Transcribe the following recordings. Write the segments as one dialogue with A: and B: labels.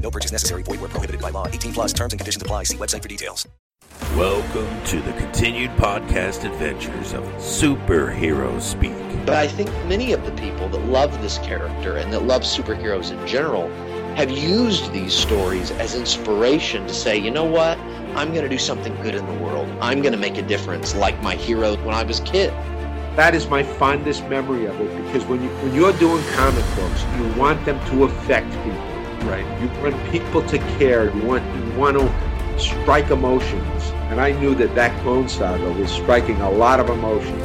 A: No purchase necessary. Void where prohibited by law. 18 plus terms and conditions apply. See website for details.
B: Welcome to the continued podcast adventures of Superhero Speak.
C: But I think many of the people that love this character and that love superheroes in general have used these stories as inspiration to say, you know what? I'm going to do something good in the world. I'm going to make a difference like my hero when I was a kid.
D: That is my fondest memory of it because when you when you're doing comic books, you want them to affect people, right? You want people to care. You want you want to strike emotions, and I knew that that Clone Saga was striking a lot of emotions.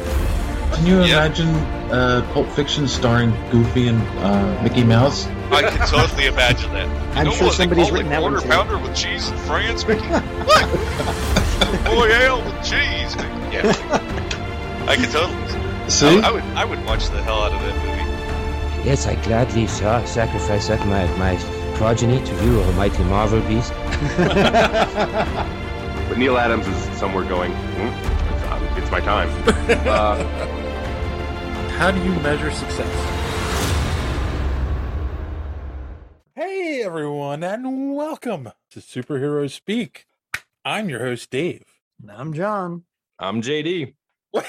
E: Can you imagine uh, Pulp Fiction starring Goofy and uh, Mickey Mouse?
F: I can totally imagine that.
G: I'm sure somebody's written that one,
F: Quarter
G: too.
F: pounder with cheese and France. Mickey. what? Boy, ale with cheese. Mickey. Yeah. I can totally.
E: See?
F: I, I would. I would watch the hell out of that movie.
H: Yes, I gladly sa- sacrifice that my, my progeny to you, almighty Marvel beast.
I: But Neil Adams is somewhere going, hmm, it's, uh, it's my time. Uh,
G: How do you measure success?
J: Hey everyone, and welcome to Superheroes Speak. I'm your host, Dave.
G: I'm John.
I: I'm JD.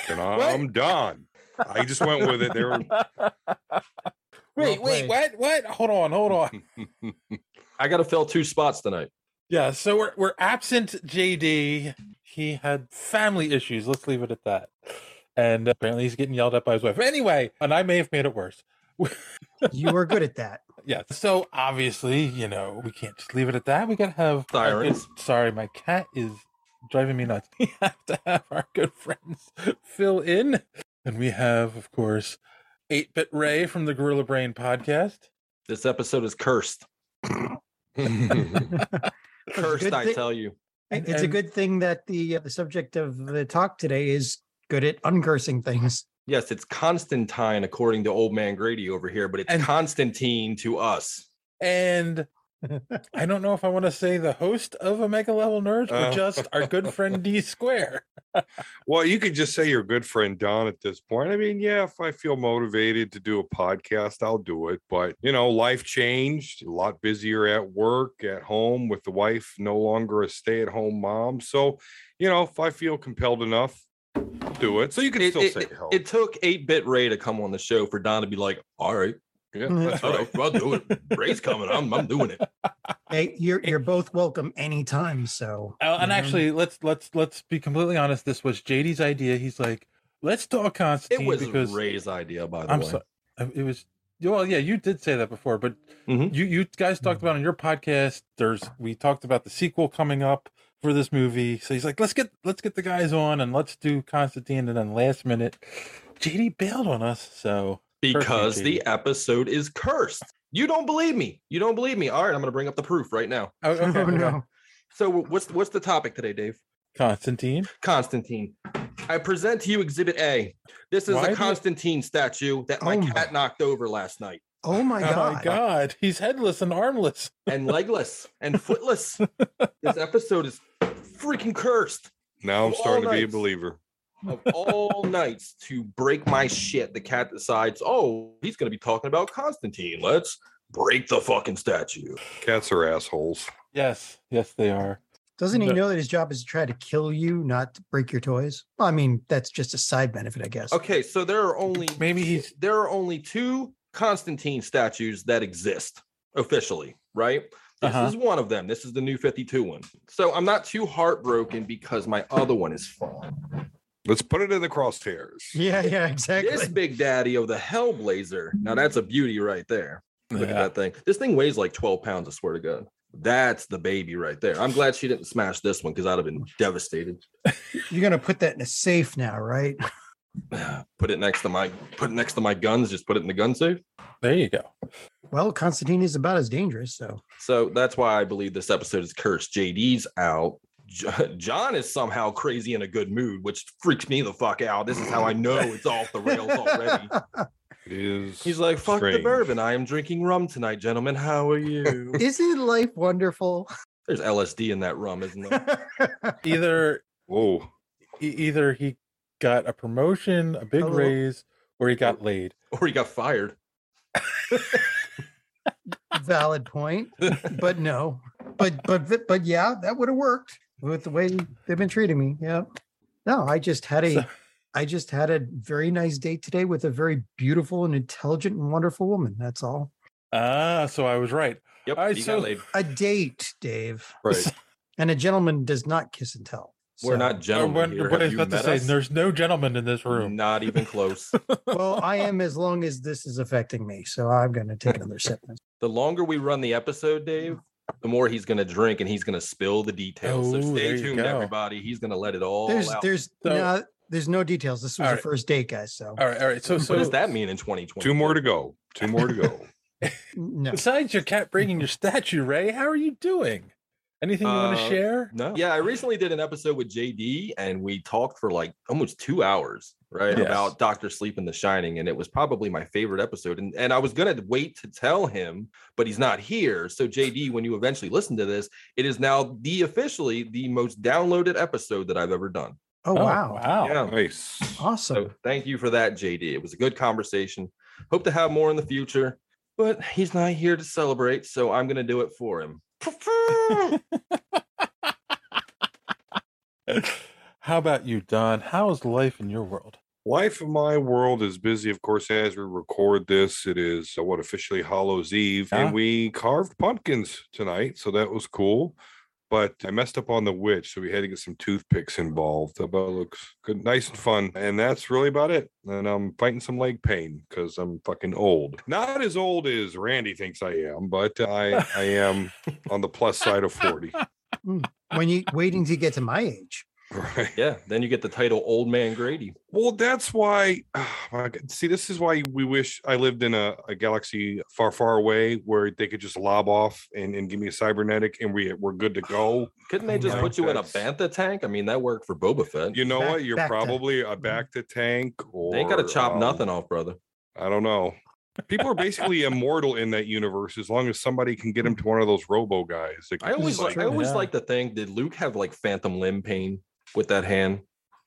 I: And I'm Don. I just went with it. They were,
J: Wait, wait, what? What? Hold on, hold on.
K: I got to fill two spots tonight.
J: Yeah, so we're we're absent JD. He had family issues. Let's leave it at that. And apparently he's getting yelled at by his wife. Anyway, and I may have made it worse.
G: You were good at that.
J: Yeah. So obviously, you know, we can't just leave it at that. We gotta have a
K: Sirens.
J: good- Sorry, my cat is driving me nuts. We have to have our good friends fill in, and we have, of course, Eight Bit Ray from the Gorilla Brain podcast.
K: This episode is cursed. cursed,
G: Good
K: I
G: thi-
K: tell you.
J: And-
G: It's a
J: and-
G: good thing that the uh, the subject of the talk today is good at uncursing things.
K: Yes, it's Constantine according to Old Man Grady over here, but it's
J: And-
K: Constantine to us.
J: And I don't know if I want to say the host of Omega Level Nerds or
I: Oh.
J: just our good friend D Square.
I: well, you could just say your good friend Don at this point. I mean, yeah, if I feel motivated to do a podcast, I'll do it. But, you know, life changed, a lot busier at work, at home with the wife, no longer a stay at home mom. So, you know, if I feel compelled enough, I'll do it. So you can
K: It,
I: still
K: it-
I: say
K: it-
I: help.
K: it took 8 bit Ray to come on the show for Don to be like, all right,
I: yeah, that's
K: all
I: right.
K: right, I'll do it. Oh, Ray's coming. I'm, I'm doing it.
G: Hey, you're you're both welcome anytime. So
J: Uh, and
G: you know,
J: actually, let's let's let's be completely honest. This was JD's idea. He's like, let's talk
K: It
J: Constantine
K: was
J: because
K: Ray's idea, by the
J: I'm
K: way.
J: sorry. It was well, yeah. You did say that before, but
K: Mhm.
J: you you guys talked about on your podcast. There's we talked about the sequel coming up for this movie. So he's like, let's get let's get the guys on and let's do Constantine. And then last minute, JD bailed on us. So
K: Because
J: JD.
K: the episode is cursed. You don't believe me. You don't believe me. All right, I'm going to bring up the proof right now.
J: oh, okay,
G: oh,
J: okay.
G: no.
K: So, what's what's the topic today, Dave?
J: Constantine.
K: Constantine. I present to you Exhibit A. This is
J: Why do
K: a
J: you-
K: Constantine statue that my
G: Oh my-
K: cat knocked over last night,
G: Oh my
J: Oh
G: god.
J: my God, he's headless and armless.
K: and legless and footless. this episode is freaking cursed.
I: Now I'm
K: Of all
I: starting to be a
K: nights.
I: believer.
K: Of all nights to break my shit, the cat decides, oh, he's going to be talking about Constantine. Let's break the fucking statue.
I: Cats are assholes.
J: Yes, yes, they are.
G: Doesn't he
J: No.
G: know that his job is to try to kill you, not to break your toys? Well, I mean, that's just a side benefit, I guess.
K: Okay, so there are only
J: Maybe he's
K: there are only two Constantine statues that exist officially, right? This
J: Uh-huh.
K: is one of them. This is the new 52 one. So I'm not too heartbroken because my other one is fun.
I: Let's put it in the crosshairs.
G: Yeah, yeah, exactly.
K: This big daddy of the Hellblazer. Now that's a beauty right there. Look
J: Yeah.
K: at that thing. This thing weighs like 12 pounds, I swear to God. That's the baby right there. I'm glad she didn't smash this one because I'd have been devastated.
G: You're gonna put that in a safe now, right?
K: Put it next to my put it next to my guns, just put it in the gun safe.
J: There you go.
G: Well, Constantine is about as dangerous, so
K: So that's why I believe this episode is cursed. JD's out. Jo- John is somehow crazy in a good mood, which freaks me the fuck out. This is how I know it's off the rails already.
I: It is.
K: He's like, fuck the
I: Strange.
K: bourbon. I am drinking rum tonight, gentlemen. How are you?
G: isn't life wonderful?
K: There's LSD in that rum, isn't there?
J: Either
I: Whoa.
J: e- either he got a promotion, a big
K: Hello.
J: raise, or he got laid.
K: or he got fired.
G: Valid point, but no, but but but yeah, that would have worked with the way they've been treating me. Yeah, no, I just had a, I
J: So-
G: just had a very nice date today with a very beautiful and intelligent and wonderful woman. That's all.
J: Ah, so I was right.
K: Yep.
J: I
K: he
J: so-
K: got laid.
G: A date, Dave,
K: Right.
G: and a gentleman does not kiss and tell.
K: We're
G: So-
K: not
J: I
K: gentlemen.
J: wonder
K: Here.
J: what
K: Have
J: I was
K: you
J: about to
K: met
J: say.
K: us?
J: There's no gentleman in this room.
K: Not even close.
G: well, I am as long as this is affecting me, so I'm going to take another sip.
K: the longer we run the episode, Dave, the more he's going to drink and he's going to spill the details.
J: Mm. Oh,
K: so
J: there
K: stay
J: you
K: tuned,
J: go.
K: everybody. He's going to let it all
G: There's
K: out.
G: there's
J: So-
G: no there's no details. This was
J: All
G: the
J: right.
G: first date, guys. So
J: All right, all right. So, so
K: what does that mean in 2020?
I: Two more to go. Two more to go.
G: no,
J: Besides your cat bringing your statue, Ray, how are you doing? Anything you want to
K: Uh,
J: share?
K: No. Yeah, I recently did an episode with JD and we talked for like almost two hours, right?
J: Yes.
K: About Doctor Sleep and The Shining. And it was probably my favorite episode. And, and I was going to wait to tell him, but he's not here. So, JD, when you eventually listen to this, it is now the officially the most downloaded episode that I've ever done.
G: oh, wow,
J: Wow.
K: Yeah.
I: Nice.
G: awesome.
K: So thank you for that, JD. It was a good conversation. Hope to have more in the future, but he's not here to celebrate, so I'm gonna do it for him.
J: How about you, Don? How's life in your world?
I: Life of my world is busy, of course, as we record this. It is uh, what officially Hallows Eve,
J: Huh?
I: and we carved pumpkins tonight, so that was cool. But I messed up on the witch, so we had to get some toothpicks involved. But it looks good, nice and fun, and that's really about it. And I'm fighting some leg pain because I'm fucking old. Not as old as Randy thinks I am, but I I am on the plus side of forty.
G: Hmm, When you waiting to get to my age,
I: Right.
K: yeah, then you get the title Old Man Grady.
I: Well, that's why. my God. See, this is why we wish I lived in a, a galaxy far, far away where they could just lob off and, and give me a cybernetic and we, we're good to go.
K: Couldn't they just
I: No,
K: put you in a
I: that's-
K: bantha tank? I mean, that worked for Boba Fett.
I: You know
G: Back-
I: what? You're
G: back to- mm-hmm.
I: probably a back to tank or.
K: they ain't gotta chop
I: um,
K: nothing off, brother.
I: I don't know. People are basically immortal in that universe as long as somebody can get them to one of those robo guys. that
K: I
I: can
K: always
I: just,
K: like I
J: true,
K: always
J: yeah.
K: like to think did Luke have like phantom limb pain with that hand?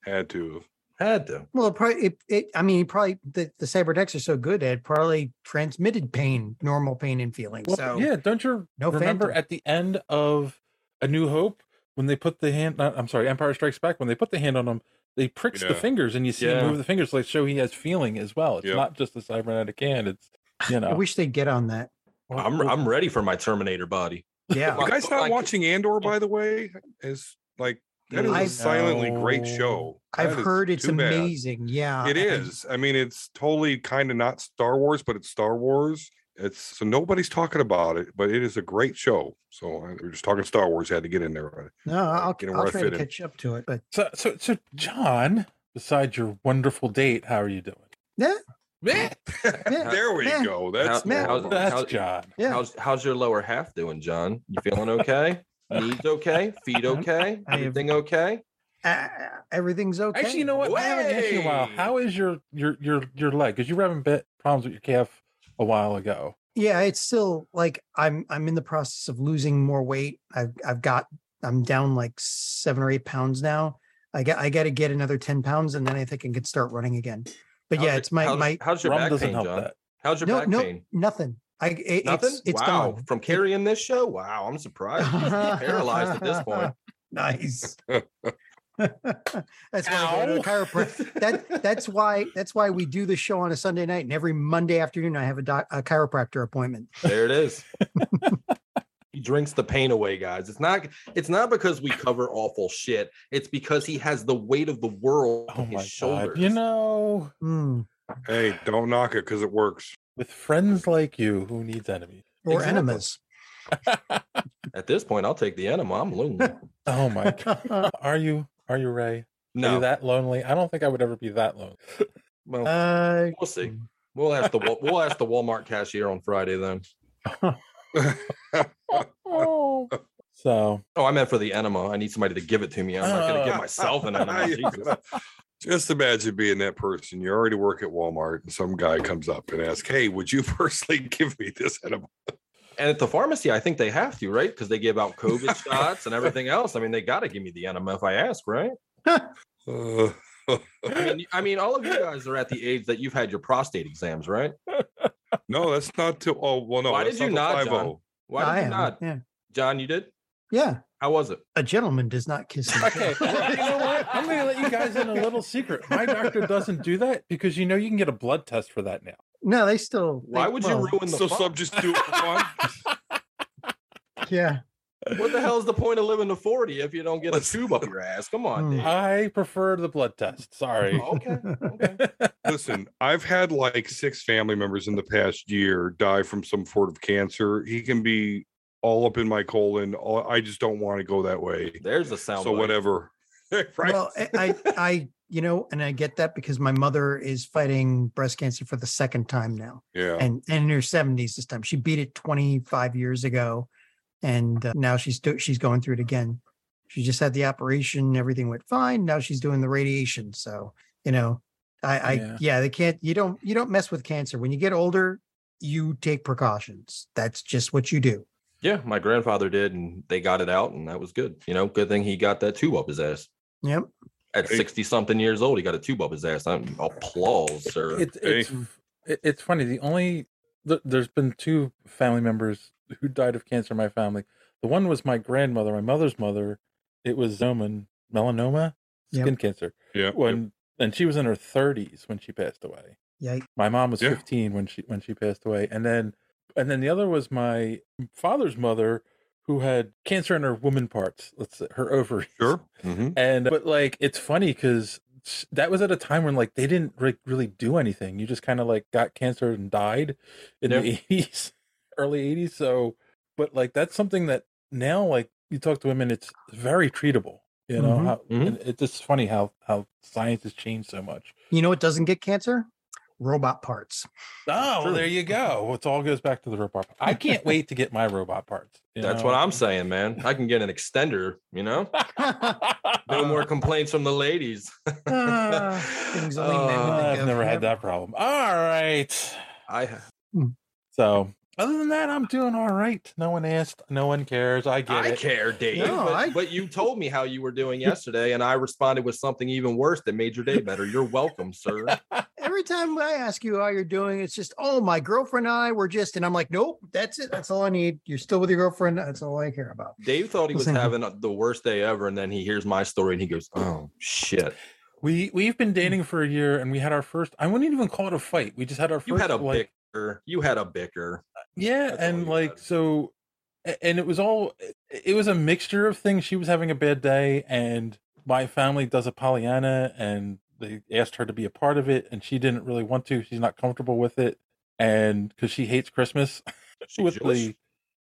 I: had to.
K: Had to.
G: well, it probably it, it I mean, it probably the the cybernetics are so good at probably transmitted pain, normal pain and feeling.
J: Well,
G: so
J: yeah, don't you
G: No
J: remember
G: phantom.
J: at the end of A New Hope when they put the hand? Not, I'm sorry, Empire Strikes Back when they put the hand on him, they pricks
I: Yeah.
J: the fingers, and you see
K: Yeah.
J: him move the fingers, like show he has feeling as well. It's
I: Yep.
J: not just a cybernetic hand. It's you
G: I
J: know.
G: wish they'd get on that.
J: well,
K: I'm
J: well,
K: I'm ready for my Terminator body.
G: Yeah,
I: You guys not
K: Like-
I: watching Andor, by the way? Is like, that is a
G: I've-
I: silently great
J: No.
I: show.
G: I've
I: That is
G: heard it's
I: too bad.
G: amazing. Yeah,
I: It
G: I-
I: is. I mean, it's totally kind of not Star Wars, but it's Star Wars. It's so nobody's talking about it, but it is a great show. So I- we're just talking Star Wars. Had to get in there. right?
G: No, I'll,
I: Get 'em
G: I'll
I: where I
G: try to
I: fit in.
G: catch up to it, but
J: So so so John, besides your wonderful date, how are you doing?
G: yeah,
J: Meh.
G: yeah,
I: there we
G: yeah.
I: go. That's
K: How- how's-
I: normal.
J: That's
K: How-
J: John.
G: yeah.
K: How's how's your lower half doing, John? You feeling okay? Knees okay? Feet okay?
G: Uh-huh. I have-
K: Everything okay?
G: Ah, everything's okay.
J: Actually, you know what? I haven't asked you in a while.
K: Way.
J: How is your your your your leg? Because you were having bit problems with your calf a while ago.
G: yeah it's still like i'm i'm in the process of losing more weight i've i've got i'm down like seven or eight pounds now i got i got to get another 10 pounds and then i think i can start running again but
K: How's
G: yeah
K: your-
G: it's my
K: how's,
G: my
K: how's your
J: Rum
K: back
J: doesn't
K: pain,
J: help
K: John?
J: that.
K: How's your
G: no
K: back
G: no
K: pain?
G: nothing i it,
K: Nothing.
G: it's it's
K: wow,
G: gone
K: from carrying this show. Wow, I'm surprised. You must be paralyzed at this point.
G: nice that's why I go to a chiropractor. That that's why that's why we do the show on a Sunday night, and every Monday afternoon I have a, doc, a chiropractor appointment.
K: There it is. He drinks the pain away, guys. It's not it's not because we cover awful shit. It's because he has the weight of the world on his shoulders.
J: Oh You know,
I: Hey, don't knock it because it works.
J: With friends like you, who needs enemies
G: Or enemas?
K: At this point, I'll take the enema. I'm lonely.
J: Oh my god, are you are you Ray? are
K: No.
J: you that lonely? I don't think I would ever be that lonely.
K: Well,
G: Uh,
K: we'll see. We'll ask the Wal- we'll ask the Walmart cashier on Friday then.
J: oh, so
K: oh, I meant for the enema. I need somebody to give it to me. I'm not going to
J: Uh,
K: give myself an enema. Jesus.
I: Just imagine being that person. You already work at Walmart, and some guy comes up and asks, "Hey, would you personally give me this enema?"
K: And at the pharmacy, I think they have to, right? Because they give out COVID shots and everything else. I mean, they got to give me the enema if I ask, right?
I: Uh,
K: I mean, I mean, all of you guys are at the age that you've had your prostate exams, right?
I: No, that's not too. Oh, well, no.
K: Why
I: that's
K: did you
I: the
K: not, John?
I: 5-0.
K: Why
G: I
K: did you
G: am,
K: not?
G: Yeah.
K: John, you did.
G: Yeah.
K: How was it?
G: A gentleman does not kiss. his
J: Okay, well, you know what? I'm going to let you guys in a little secret. My doctor doesn't do that because you know you can get a blood test for that now.
G: No, they still. they- well,
I: So some just do it for fun?
G: Yeah.
K: What the hell is the point of living to 40 if you don't get a tube up your ass? Come
G: Hmm.
K: on,
J: Hmm.
K: dude.
J: I prefer the blood test. Sorry.
K: Okay.
I: Listen, I've had like six family members in the past year die from some sort of cancer. He can be all up in my colon. All, I just don't want to go that way.
K: There's a sound.
I: So
K: bite.
I: whatever. right.
G: Well, I, I, I, you know, and I get that because my mother is fighting breast cancer for the second time now,
I: yeah.
G: and and in her seventies this time. She beat it twenty five years ago, and uh, now she's do- she's going through it again. She just had the operation; everything went fine. Now she's doing the radiation. So you know, I, I
J: Yeah.
G: yeah. they can't. You don't you don't mess with cancer when you get older. You take precautions. That's just what you do.
K: Yeah, my grandfather did, and they got it out, and that was good. You know, good thing he got that tube up his ass.
G: Yep.
K: At 60 something years old, he got a tube up his ass. I'm applause, sir.
J: It, it's it, it's funny. The only th- there's been two family members who died of cancer in my family. The one was my grandmother, my mother's mother. It was Zoman melanoma,
G: Yep.
J: skin cancer.
I: Yeah.
J: When and she was in her 30s when she passed away.
G: Yikes.
J: My mom was
I: Yeah.
J: 15 when she when she passed away, and then and then the other was my father's mother who had cancer in her woman parts. Let's say her ovaries.
I: Sure. Mhm.
J: And but like it's funny because that was at a time when like they didn't like really do anything. You just kind of like got cancer and died in the
K: Yep.
J: 80s, early 80s. So, but like that's something that now like you talk to women, it's very treatable. You know,
K: Mm-hmm,
G: Mhm.
J: how, and it's just funny how how science has changed so much.
G: You know what doesn't get cancer? Robot parts.
J: Oh, well, there you go. Well, It all goes back to the robot. I can't wait to get my robot parts. you
K: That's
J: know?
K: what I'm saying, man. I can get an extender, you know? no
J: Uh.
K: more complaints from the ladies.
G: Ah, things only men would
K: Uh,
G: think
J: Oh, I've
G: of.
J: never had that problem. All right.
K: I
J: So, other than that, I'm doing all right. No one asked. No one cares. I get
K: I
J: it.
K: care, Dave.
G: No,
K: but,
G: I-
K: but you told me how you were doing yesterday, and I responded with something even worse that made your day better. You're welcome, sir.
G: Every time I ask you how you're doing, it's just, oh, my girlfriend and I were just, and I'm like, nope, that's it. That's all I need. You're still with your girlfriend. That's all I care about.
K: Dave thought he was
G: Listen.
K: having the worst day ever, and then he hears my story and he goes, "Oh shit!"
J: We we've
K: mm.
J: been dating for a year, and we had our first. I wouldn't even call it a fight. We just had our first.
K: You had a
J: like,
K: bicker. You had a bicker.
J: Yeah, and like so, a- and it was all it- it was a mixture of things. She was having a bad day, and my family does a Pollyanna, and they asked her to be a part of it, and she didn't really want to. She's not comfortable with it, and because she hates Christmas.
K: She
J: with
K: Jewish?
J: the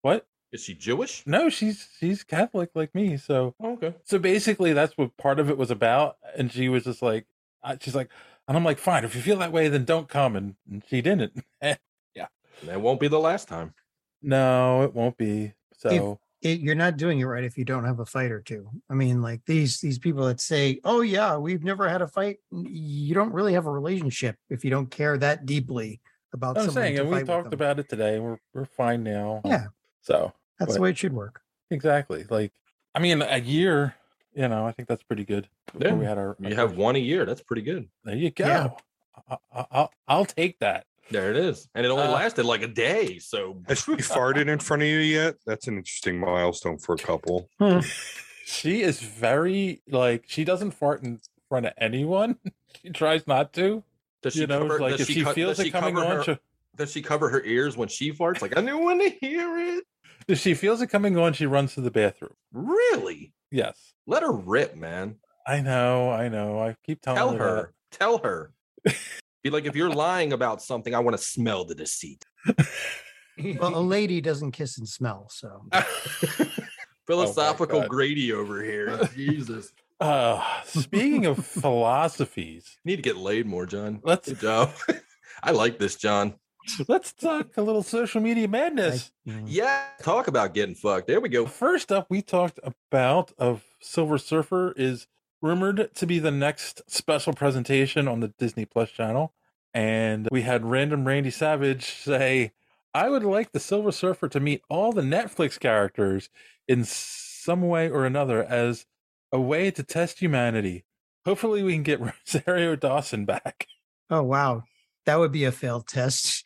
J: what?
K: Is she Jewish?
J: No, she's she's Catholic like me. So
K: okay.
J: So basically, that's what part of it was about. And she was just like, I, she's like, and I'm like, fine. If you feel that way, then don't come. And, and she didn't. yeah.
K: That won't be the last time.
J: No, it won't be. So
G: If- It, you're not doing it right if you don't have a fight or two. I mean, like these these people that say, "Oh yeah, we've never had a fight." N- You don't really have a relationship if you don't care that deeply about.
J: I'm
G: someone
J: saying,
G: to
J: and
G: fight
J: we
G: with
J: talked
G: them.
J: about it today. We're we're fine now.
G: Yeah.
J: So
G: That's
J: but-
G: the way it should work.
J: exactly. Like, I mean, a year. You know, I think that's pretty good. before
K: Yeah.
J: We had our.
K: You have one a year. That's pretty good.
J: There you go.
G: Yeah.
J: I, I, I'll I'll take that.
K: There it is. And it only
J: Uh,
K: lasted like a day. So
I: Has she farted in front of you yet? That's an interesting milestone for a couple.
J: She is very like she doesn't fart in front of anyone. She tries not to.
K: does
J: you know, like if she
K: co-
J: feels it coming
K: cover
J: on,
K: her,
J: she'll-
K: does she cover her ears when she farts? Like I didn't want to hear it.
J: If she feels it coming on, she runs to the bathroom.
K: Really?
J: Yes.
K: Let her rip, man.
J: I know, I know. I keep telling
K: Tell
J: her.
K: her. Tell her. Be like, if you're lying about something, I want to smell the deceit.
G: well, a lady doesn't kiss and smell, so
K: Philosophical
J: Oh God.
K: Grady over here. Jesus.
J: that. Uh, speaking of philosophies,
K: need to get laid more, John.
J: Let's
K: Good job. I like this, John.
J: let's talk a little social media madness.
K: Yeah, talk about getting fucked. There we go.
J: First up, we talked about of Silver Surfer is rumored to be the next special presentation on the Disney Plus channel, and we had random Randy Savage say, "I would like the Silver Surfer to meet all the Netflix characters in some way or another as a way to test humanity. Hopefully, we can get Rosario Dawson back."
G: oh wow. That would be a failed test.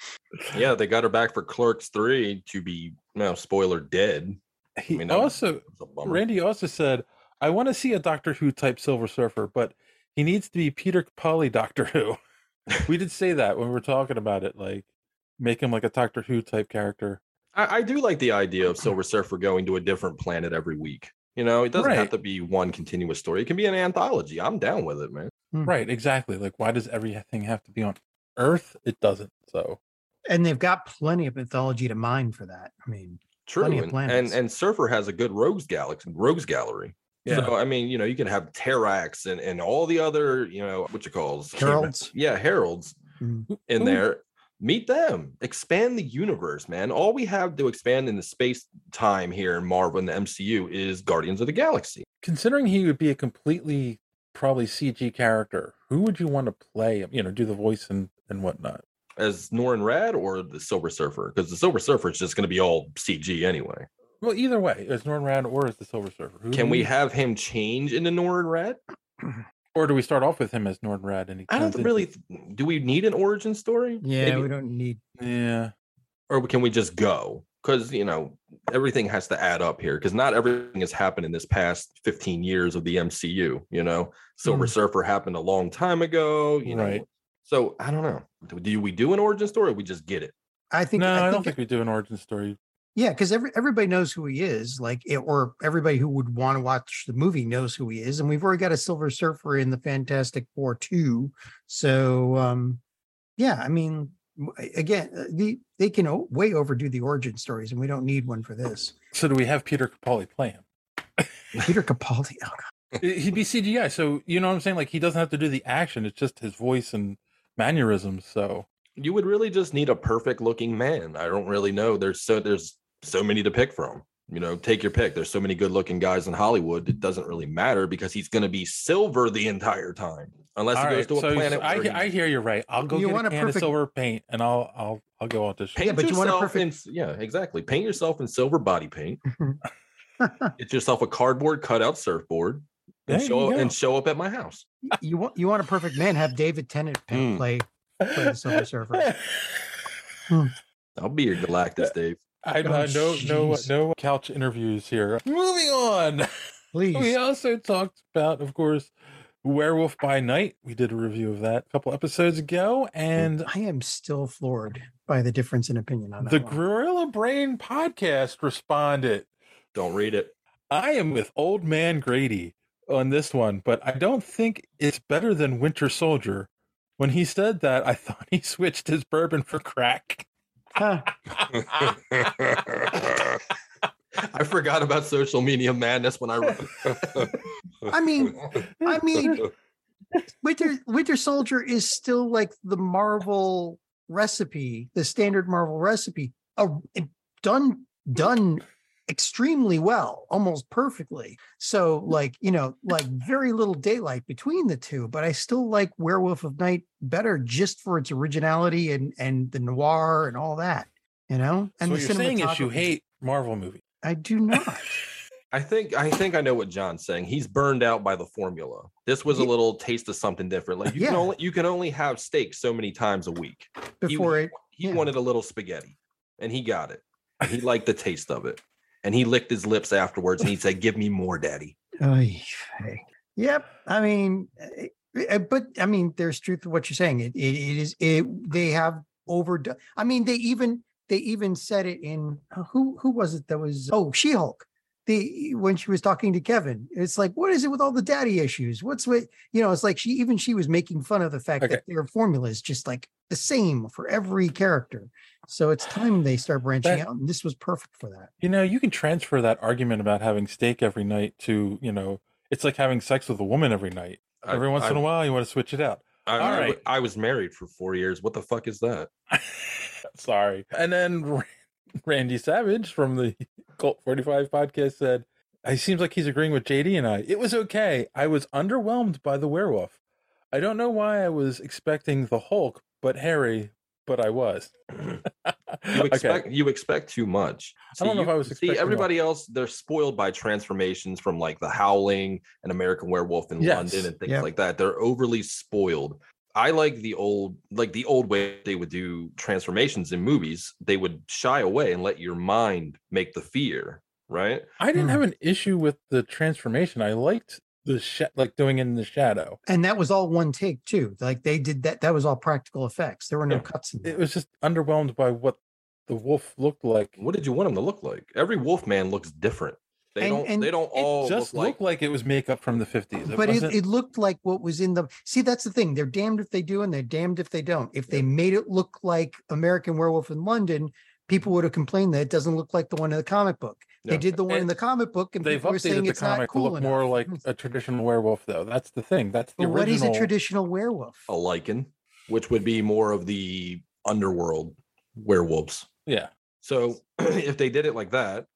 K: Yeah, they got her back for Clerks 3 to be, no, spoiler, dead.
J: He
K: mean, that was-
J: also
K: It's a bummer.
J: Randy also said, I want to see a Doctor Who type Silver Surfer, but he needs to be Peter Polly Doctor Who. we did say that when we were talking about it, like make him like a Doctor Who type character.
K: I, I do like the idea of Silver Surfer going to a different planet every week. You know, it doesn't have
J: Right.
K: to be one continuous story. It can be an anthology. I'm down with it, man.
J: Right, exactly. Like why does everything have to be on Earth? It doesn't. So
G: And they've got plenty of mythology to mine for that. I mean,
K: True.
G: Plenty of
K: And, and
G: planets.
K: and Surfer has a good Rogues Galaxy, Rogues Gallery.
J: Yeah.
K: So I mean, you know, you can have Terax and, and all the other, you know, what you calls
G: Heralds.
K: Yeah, heralds
G: Mhm.
K: in
J: Ooh.
K: there. Meet them. Expand the universe, man. All we have to expand in the space time here in Marvel and the MCU is Guardians of the Galaxy.
J: considering he would be a completely probably CG character, who would you want to play him? You know, do the voice and, and whatnot.
K: As Norin Rad or the Silver Surfer, because the Silver Surfer is just going to be all CG anyway.
J: Well, either way, as Norrad or as the Silver Surfer. Who
K: Can we
G: Mm-hmm.
J: have?
K: have him change into Norin Rad?
J: Or do we start off with him as Nordrad? And he
K: I
J: turns
K: don't
J: into-
K: really. th- do we need an origin story?
G: yeah,
K: Maybe-
G: we don't need
J: Yeah.
K: or can we just go? Because you know everything has to add up here. Because not everything has happened in this past 15 years of the MCU. You know, Silver
G: Mm.
K: Surfer happened a long time ago. You
J: Right.
K: know, so I don't know. Do, do we do an origin story? Or we just get it.
G: I think
J: no, I,
G: I,
J: don't think we do an origin story.
G: Yeah, because every everybody knows who he is, like it, or everybody who would want to watch the movie knows who he is, and we've already got a Silver Surfer in the Fantastic Four too. So, um, yeah, I mean, w- again, uh, the they can o- way overdo the origin stories, and we don't need one for this.
J: So do we have Peter Capaldi play him?
G: Peter Capaldi, oh God,
J: He'd be CGI. So you know what I'm saying? Like he doesn't have to do the action. It's just his voice and mannerisms. So
K: You would really just need a perfect looking man. I don't really know. There's so there's so many to pick from. You know, take your pick. There's so many good looking guys in Hollywood. It doesn't really matter because he's going to be silver the entire time, unless
J: All
K: he
J: right,
K: goes to a
J: so
K: planet.
J: I,
K: where he-
J: I hear you're right. I'll go
G: You
J: get
G: want a
J: a can of
G: perfect-
J: silver paint and I'll I'll I'll go audition.
K: Paint
G: Yeah, but you
K: yourself
G: want a perfect-
K: in, s- yeah, exactly. Paint yourself in silver body paint. Get yourself a cardboard cutout surfboard and
J: There
K: show
J: you
K: and
J: go.
K: show up at my house.
G: you want you want a perfect man? Have David Tennant pa-
K: Mm.
G: play play the Silver Surfer.
K: I'll be your Galactus, Dave.
G: Oh,
J: I, I no no
G: jeez.
J: no couch interviews here. Moving on. We
G: Please,
J: also talked about, of course, Werewolf by Night. We did a review of that a couple episodes ago, and
G: I am still floored by the difference in opinion on that
J: The
G: one.
J: Gorilla Brain podcast responded,
K: Don't read it.
J: I am with Old Man Grady on this one, but I don't think it's better than Winter Soldier. When he said that, I thought he switched his bourbon for crack.
G: Huh.
K: I forgot about social media madness when I wrote.
G: I mean, I mean, Winter Winter Soldier is still like the Marvel recipe, the standard Marvel recipe, uh, done done extremely well, almost perfectly. So like, you know, like very little daylight between the two, but I still like Werewolf of Night better just for its originality and and the noir and all that, you know? And
J: And so
G: the
J: what you're saying is you
G: cinematography.
J: hate Marvel movies.
G: I do not.
K: I think I think I know what John's saying. He's burned out by the formula. This was a
G: Ye-
K: little taste of something different. Like you can
G: Yeah.
K: only you can only have steak so many times a week. He-
G: Before
K: he,
G: it
K: he
G: yeah.
K: wanted a little spaghetti and he got it. And he liked the taste of it. And he licked his lips afterwards and he said, Give me more, daddy.
G: Oy vey. Yep. I mean, eh, eh, but I mean, there's truth to what you're saying. It, it, it is, it, they have overdone. I mean, they even, they even said it in uh, who who was it that was oh She Hulk. The when she was talking to Kevin, it's like, what is it with all the daddy issues? What's with you know? It's like she even she was making fun of the fact
J: Okay.
G: that their formula is just like the same for every character. So it's time they start branching
J: That-
G: out, and this was perfect for that.
J: You know, you can transfer that argument about having steak every night to, you know, it's like having sex with a woman every night.
K: I-
J: every once in a
K: I-
J: while, you want to switch it out.
K: I,
J: All
K: I w-
J: right.
K: I was married for four years. What the fuck is that?
J: Sorry. And then Ra- Randy Savage from the Cult 45 podcast said, "It seems like he's agreeing with JD and I. It was okay. I was underwhelmed by the werewolf. I don't know why I was expecting the Hulk, but Harry, but I was.
K: You expect you expect too much.
J: I don't know
K: you-
J: if I was
K: see
J: expecting much.
K: everybody else. They're spoiled by transformations from like The Howling and American Werewolf in
J: Yes.
K: London and things
J: Yep.
K: like that. They're overly spoiled. I like the old like the old way they would do transformations in movies. They would shy away and let your mind make the fear. Right?
J: I didn't
G: hmm.
J: have an issue with the transformation. I liked the sh- like doing it in the shadow.
G: And that was all one take too. Like they did that. That was all practical effects. There were no
J: Yeah.
G: cuts in that.
J: It was just underwhelmed by what the wolf looked like.
K: What did you want him to look like? Every wolf man looks different. They
G: And-
K: don't.
G: and
K: they don't
G: it
K: all
J: just
K: look like
J: looked like it was makeup from the 50s. It
G: but it,
J: wasn't-
G: it looked like what was in the see that's the thing they're damned if they do and they're damned if they don't if they made it look like american werewolf in london people would have complained that it doesn't look like the one in the comic book they
J: Yeah.
G: did the one in
J: And
G: the comic book and
J: They've
G: people were saying
J: updated the
G: it's not
J: comic
G: cool
J: to look
G: enough.
J: more like a traditional werewolf, though. That's the thing. That's the
G: But what is
J: original.
G: a traditional werewolf
K: a lichen, which would be more of the underworld werewolves.
J: Yeah.
K: So if they did it like that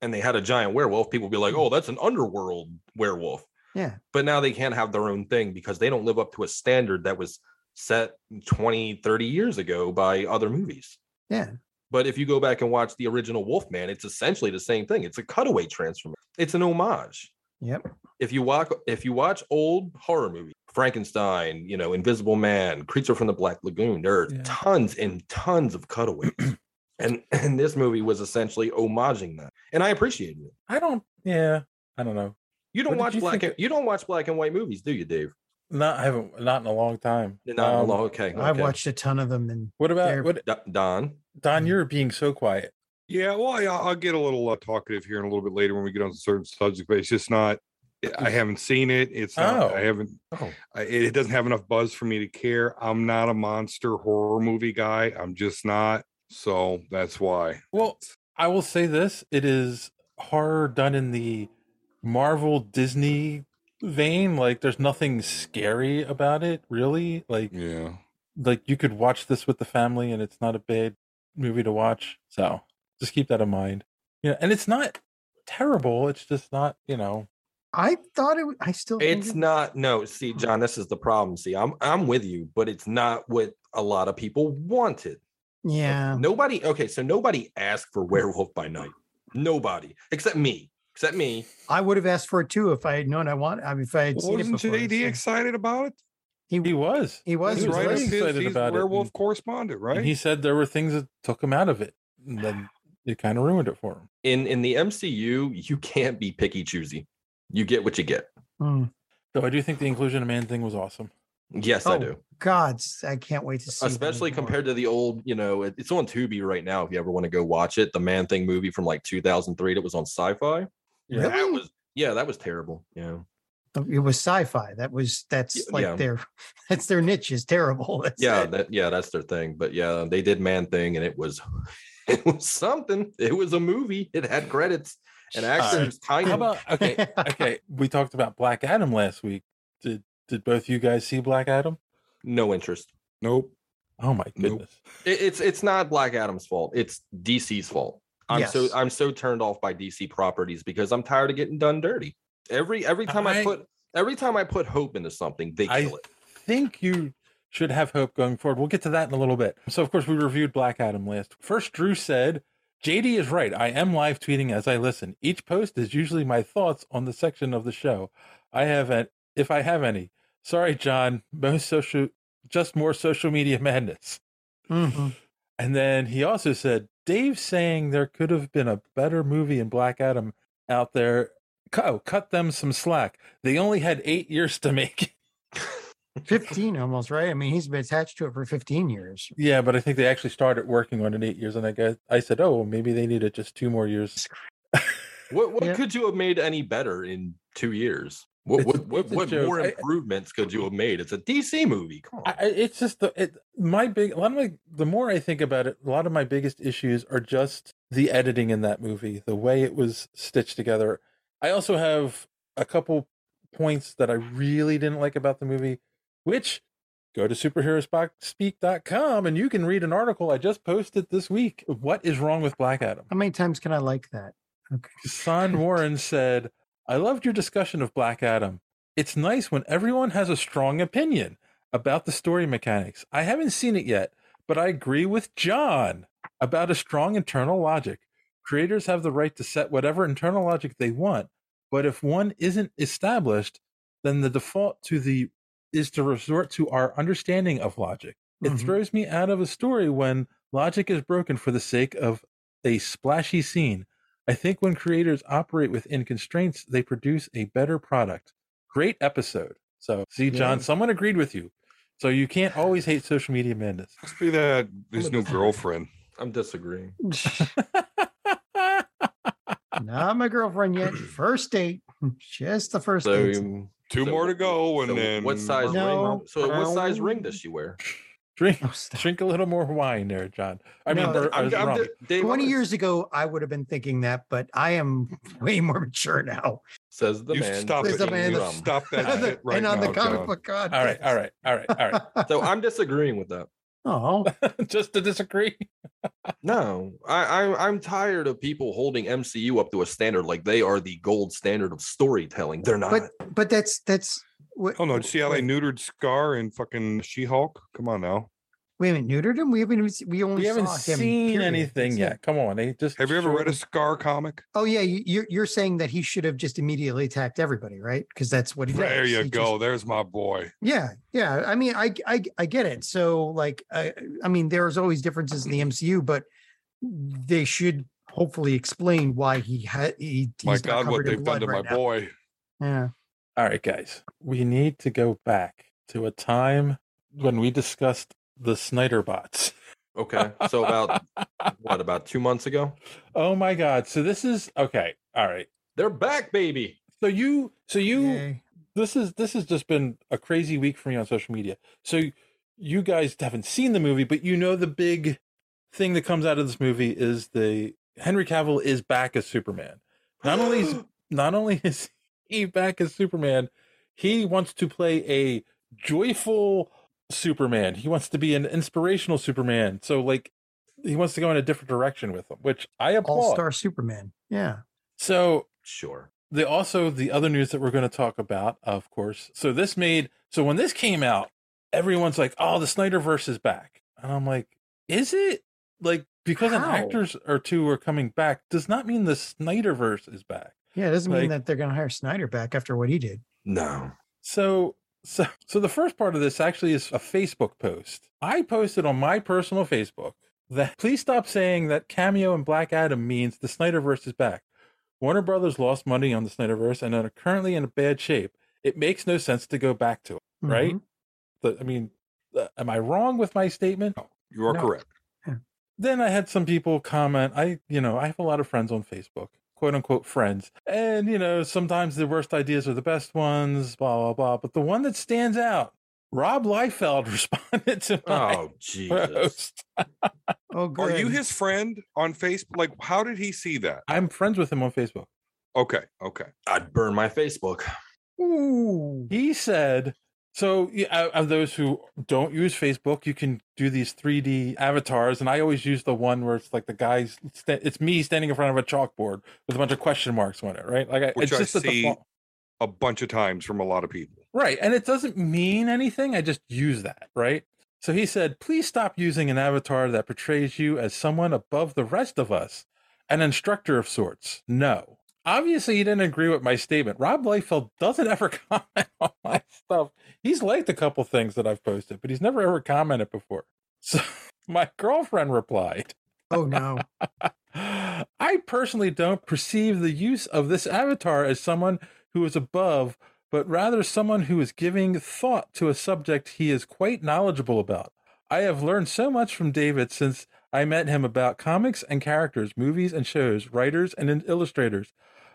K: and they had a giant werewolf, people would be like, oh, that's an underworld werewolf.
G: yeah
K: But now they can't have their own thing because they don't live up to a standard that was set 20, 30 years ago by other movies.
G: yeah
K: But if you go back and watch the original Wolfman, it's essentially the same thing. It's a cutaway transformation. It's an homage
G: yep
K: if you watch if you watch old horror movies frankenstein you know invisible man creature from the black lagoon there are tons and tons of cutaways and and this movie was essentially homaging that and i appreciated it
J: I don't. Yeah. I don't know.
K: you don't
J: What
K: watch
J: did you
K: black
J: think
K: and, you don't watch black and white movies do you dave
J: Not. I haven't. Not in a long time.
K: Not in a
J: Um,
K: long- okay,
G: i've
K: okay.
G: watched a ton of them and
J: What
G: they're-
J: about what
K: Do- don
G: Hmm.
J: Don? You're being so quiet.
I: Yeah, well, I, I'll get a little uh, talkative here in a little bit later when we get on certain subject, but it's just not. I haven't seen it. It's not.
J: Oh.
I: I haven't.
K: Oh.
I: I, it doesn't have enough buzz for me to care. I'm not a monster horror movie guy. I'm just not. So that's why.
J: Well, I will say this: it is horror done in the Marvel Disney vein. Like, there's nothing scary about it, really. Like,
I: yeah,
J: like you could watch this with the family, and it's not a bad movie to watch. So just keep that in mind. Yeah, and it's not terrible. It's just not, you know.
G: i thought it i still think
K: it's
G: it-
K: not no see john this is the problem see i'm i'm with you but it's not what a lot of people wanted
G: yeah
K: Nobody. Okay, so nobody asked for Werewolf by Night. Nobody except me. Except me.
G: i would have asked for it too if i had known i want I mean, if i had seen it
I: Wasn't
G: before,
I: JD
G: so-
I: excited about it?
G: he,
J: He was.
G: he was,
I: He's
J: he was
I: right
J: very
I: up his-
J: excited
I: he's
J: about it,
I: werewolf
J: and-
I: correspondent, right?
J: And he said there were things that took him out of it. And then it kind of ruined it for him.
K: In in the MCU, you can't be picky choosy. You get what you get.
G: Mm.
J: Though I do think the inclusion of man thing was awesome.
K: Yes, I
G: Oh,
K: do.
G: gods i can't wait to see them
K: Especially
G: more.
K: compared to the old, you know, it- it's on Tubi right now. If you ever want to go watch it, the Man Thing movie from like 2003 that was on Sci-Fi.
G: Really?
K: That was yeah, that was terrible. Yeah.
G: Oh, it was sci-fi that was that's
K: Y-
G: like
K: yeah.
G: their that's their niche is terrible That's
K: yeah,
G: it.
K: that, yeah, that's their thing. But yeah, they did Man Thing, and it was it was something. It was a movie. It had credits and actors. Kind
J: How
K: of.
J: about okay, okay. We talked about Black Adam last week. Did did both you guys see Black Adam?
K: No interest.
I: Nope.
J: Oh my
I: Nope.
J: goodness.
K: It, it's it's not Black Adam's fault. It's DC's fault. I'm so
G: Yes.
K: I'm so turned off by DC properties because I'm tired of getting done dirty. Every every time I,
J: I-
K: put every time I put hope into something, they kill
J: I
K: it.
J: think you should have hope going forward. We'll get to that in a little bit. So of course we reviewed Black Adam last. First Drew said JD is right. I am live tweeting as I listen. Each post is usually my thoughts on the section of the show. I have an if I have any. Sorry, John. Most social just more social media madness.
G: Mhm.
J: And then he also said, Dave saying there could have been a better movie in Black Adam out there. Co- Oh, cut them some slack. They only had eight years to make.
G: 15 almost, right? I mean, he's been attached to it for 15 years.
J: Yeah, but I think they actually started working on it eight years, and I guess I said, "Oh, well, maybe they needed just two more years."
K: What what could you have made any better in two years? What
J: It's-
K: what what,
J: it's a
K: what
J: joke.
K: more
J: I-
K: improvements could you have made? It's a DC movie. Come on.
J: I, I- it's just the it, my big a lot of my the more I think about it, a lot of my biggest issues are just the editing in that movie, the way it was stitched together. I also have a couple points that I really didn't like about the movie, which go to superheroespeak.com and you can read an article I just posted this week. What is wrong with Black Adam?
G: How many times can I like that?
J: Son Warren said, I loved your discussion of Black Adam. It's nice when everyone has a strong opinion about the story mechanics. I haven't seen it yet, but I agree with John about a strong internal logic. Creators have the right to set whatever internal logic they want, but if one isn't established, then the default to the is to resort to our understanding of logic. It
G: Mhm.
J: throws me out of a story when logic is broken for the sake of a splashy scene. I think when creators operate within constraints, they produce a better product. Great episode. So, see, John,
I: Yeah.
J: someone agreed with you. So you can't always hate social media madness.
I: Must be that his new girlfriend.
K: I'm disagreeing.
G: Not my girlfriend yet. First date. Just the first
K: So,
G: date.
K: um,
I: Two
K: so-
I: more to go, and
K: so
I: then
K: what size ring? So what size ring does she wear?
J: Drink, drink a little more wine there, John. I mean, uh,
G: No,
J: or-
G: I'm-
J: or
G: I'm
J: rum.
G: di- 20 years ago, I would have been thinking that, but I am way more mature now.
K: Says the
G: You
K: man.
G: stop Says it. the man You that- stop that And shit the- right and on the now, comic John. book
K: god.
G: All right,
J: all right, all right, all
K: right. So I'm disagreeing with that.
G: Oh,
J: just to disagree.
K: No, I, I'm I'm tired of people holding MCU up to a standard like they are the gold standard of storytelling. They're not.
G: But but that's that's what
I: Oh no! See how they neutered Scar and fucking She Hulk? Come on now.
G: we haven't neutered him. We haven't even se- we only
J: We haven't
G: saw him,
J: seen
G: period.
J: anything
G: That's
J: yet.
G: it.
J: Come on, they just
I: Have you ever read a
J: showed-
I: Scar comic?
G: Oh yeah, you- you're you're saying that he should have just immediately attacked everybody, right? Because that's what he
I: There
G: does.
I: you
G: He just-
I: go. There's my boy.
G: Yeah, yeah. I mean, I, I, I get it. So, like, I, I mean, there's always differences in the MCU, but they should hopefully explain why he had. He, he's
I: My
G: not
I: God,
G: covered
I: what
G: in
I: they've done
G: blood
I: to
G: right
I: my
G: now.
I: boy.
G: Yeah.
J: All right, guys, we need to go back to a time when we discussed the Snyder bots.
K: Okay, so about what about two months ago?
J: Oh my God! So this is okay. All right,
K: they're back, baby.
J: So you, so you, this is this has just been a crazy week for me on social media. So you guys haven't seen the movie, but you know the big thing that comes out of this movie is the Henry Cavill is back as Superman. Not only is not only is he back as Superman, he wants to play a joyful Superman. He wants to be an inspirational Superman. So like he wants to go in a different direction with him, which I applaud.
G: All Star Superman. Yeah.
J: So
K: sure.
J: The also the other news that we're going to talk about, of course. So this made so when this came out, everyone's like, "Oh, the Snyderverse is back," and I'm like, "Is it like because an
G: How?
J: actors or two are coming back does not mean the Snyderverse is back."
G: Yeah. It doesn't mean
J: Like-
G: that they're going to hire Snyder back after what he did.
K: No.
J: So so so the first part of this actually is a Facebook post. I posted on my personal Facebook that please stop saying that Cameo and Black Adam means the Snyderverse is back. Warner Brothers lost money on the Snyderverse and are currently in bad shape. It makes no sense to go back to it, right? The- I mean, uh, am I wrong with my statement?
I: You are
J: No.
I: correct.
J: Then I had some people comment. I, you know, I have a lot of friends on Facebook, quote unquote friends. And, you know, sometimes the worst ideas are the best ones, blah, blah, blah. But the one that stands out, Rob Liefeld responded to my
K: Oh, Jesus.
J: post.
G: Oh,
I: Are you his friend on Facebook? Like, how did he see that?
J: I'm friends with him on Facebook.
I: Okay. Okay.
K: I'd burn my Facebook.
I: Hmm.
G: Ooh.
J: He said, so yeah, uh, of those who don't use Facebook, you can do these 3D avatars. And I always use the one where it's like the guy's, sta- it's me standing in front of a chalkboard with a bunch of question marks on it, right? Like, I,
I: Which
J: it's
I: I
J: just a
I: see
J: default-
I: a bunch of times from a lot of people.
J: Right. And it doesn't mean anything. I just use that. Right. So he said, please stop using an avatar that portrays you as someone above the rest of us, an instructor of sorts. No. Obviously, he didn't agree with my statement. Rob Liefeld doesn't ever comment on my stuff. He's liked a couple things that I've posted, but he's never ever commented before. So my girlfriend replied,
G: Oh, no.
J: I personally don't perceive the use of this avatar as someone who is above, but rather someone who is giving thought to a subject he is quite knowledgeable about. I have learned so much from David since I met him about comics and characters, movies and shows, writers and illustrators.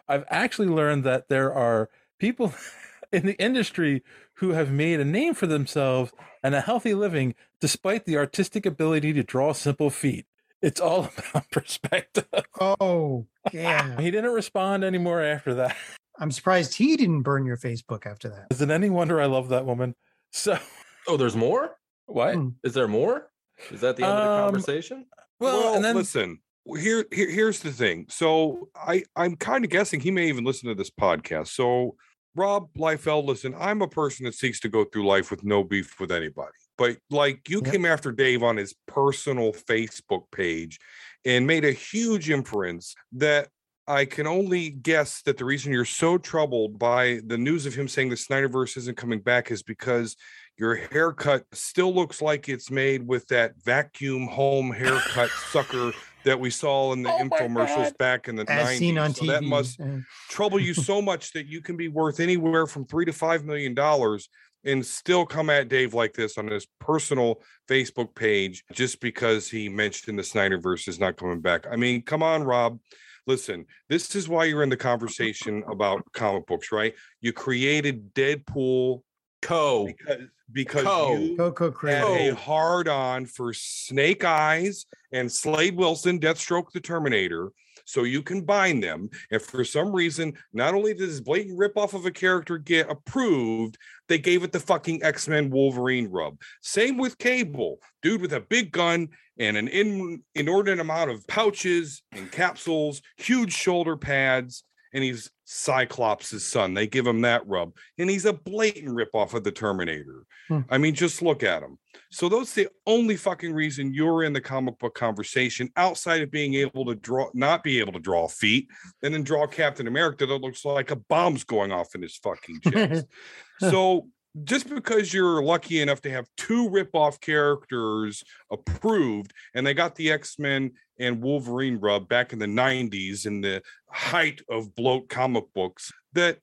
J: I've actually learned that there are people in the industry who have made a name for themselves and a healthy living despite the artistic ability to draw simple feet. It's all about perspective.
G: Oh, yeah.
J: he didn't respond anymore after that.
G: I'm surprised he didn't burn your Facebook after that.
J: Is it any wonder I love that woman? So,
K: oh, there's more.
J: What
G: Hmm.
K: is there more? Is that the end of the
G: Um,
K: conversation?
I: Well, and then listen. Here, here, here's the thing. So I, I'm kind of guessing he may even listen to this podcast. So Rob Liefeld, listen, I'm a person that seeks to go through life with no beef with anybody. But like you
J: Yep.
I: came after Dave on his personal Facebook page and made a huge inference that I can only guess that the reason you're so troubled by the news of him saying the Snyderverse isn't coming back is because your haircut still looks like it's made with that vacuum home haircut sucker that we saw in the infomercials back in the
G: As
I: 90s.
G: seen on
I: So
G: TV.
I: that must
G: Yeah.
I: trouble you so much that you can be worth anywhere from three to five million dollars and still come at Dave like this on his personal Facebook page just because he mentioned the Snyderverse is not coming back. I mean, come on, Rob. Listen, this is why you're in the conversation about comic books, right? You created Deadpool
K: Co.
I: because, because
K: Co.
I: you
G: Coco
I: had
J: Oh.
G: Creative.
I: a hard on for Snake Eyes and Slade Wilson, Deathstroke the Terminator. So you can bind them. And for some reason, not only did this blatant ripoff of a character get approved, they gave it the fucking X-Men Wolverine rub. Same with Cable, dude with a big gun and an in- inordinate amount of pouches and capsules, huge shoulder pads, and he's Cyclops' son. They give him that rub. And he's a blatant ripoff of the Terminator.
G: Hmm.
I: I mean, just look at him. So that's the only fucking reason you're in the comic book conversation outside of being able to draw, not be able to draw feet, and then draw Captain America that looks like a bomb's going off in his fucking chest. so just because you're lucky enough to have two rip-off characters approved, and they got the X-Men and Wolverine rub back in the '90s in the height of bloat comic books, that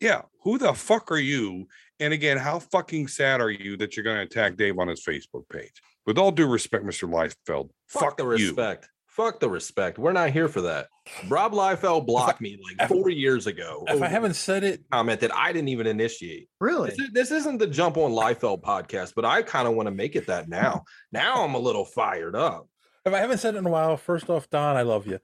I: yeah, who the fuck are you? And again, how fucking sad are you that you're going to attack Dave on his Facebook page? With all due respect, Mr. Leifeld,
K: Fuck, the respect. Fuck the respect. We're not here for that. Rob Liefeld blocked me like four years ago.
I: Oh,
J: If I
K: over
J: haven't said it,
K: comment that I didn't even initiate.
G: Really?
K: This, is- this isn't the jump on Liefeld podcast, but I kind of want to make it that now. Now I'm a little fired up.
J: if I haven't said it in a while, first off, Don, I love you.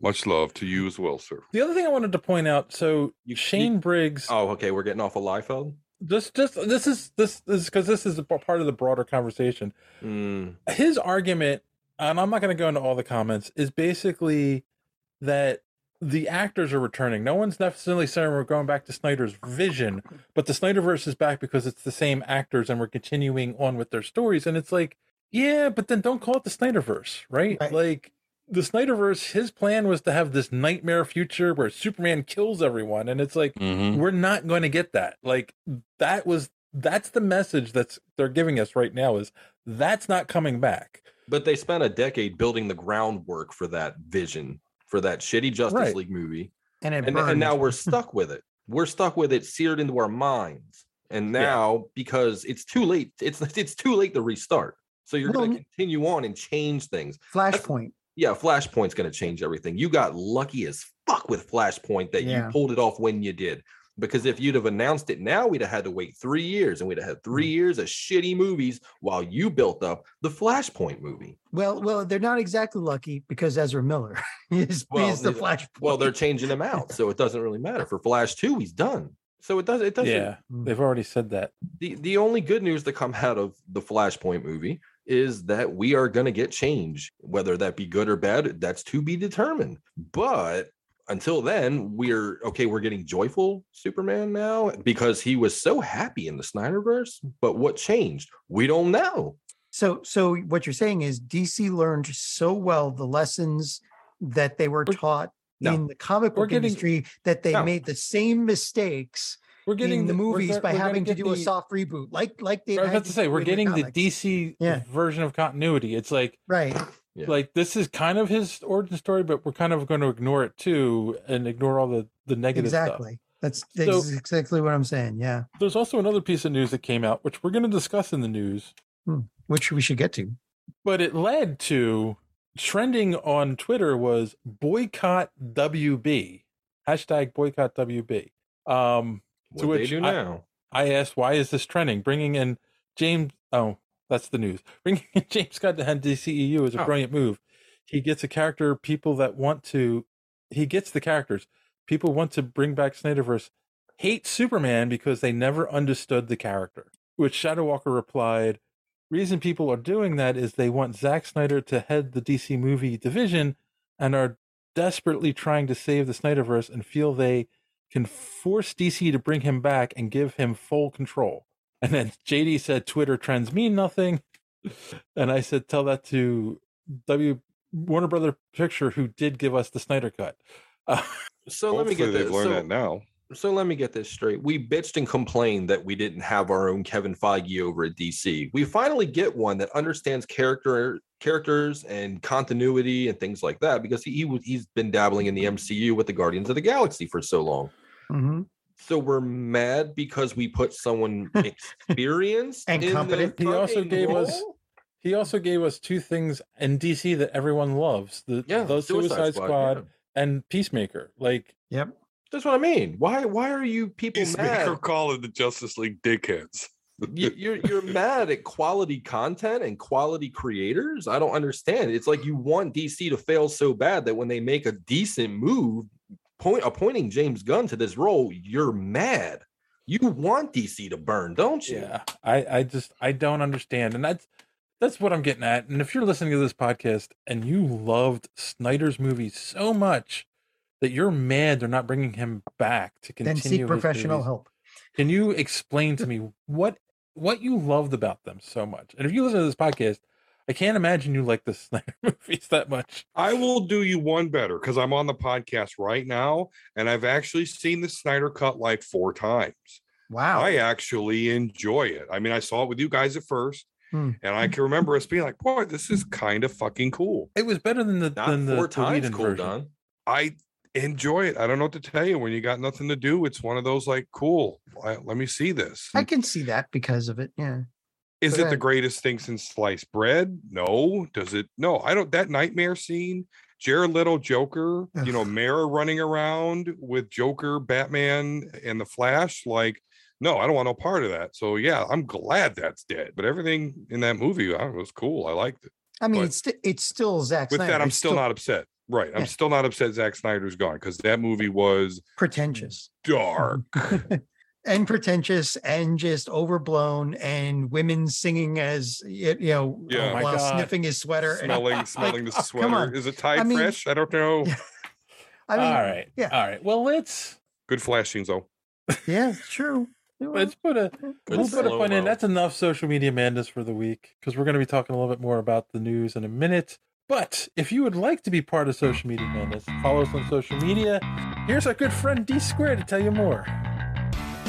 I: much love to you as well, sir.
J: The other thing I wanted to point out, so Shane Briggs.
K: Oh, okay. We're getting off of Liefeld.
J: This, just this is this this because this is a p- part of the broader conversation.
K: Mm,
J: his argument, and I'm not going to go into all the comments, is basically that the actors are returning. No one's necessarily saying we're going back to Snyder's vision, but the Snyderverse is back because it's the same actors and we're continuing on with their stories. And it's like, yeah, but then don't call it the Snyderverse, right? Like the Snyderverse, his plan was to have this nightmare future where Superman kills everyone. And it's like, we're not going to get that. Like that was that's the message that's they're giving us right now is that's not coming back.
K: But they spent a decade building the groundwork for that vision, for that shitty Justice
J: Right.
K: League movie.
G: And it
K: and,
G: burned.
K: and now we're stuck with it. We're stuck with it seared into our minds. And
J: Yeah.
K: now because it's too late, it's it's too late to restart. So you're going
G: Well,
K: to continue on and change things.
G: Flashpoint.
K: Yeah, Flashpoint's going to change everything. You got lucky as fuck with Flashpoint that
G: Yeah.
K: you pulled it off when you did. Because if you'd have announced it now, we'd have had to wait three years, and we'd have had three
G: Mm.
K: years of shitty movies while you built up the Flashpoint movie.
G: Well, well, they're not exactly lucky because Ezra Miller is, is the
K: they-
G: Flash.
K: Well, they're changing him out, so it doesn't really matter. For Flash Two, he's done. So it does. It doesn't.
J: Yeah, they've already said that.
K: The the only good news to come out of the Flashpoint movie is that we are going to get change, whether that be good or bad. That's to be determined. But until then, we're okay. We're getting joyful Superman now because he was so happy in the Snyderverse. But what changed? We don't know.
G: So, so what you're saying is DC learned so well the lessons that they were taught
K: no.
G: in the comic
J: We're
G: book
J: getting-
G: industry that they
J: no.
G: made the same mistakes
J: We're
G: in the
J: we're
G: movies
J: go-
G: by
J: we're gonna
G: having to
J: get
G: do a
J: the-
G: soft reboot, like like
J: I
G: they
J: was
G: had
J: about to say
G: do
J: we're
G: in the
J: getting the
G: comics.
J: DC
G: Yeah.
J: version of continuity. It's like
G: right.
K: Yeah.
J: Like this is kind of his origin story, but we're kind of going to ignore it too and ignore all the the negative
G: exactly.
J: stuff.
G: That's
J: So-
G: ex- exactly what I'm saying. Yeah,
J: There's also another piece of news that came out, which we're going to discuss in the news,
G: which we should get to.
J: but it led to trending on Twitter was boycott WB hashtag boycott WB. Um,
K: What they do
J: I-
K: now?
J: I asked, why is this trending? Bringing in James. Oh, that's the news. Bringing in James Scott to head DCEU is a
K: Oh.
J: brilliant move. He gets a character people that want to. He gets the characters people want to bring back Snyderverse. Hate Superman because they never understood the character. Which Shadow Walker replied, "Reason people are doing that is they want Zack Snyder to head the DC movie division, and are desperately trying to save the Snyderverse and feel they." can force DC to bring him back and give him full control. And then JD said, Twitter trends mean nothing. And I said, tell that to W Warner Brother Picture, who did give us the Snyder Cut. Uh,
K: So let me get
I: Hopefully
K: this.
I: they've learned
K: so,
I: that now.
K: so let me get this straight. We bitched and complained that we didn't have our own Kevin Feige over at DC. We finally get one that understands character characters and continuity and things like that because he, he was- he's been dabbling in the MCU with the Guardians of the Galaxy for so long.
G: Mm-hmm.
K: So we're mad because we put someone experienced
G: And
K: in the
G: competent.
J: he also
K: fucking
J: gave us
K: role?
J: he also gave us two things in DC that everyone loves. The,
K: Yeah,
J: the Suicide,
K: Suicide
J: Squad,
K: Squad,
J: and Peacemaker. Like
G: Yep.
K: That's what I mean. Why why are you people
I: He's
K: mad?
I: making calling the Justice League dickheads.
K: you, you're you're mad at quality content and quality creators. I don't understand. It's like you want DC to fail so bad that when they make a decent move, point appointing James Gunn to this role, you're mad. You want DC to burn, don't you?
J: Yeah, I, I just I don't understand, and that's that's what I'm getting at. And if you're listening to this podcast and you loved Snyder's movie so much that you're mad they're not bringing him back to continue,
G: Then seek
J: his
G: professional
J: movies,
G: help.
J: Can you explain to me what what you loved about them so much? And if you listen to this podcast, I can't imagine you like the Snyder movies that much.
I: I will do you one better because I'm on the podcast right now and I've actually seen the Snyder Cut like four times.
G: Wow.
I: I actually enjoy it. I mean, I saw it with you guys at first
G: Hmm.
I: and I can remember us being like, boy, this is kind of fucking cool.
J: It was better than the
K: Not
J: than the,
K: four
J: the
K: times
J: Whedon
K: cool,
J: version.
K: Don.
I: I enjoy it. I don't know what to tell you. When you got nothing to do, it's one of those like, cool, I- let me see this.
G: I can see that because of it. Yeah.
I: Is
G: But
I: it the
G: I-
I: greatest thing since sliced bread? No. Does it? No. I don't. That nightmare scene, Jared Little, Joker, you know, Mara running around with Joker, Batman, and the Flash. Like, no, I don't want no part of that. So yeah, I'm glad that's dead. But everything in that movie I, was cool. I liked it.
G: I mean,
I: But-
G: it's sti- it's still Zack
I: With
G: Snyder.
I: that, I'm
G: It's
I: still, not upset. Right. I'm
G: Yeah.
I: still not upset. Zack Snyder's gone because that movie was
G: pretentious
I: dark.
G: and pretentious and just overblown and women singing as y- you know
I: Yeah. Oh my
G: while
J: God.
G: sniffing his sweater. and- oh,
I: smelling, smelling the sweater.
G: on.
I: Is it tied
G: I mean-
I: fresh? I don't know.
G: I mean,
J: all right,
G: yeah.
J: all right. Well, let's
I: Good flash scenes though.
G: yeah, it's true. It
J: Let's
G: was-
J: put a
K: Good
J: we'll put a point in.
K: slow-mo.
J: That's enough social media madness for the week because we're going to be talking a little bit more about the news in a minute. But if you would like to be part of social media madness, follow us on social media. Here's our good friend D Square to tell you more.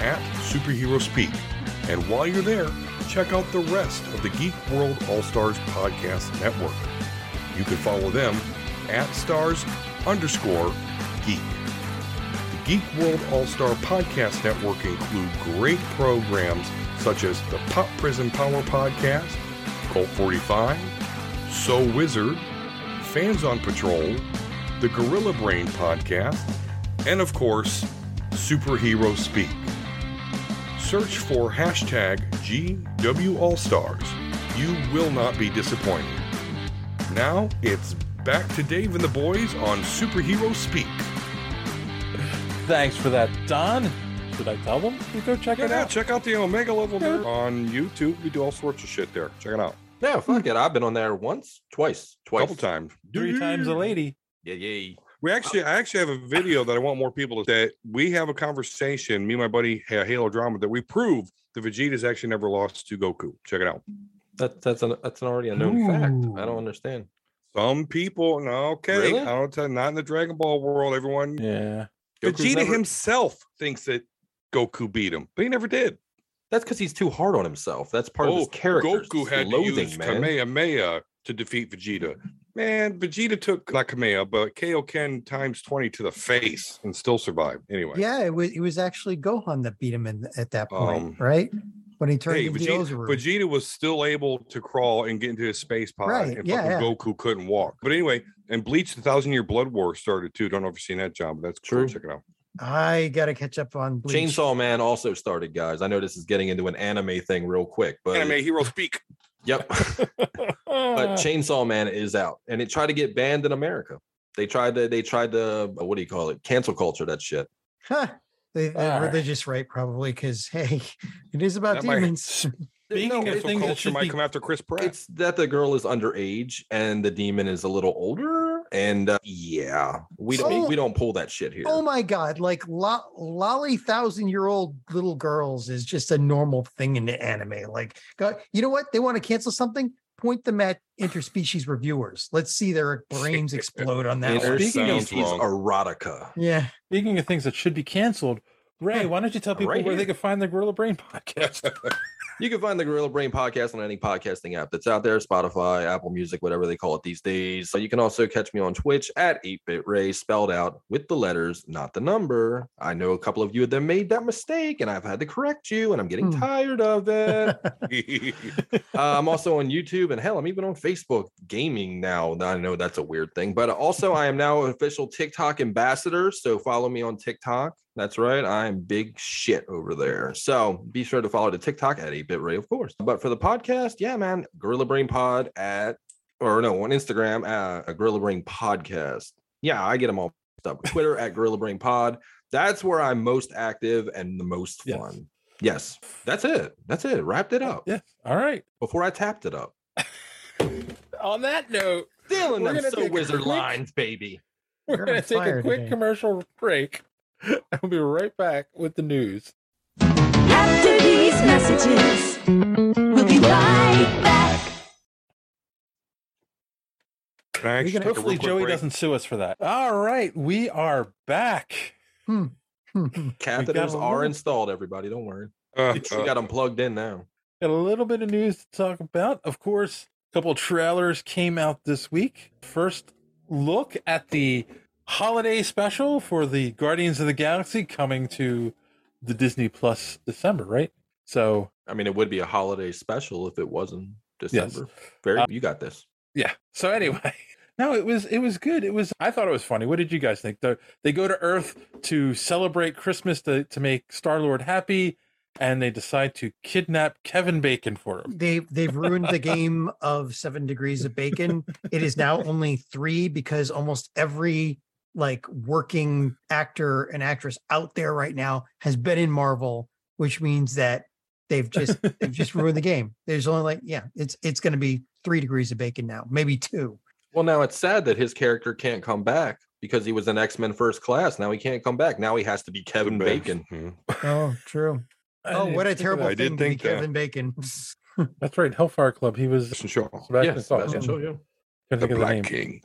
I: at Superhero Speak. And while you're there, check out the rest of the Geek World All Stars Podcast Network. You can follow them at stars underscore geek. The Geek World All Star Podcast Network include great programs such as the Pop Prison Power Podcast, Cult 45, So Wizard, Fans on Patrol, the Gorilla Brain Podcast, and of course, Superhero Speak. Search for hashtag GWAllStars. You will not be disappointed. Now it's back to Dave and the boys on Superhero Speak.
J: Thanks for that, Don. Should I tell them? You go check
I: Check
J: it
I: it out.
J: out.
I: Check out the Omega Level Nerd on YouTube. We do all sorts of shit there. Check it out.
K: Yeah,
J: Hmm.
K: fuck it. I've been on there once, twice, twice,
I: couple times,
J: three times a lady.
K: Yeah, yeah.
I: We actually, I actually have a video that I want more people to. That we have a conversation, me and my buddy uh, Halo Drama, that we prove the Vegeta's actually never lost to Goku. Check it out.
K: That, that's an, that's an already a known fact. I don't understand.
I: Some people, no, okay,
K: Really?
I: I don't tell. Not in the Dragon Ball world, everyone.
J: Yeah.
K: Goku's
I: Vegeta
K: never-
I: himself thinks that Goku beat him, but he never did.
K: That's because he's too hard on himself. That's part of his character.
I: Oh, Goku had to
K: loathing,
I: use
K: man.
I: Kamehameha to defeat Vegeta. Man, Vegeta took not Kamehameha, but Kaioken times twenty to the face and still survived. Anyway,
G: Yeah, it was it was actually Gohan that beat him in, at that point,
I: Um,
G: right? When he turned
I: hey,
G: into
I: Vegeta,
G: Ozuru.
I: Vegeta was still able to crawl and get into his space pod,
G: Right,
I: and
G: yeah,
I: fucking
G: yeah.
I: Goku couldn't walk. But anyway, and Bleach: The Thousand Year Blood War started too. Don't know if you've seen that, John, but that's true. Check it out.
G: I gotta catch up on Bleach.
K: Chainsaw Man also started, guys. I know this is getting into an anime thing real quick, but
I: Anime hero speak.
K: Yep. but Chainsaw Man is out, and it tried to get banned in America. They tried to. They tried to. uh, What do you call it? Cancel culture. That shit.
G: Huh. They, they're
K: Alright.
G: religious right probably because hey, it is about
I: Ah. That might-
G: demons.
K: Speaking
I: No,
K: of
I: cancel
K: things that
I: culture
K: should
I: might
K: be-
I: come after Chris Pratt.
K: It's that the girl is underage and the demon is a little older, and uh, yeah, we don't
G: Oh.
K: we don't pull that shit here.
G: Oh my god, like lo- lolly thousand year old little girls is just a normal thing in the anime. Like God, you know what? They want to cancel something, point them at interspecies reviewers. Let's see their brains explode on that. one.
K: Speaking of
I: Speaking of-
K: erotica,
G: Yeah.
J: Speaking of things that should be canceled, Ray, why don't you tell people
K: Right
J: where they
K: here.
J: can find the Gorilla Brain podcast?
K: You can find the Gorilla Brain podcast on any podcasting app that's out there Spotify, Apple Music, whatever they call it these days. So you can also catch me on Twitch at 8bit Ray, spelled out with the letters, not the number. I know a couple of you that made that mistake, and I've had to correct you, and I'm getting
G: Hmm.
K: tired of it.
I: That's
K: Uh, I'm also on YouTube, and hell, I'm even on Facebook gaming now. Now, I know that's a weird thing, but also I am now an official TikTok ambassador. So follow me on TikTok. That's right. I'm big shit over there. So be sure to follow the TikTok at 8 Ray, of course. But for the podcast, yeah, man, Gorilla Brain Pod at, or no, on Instagram, uh, Gorilla Brain Podcast. Yeah, I get them all mixed up. Twitter at Gorilla Brain Pod. That's where I'm most active and the most
J: Yes.
K: fun. Yes, that's it. That's it. Wrapped it up
J: yeah. All right.
K: before I tapped it up.
J: On that note,
K: Dylan,
J: We're
K: them
J: gonna
K: so
J: take a
K: wizard
J: quick-
K: lines, baby.
J: we're
G: You're
J: going
G: on
J: to take a
G: fire
J: quick
G: today.
J: commercial break. I'll be right back with the news.
L: After these messages, we'll be right back.
I: Can I actually take a real
J: Hopefully,
I: quick
J: Joey
I: break?
J: doesn't sue us for that. All right. We are back. We got
K: Catheters
J: a
K: are
J: little-
K: installed, everybody. Don't worry.
I: Uh,
K: You
I: uh,
K: got them plugged in now.
J: Got a little bit of news to talk about. Of course, a couple trailers came out this week. First look at the holiday special for the Guardians of the Galaxy coming to the Disney Plus December, right? So,
K: I mean, it would be a holiday special if it wasn't December. Very,
J: Uh,
K: you got this.
J: yeah. So anyway, no, it was it was good. It was I thought it was funny. What did you guys think? The, they go to Earth to celebrate Christmas to to make Star-Lord happy and they decide to kidnap Kevin Bacon for him.
G: They they've ruined the game of seven degrees of bacon. It is now only three because almost every like working actor and actress out there right now has been in Marvel, which means that they've just they've just ruined the game. There's only like yeah, it's it's going to be three degrees of bacon now, maybe two.
K: Well, now it's sad that his character can't come back because he was an X Men first class. Now he can't come back. Now he has to be Kevin Bacon.
I: Mhm.
G: Oh, true.
J: I
G: Oh,
J: didn't
G: what a
J: think of
G: terrible
J: that.
I: I did
G: thing to be
I: think that.
G: Kevin Bacon.
J: That's right, Hellfire Club. He was
I: Sebastian Shaw,
K: Yeah,
J: Sebastian Shaw,
K: Sebastian
J: yeah.
K: Shaw, yeah.
I: the
J: Couldn't think of the name.
I: Black King.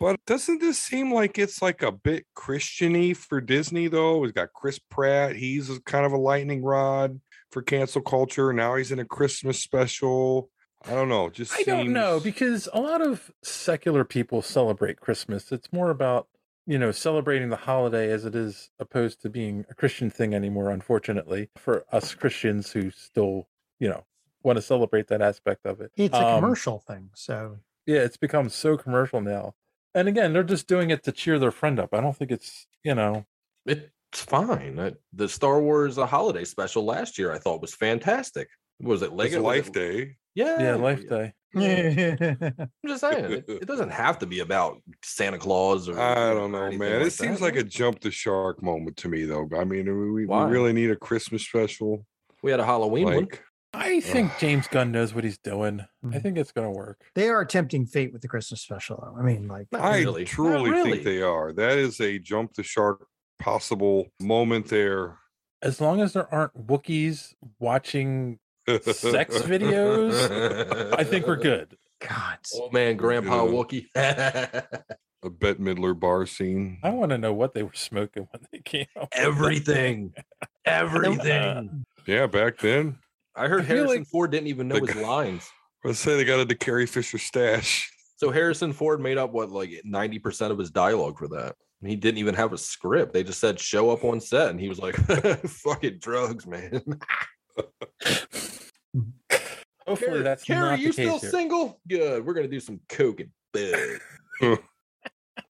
I: But doesn't this seem like it's like a bit Christiany for Disney though? We've got Chris Pratt. He's a- kind of a lightning rod for cancel culture. Now he's in a Christmas special. I don't know. it Just
J: I don't know
I: seems-
J: because a lot of secular people celebrate Christmas. It's more about, you know, celebrating the holiday as it is opposed to being a Christian thing anymore, unfortunately, for us Christians who still, you know, want to celebrate that aspect of it.
G: It's a
J: Um,
G: commercial thing, so
J: Yeah, it's become so commercial now. And again, they're just doing it to cheer their friend up. I don't think it's, you know,
K: It's fine. Uh, The Star Wars uh, holiday special last year I thought was fantastic. Was it
I: It's
K: Lego? was it-
I: Life Day.
K: Yeah.
G: Eh,
J: yeah, Life Day.
K: I'm just saying, it, it doesn't have to be about Santa Claus or.
I: I don't
K: or
I: know,
K: anything
I: man. it seems
K: uh, that.
I: like a jump the shark moment to me though. I mean, we, we- we
K: Why?
I: really need a Christmas special.
K: we had a Halloween one.
I: Like
J: I think James Gunn knows what he's doing.
G: Mm-hmm.
J: I think it's going to work.
G: They are tempting fate with the Christmas special. though. I mean, like
I: I truly think they are. That is a jump the shark possible moment there.
J: As long as there aren't Wookiees watching sex videos, I think we're good.
G: God,
K: Old man, Grandpa
I: Yeah.
K: Wookie.
I: A Bette Midler bar scene.
J: I want to know what they were smoking when they came out. Uh,
K: Everything. Everything.
I: Yeah, back then.
K: I heard
J: I feel
K: Harrison
J: like-
K: Ford didn't even know
I: The
K: his
I: guy-
K: lines.
I: Let's say they got into Carrie Fisher stash.
K: So Harrison Ford made up what like 90% of his dialogue for that. He didn't even have a script. They just said show up on set and he was like fucking drugs, man.
J: Hopefully
K: Carrie-
J: that's
K: Carrie,
J: not
K: you
J: the case
K: still
J: here.
K: single? Good. We're gonna do some coke and bed.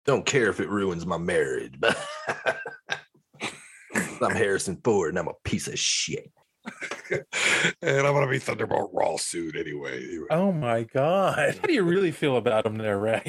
K: Don't care if it ruins my marriage. I'm Harrison Ford and I'm a piece of shit.
I: and I'm gonna be Thunderbolt Raw suit anyway.
J: Oh my god! How do you really feel about him there, Ray?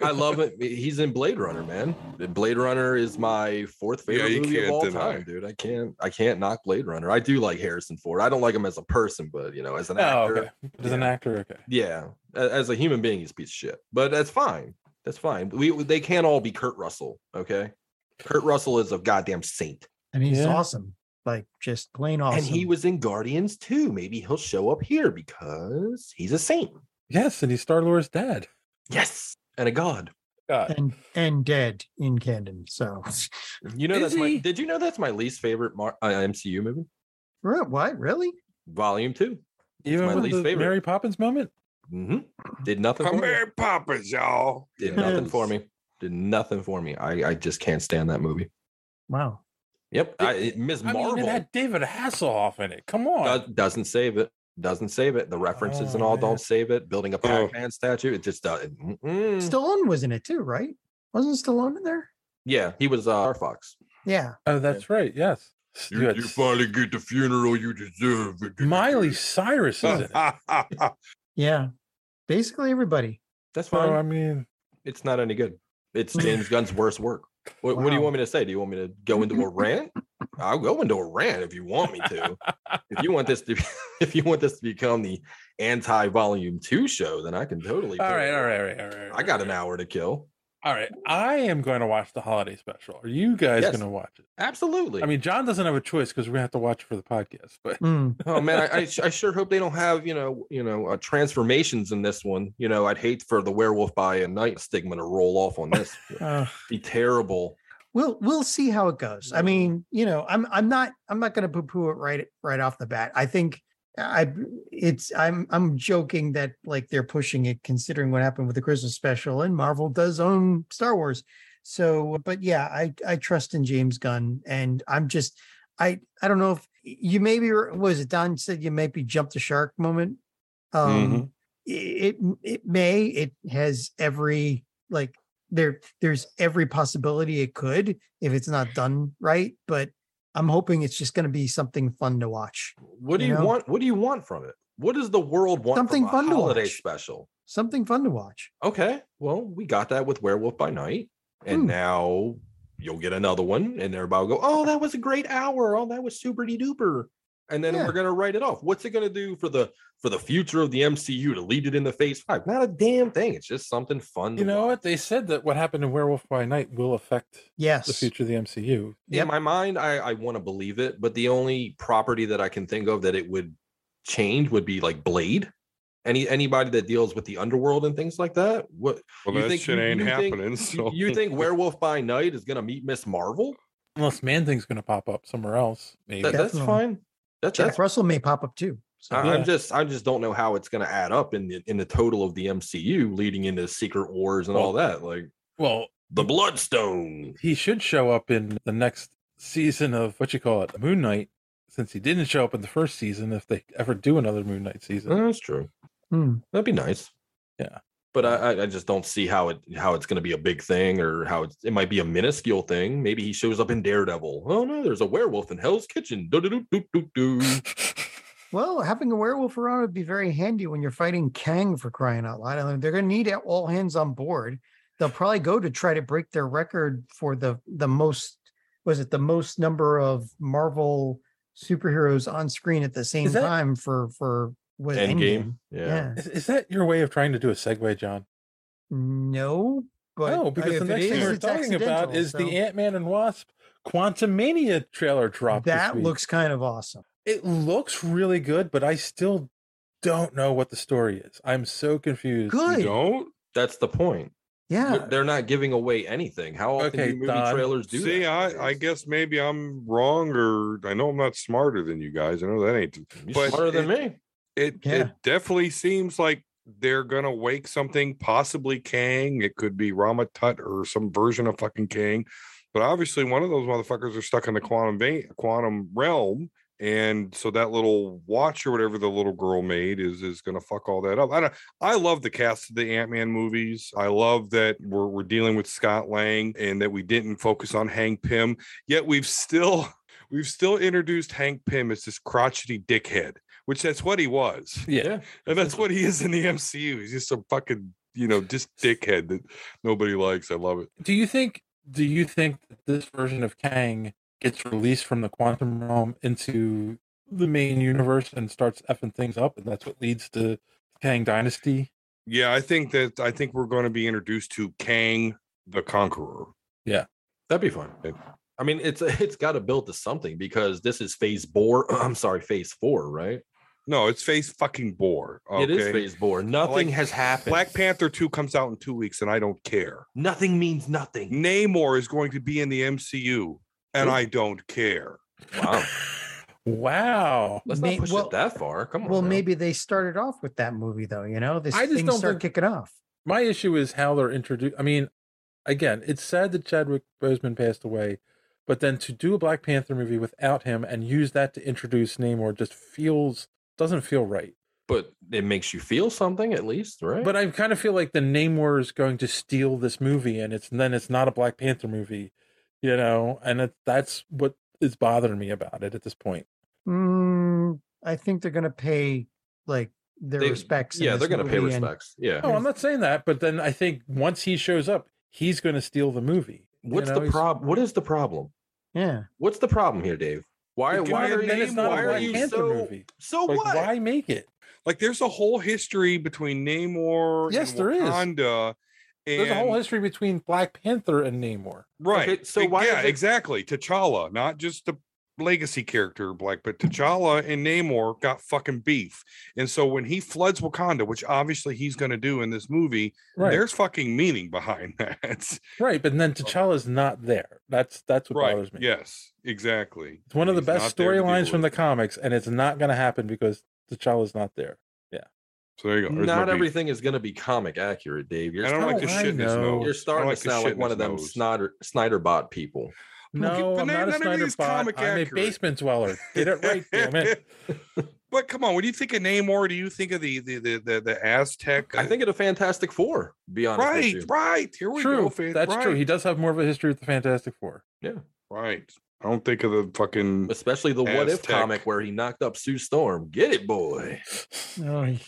K: I love it. He's in Blade Runner, man. Blade Runner is my fourth
I: Yeah,
K: favorite
I: you
K: movie of
I: can't
K: all
I: deny.
K: time, dude. I can't I can't knock Blade Runner. I do like Harrison Ford. I don't like him as a person, but you know, as an
J: Oh,
K: actor,
J: okay. As an actor, okay.
K: yeah, a- as a human being, he's a piece of shit. But that's fine. That's fine. We they can't all be Kurt Russell, okay? Kurt Russell is a goddamn saint.
G: and he's
K: Yeah.
G: awesome. Like just plain awesome.
K: And he was in Guardians too. Maybe he'll show up here because he's a saint.
J: Yes, and he's Star Lord's dad.
K: Yes. And a god.
J: God.
G: and and dead in Camden. So
K: You know
G: Is
K: that's my
G: he?
K: did you know that's my least favorite Mar- uh, MCU movie?
G: Re- what really?
K: Volume two. It's
J: Even
K: my
J: with
K: least
J: the
K: favorite.
J: Mary Poppins moment.
K: hmm Did nothing for
I: I'm
K: me.
I: Mary Poppins, y'all.
K: Did nothing for me. Did nothing for me. I, I just can't stand that movie.
G: Wow.
K: Yep. I, Ms.
J: I
K: Marvel
J: mean, it had David Hasselhoff in it. Come on.
K: does, doesn't save it. Doesn't save it. The references and
J: Oh,
K: all
J: man.
K: don't save it. Building a Pac-Man statue. It just does. mm-mm.
G: Stallone was in it too, right? Wasn't Stallone in there?
K: Yeah, he was uh, Star Fox.
G: Yeah.
J: oh, that's right. Yes. You had
I: finally get the funeral you deserve.
J: Miley Cyrus is in it.
G: Yeah. Basically everybody.
K: That's
J: So um
K: fine.
J: I mean,
K: It's not any good. It's James Gunn's worst work. What, what do you want me to say? Do you want me to go into a rant? I'll go into a rant if you want me to. if you want this to, if you want this to become the anti-volume two show, then I can totally.
J: all
K: do
J: right,
K: it.
J: all right, all right, all right.
K: I got an hour to kill.
J: All right. I am going to watch the holiday special. Are you guys
K: Yes.
J: going to watch it?
K: Absolutely.
J: I mean, John doesn't have a choice because we're going to have to watch it for the podcast. But
G: Mm.
K: oh man, I, I, su- I sure hope they don't have you know you know uh, transformations in this one. You know, I'd hate for the werewolf by a night stigma to roll off on this.
G: Uh,
K: Be terrible.
G: we'll we'll see how it goes. I mean, you know, I'm I'm not I'm not going to poo-poo it right right off the bat. I think I it's I'm I'm joking that like they're pushing it considering what happened with the Christmas special and Marvel does own Star Wars. So, but yeah, I I trust in James Gunn and I'm just I I don't know if you maybe was it Don said you maybe jumped the shark moment.
K: Mm-hmm.
G: Um it it may it has every like there there's every possibility it could if it's not done right but i'm hoping it's just going to be something fun to watch
K: What do
G: You
K: you,
G: know?
K: want? What do you want from it? What does the world want?
G: Something
K: from a
G: fun to
K: holiday
G: watch.
K: special.
G: something fun to watch
K: Okay, well, we got that with Werewolf by Night, and
G: Hmm.
K: now you'll get another one, and everybody will go, "Oh, that was a great hour! Oh, that was super duper." And then
G: Yeah.
K: we're gonna write it off. What's it gonna do for the for the future of the MCU to lead it in the phase five? Not a damn thing. It's just something fun. to
J: you know
K: watch.
J: what? They said that what happened in Werewolf by Night will affect the
G: yes
J: future of the MCU.
G: Yep.
K: in my mind, I, I want to believe it, but the only property that I can think of that it would change would be like Blade. Any anybody that deals with the underworld and things like that. What
I: Well, that shit ain't happening, so-
K: you think Werewolf by Night is gonna meet Miss Marvel?
J: Unless Man Thing's going to pop up somewhere else. Maybe.
K: That- that's
G: Definitely.
K: fine. That,
G: jack
K: that's
G: russell may pop up too so
K: I,
J: Yeah.
K: I'm just I just don't know how it's gonna add up in the in the total of the MCU leading into Secret Wars and all that. Like
J: well,
K: the Bloodstone.
J: he should show up in the next season of what you call it, Moon Knight, since he didn't show up in the first season. If they ever do another Moon Knight season,
K: Oh, That's true.
G: hmm.
K: That'd be nice.
J: Yeah.
K: But I, I- I just don't see how it how it's going to be a big thing or how it's, it might be a minuscule thing. Maybe he shows up in Daredevil. Oh no, there's a werewolf in Hell's Kitchen. Do-do-do-do-do-do.
G: well having a werewolf around would be very handy when you're fighting kang for crying out loud I mean, they're going to need all hands on board they'll probably go to try to break their record for the the most was it the most number of marvel superheroes on screen at the same
J: that-
G: time for for was Endgame.
K: Mm.
J: Is, is that your way of trying to do a segue, John?
G: No, but
J: no, because
G: if
J: the
G: it
J: next thing
G: is,
J: we're
G: it's
J: talking about
G: accidental,
J: is
G: so-
J: the Ant Man and Wasp Quantum Mania trailer drop.
G: That looks kind of awesome.
J: It looks really good, but I still don't know what the story is. I'm so confused.
G: Good.
I: don't.
K: That's the point.
G: Yeah.
K: They're not giving away anything. How often
I: Okay,
K: do movie
I: Todd.
K: trailers do
I: See,
K: that?
I: I, I guess maybe I'm wrong, or I know I'm not smarter than you guys. I know that ain't.
K: You're smarter than
I: it- It
K: Yeah.
I: it definitely seems like they're gonna wake something, possibly Kang. It could be Rama Tut or some version of fucking Kang. But obviously, one of those motherfuckers are stuck in the quantum vein, quantum realm, and so that little watch or whatever the little girl made is is going to fuck all that up. I don't, I love the cast of the Ant Man movies. I love that we're we're dealing with Scott Lang and that we didn't focus on Hank Pym. Yet we've still we've still introduced Hank Pym as this crotchety dickhead, which that's what he was.
J: Yeah.
I: and that's what he is in the MCU. He's just a fucking you know just dickhead that nobody likes. I love it.
J: Do you think? Do you think that this version of Kang gets released from the quantum realm into the main universe and starts effing things up, and that's what leads to Kang Dynasty?
I: Yeah, I think that I think we're going to be introduced to Kang the Conqueror.
J: Yeah,
K: that'd be fun. I mean, it's it's got to build to something because this is phase four. I'm sorry, phase four, right?
I: No, it's phase fucking four.
K: It is
I: okay?
K: phase four. Nothing
I: Like,
K: has happened.
I: Black Panther 2 comes out in two weeks, and I don't care.
K: Nothing means nothing.
I: Namor is going to be in the MCU, and
K: Who?
I: I don't care.
K: Wow.
J: Wow.
K: Let's
G: May-
K: not push
G: well-
K: it that far. Come on.
G: Well,
K: now.
G: maybe they started off with that movie though. You know, this
J: I just
G: things
J: don't
G: start
J: think-
G: kicking off.
J: My issue is how they're introduced. I mean, again, it's sad that Chadwick Boseman passed away, but then to do a Black Panther movie without him and use that to introduce Namor just feels doesn't feel right.
K: But it makes you feel something at least, right?
J: But uh, I kind of feel like the Namor is going to steal this movie, and it's and then it's not a Black Panther movie, you know, and it, that's what is bothering me about it at this point.
G: Mm, I think they're gonna pay like their
K: They-
G: respects. in
K: yeah,
G: this
K: they're gonna pay
G: movie and-
K: respects. Yeah.
J: No, I'm not saying that, but then I think once he shows up, he's going to steal the movie. you
K: What's
J: know,
K: the
J: he's-
K: problem? What is the problem?
G: Yeah.
K: What's the problem here, Dave? Why?
I: Give me
K: Why
I: their
K: are
I: name,
K: you?
I: why
K: Why
I: are
K: are
I: you
K: you
J: Panther
K: so?
J: movie.
K: So
J: Like,
K: what?
J: why make it?
I: Like, there's a whole history between Namor
J: Yes,
I: and
J: there is.
I: Wakanda. And,
J: There's a whole history between Black Panther and Namor.
I: Right. E,
K: Okay, so why
I: Yeah,
K: is it-
I: exactly. T'Challa, not just the legacy character Black, but T'Challa and Namor got fucking beef. And so when he floods Wakanda, which obviously he's going to do in this movie,
J: Right.
I: there's fucking meaning behind that.
J: Right, but then T'Challa's not there. That's that's what
I: right.
J: bothers me.
I: Yes, exactly.
J: It's one of the
I: He's
J: best
I: not there to deal
J: storylines from
I: with
J: the comics, and it's not going to happen because T'Challa's not
I: it.
J: there.
I: So there you go. There's my
K: Not
I: beef.
K: everything is going to be comic accurate, Dave. You're
I: I don't like
K: starting,
I: the shit in
J: Oh, I
I: his
J: know.
I: nose.
K: you're starting
I: I don't
K: to
I: the
K: sound
I: shit
K: like
I: in
K: one
I: his
K: of them
I: nose.
K: Snyder Snyder bot people.
J: No,
I: but none-
J: I'm not a
I: none of
J: Snyder
I: these
J: bot.
I: comic
J: I'm a
I: accurate.
J: basement dweller. Get it right, damn it.
I: But come on, when you think of Namor, do you think of the the the the, the Aztec?
K: I think it a Fantastic Four. To be honest, with
I: right,
K: you.
I: right. Here we
J: True,
I: go. Fan.
J: that's true.
I: right,
J: He does have more of a history with the Fantastic Four.
I: right. I don't think of the fucking
K: especially the What If
I: Aztec.
K: comic where he knocked up Sue Storm. Get it, boy.
G: Ay.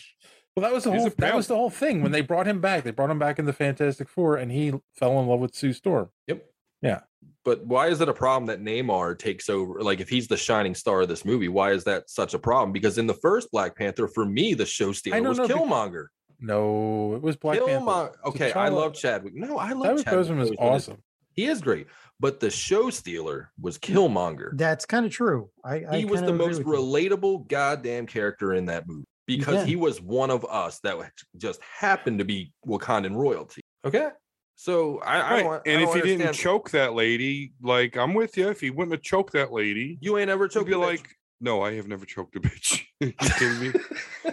J: Well, that was the
I: Oh, He's
J: whole.
I: a
J: That
I: pimp.
J: was the whole thing when they brought him back. They brought him back in the Fantastic Four, and he fell in love with Sue Storm.
K: Yep.
J: Yeah.
K: But why is it a problem that Neymar takes over? Like, if he's the shining star of this movie, why is that such a problem? Because in the first Black Panther, for me, the show stealer
J: don't
K: was
J: know, because-
K: Killmonger.
J: No, it was Black
K: Killmonger.
J: Panther.
K: Okay, I
J: T'Challa-
K: love Chadwick. No, I love
J: Chadwick
K: Chadwick.
J: Boseman was
K: Boseman.
J: awesome.
K: He is great, but the show stealer was Killmonger.
G: That's kind of true. I, I
K: he was
G: kinda
K: the
G: agree
K: most
G: with you.
K: relatable goddamn character in that movie because
G: Yeah.
K: he was one of us that just happened to be Wakandan royalty. Okay, so I, I
I: Right.
K: don't. I
I: and if
K: don't
I: he didn't
K: understand-
I: choke that lady, like I'm with you. If he wouldn't have choked that lady,
K: you ain't ever
I: he'd
K: choked.
I: be
K: a bitch.
I: like, "No, I have never choked a bitch." you kidding me?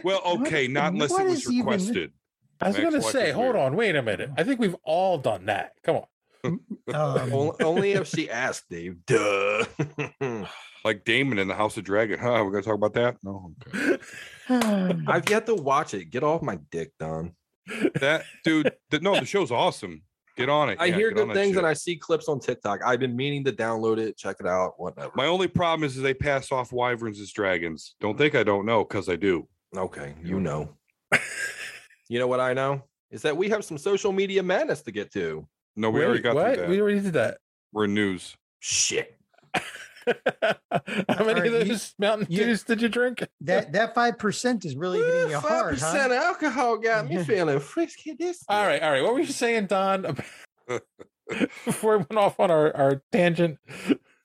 I: Well,
G: What-
I: okay, not unless
G: what
I: it was
G: is even-
I: requested.
J: I was
I: Max
J: going to
I: Life
J: say,
I: is
J: hold
I: weird.
J: on, wait a minute. I think we've all done that. Come on.
G: Um,
K: Only, only if she asked, Dave. Duh.
I: Like Damon in the House of Dragon. Huh? We're gonna talk about that. No, okay.
K: I've yet to watch it. Get off my dick, Don.
I: that dude. th- no, the show's awesome. Get on it.
K: I
I: yeah,
K: hear
I: get on
K: good
I: that
K: things
I: shit.
K: and I see clips on TikTok. I've been meaning to download it, check it out, whatever.
I: My only problem is, is they pass off wyverns as dragons. Don't think I don't know because I do.
K: Okay, you know. you know what I know? Is that we have some social media madness to get to.
I: No, we already
J: Wait,
I: got through
J: what?
I: that.
J: We already did that.
I: We're news.
K: Shit.
J: How many of those Mountain Dews did you drink?
G: That that five percent is really hitting you
K: Five
G: hard, huh?
K: percent alcohol got me feeling frisky. This
J: All right, all right. What were you saying, Don? about- Before we went off on our, our tangent,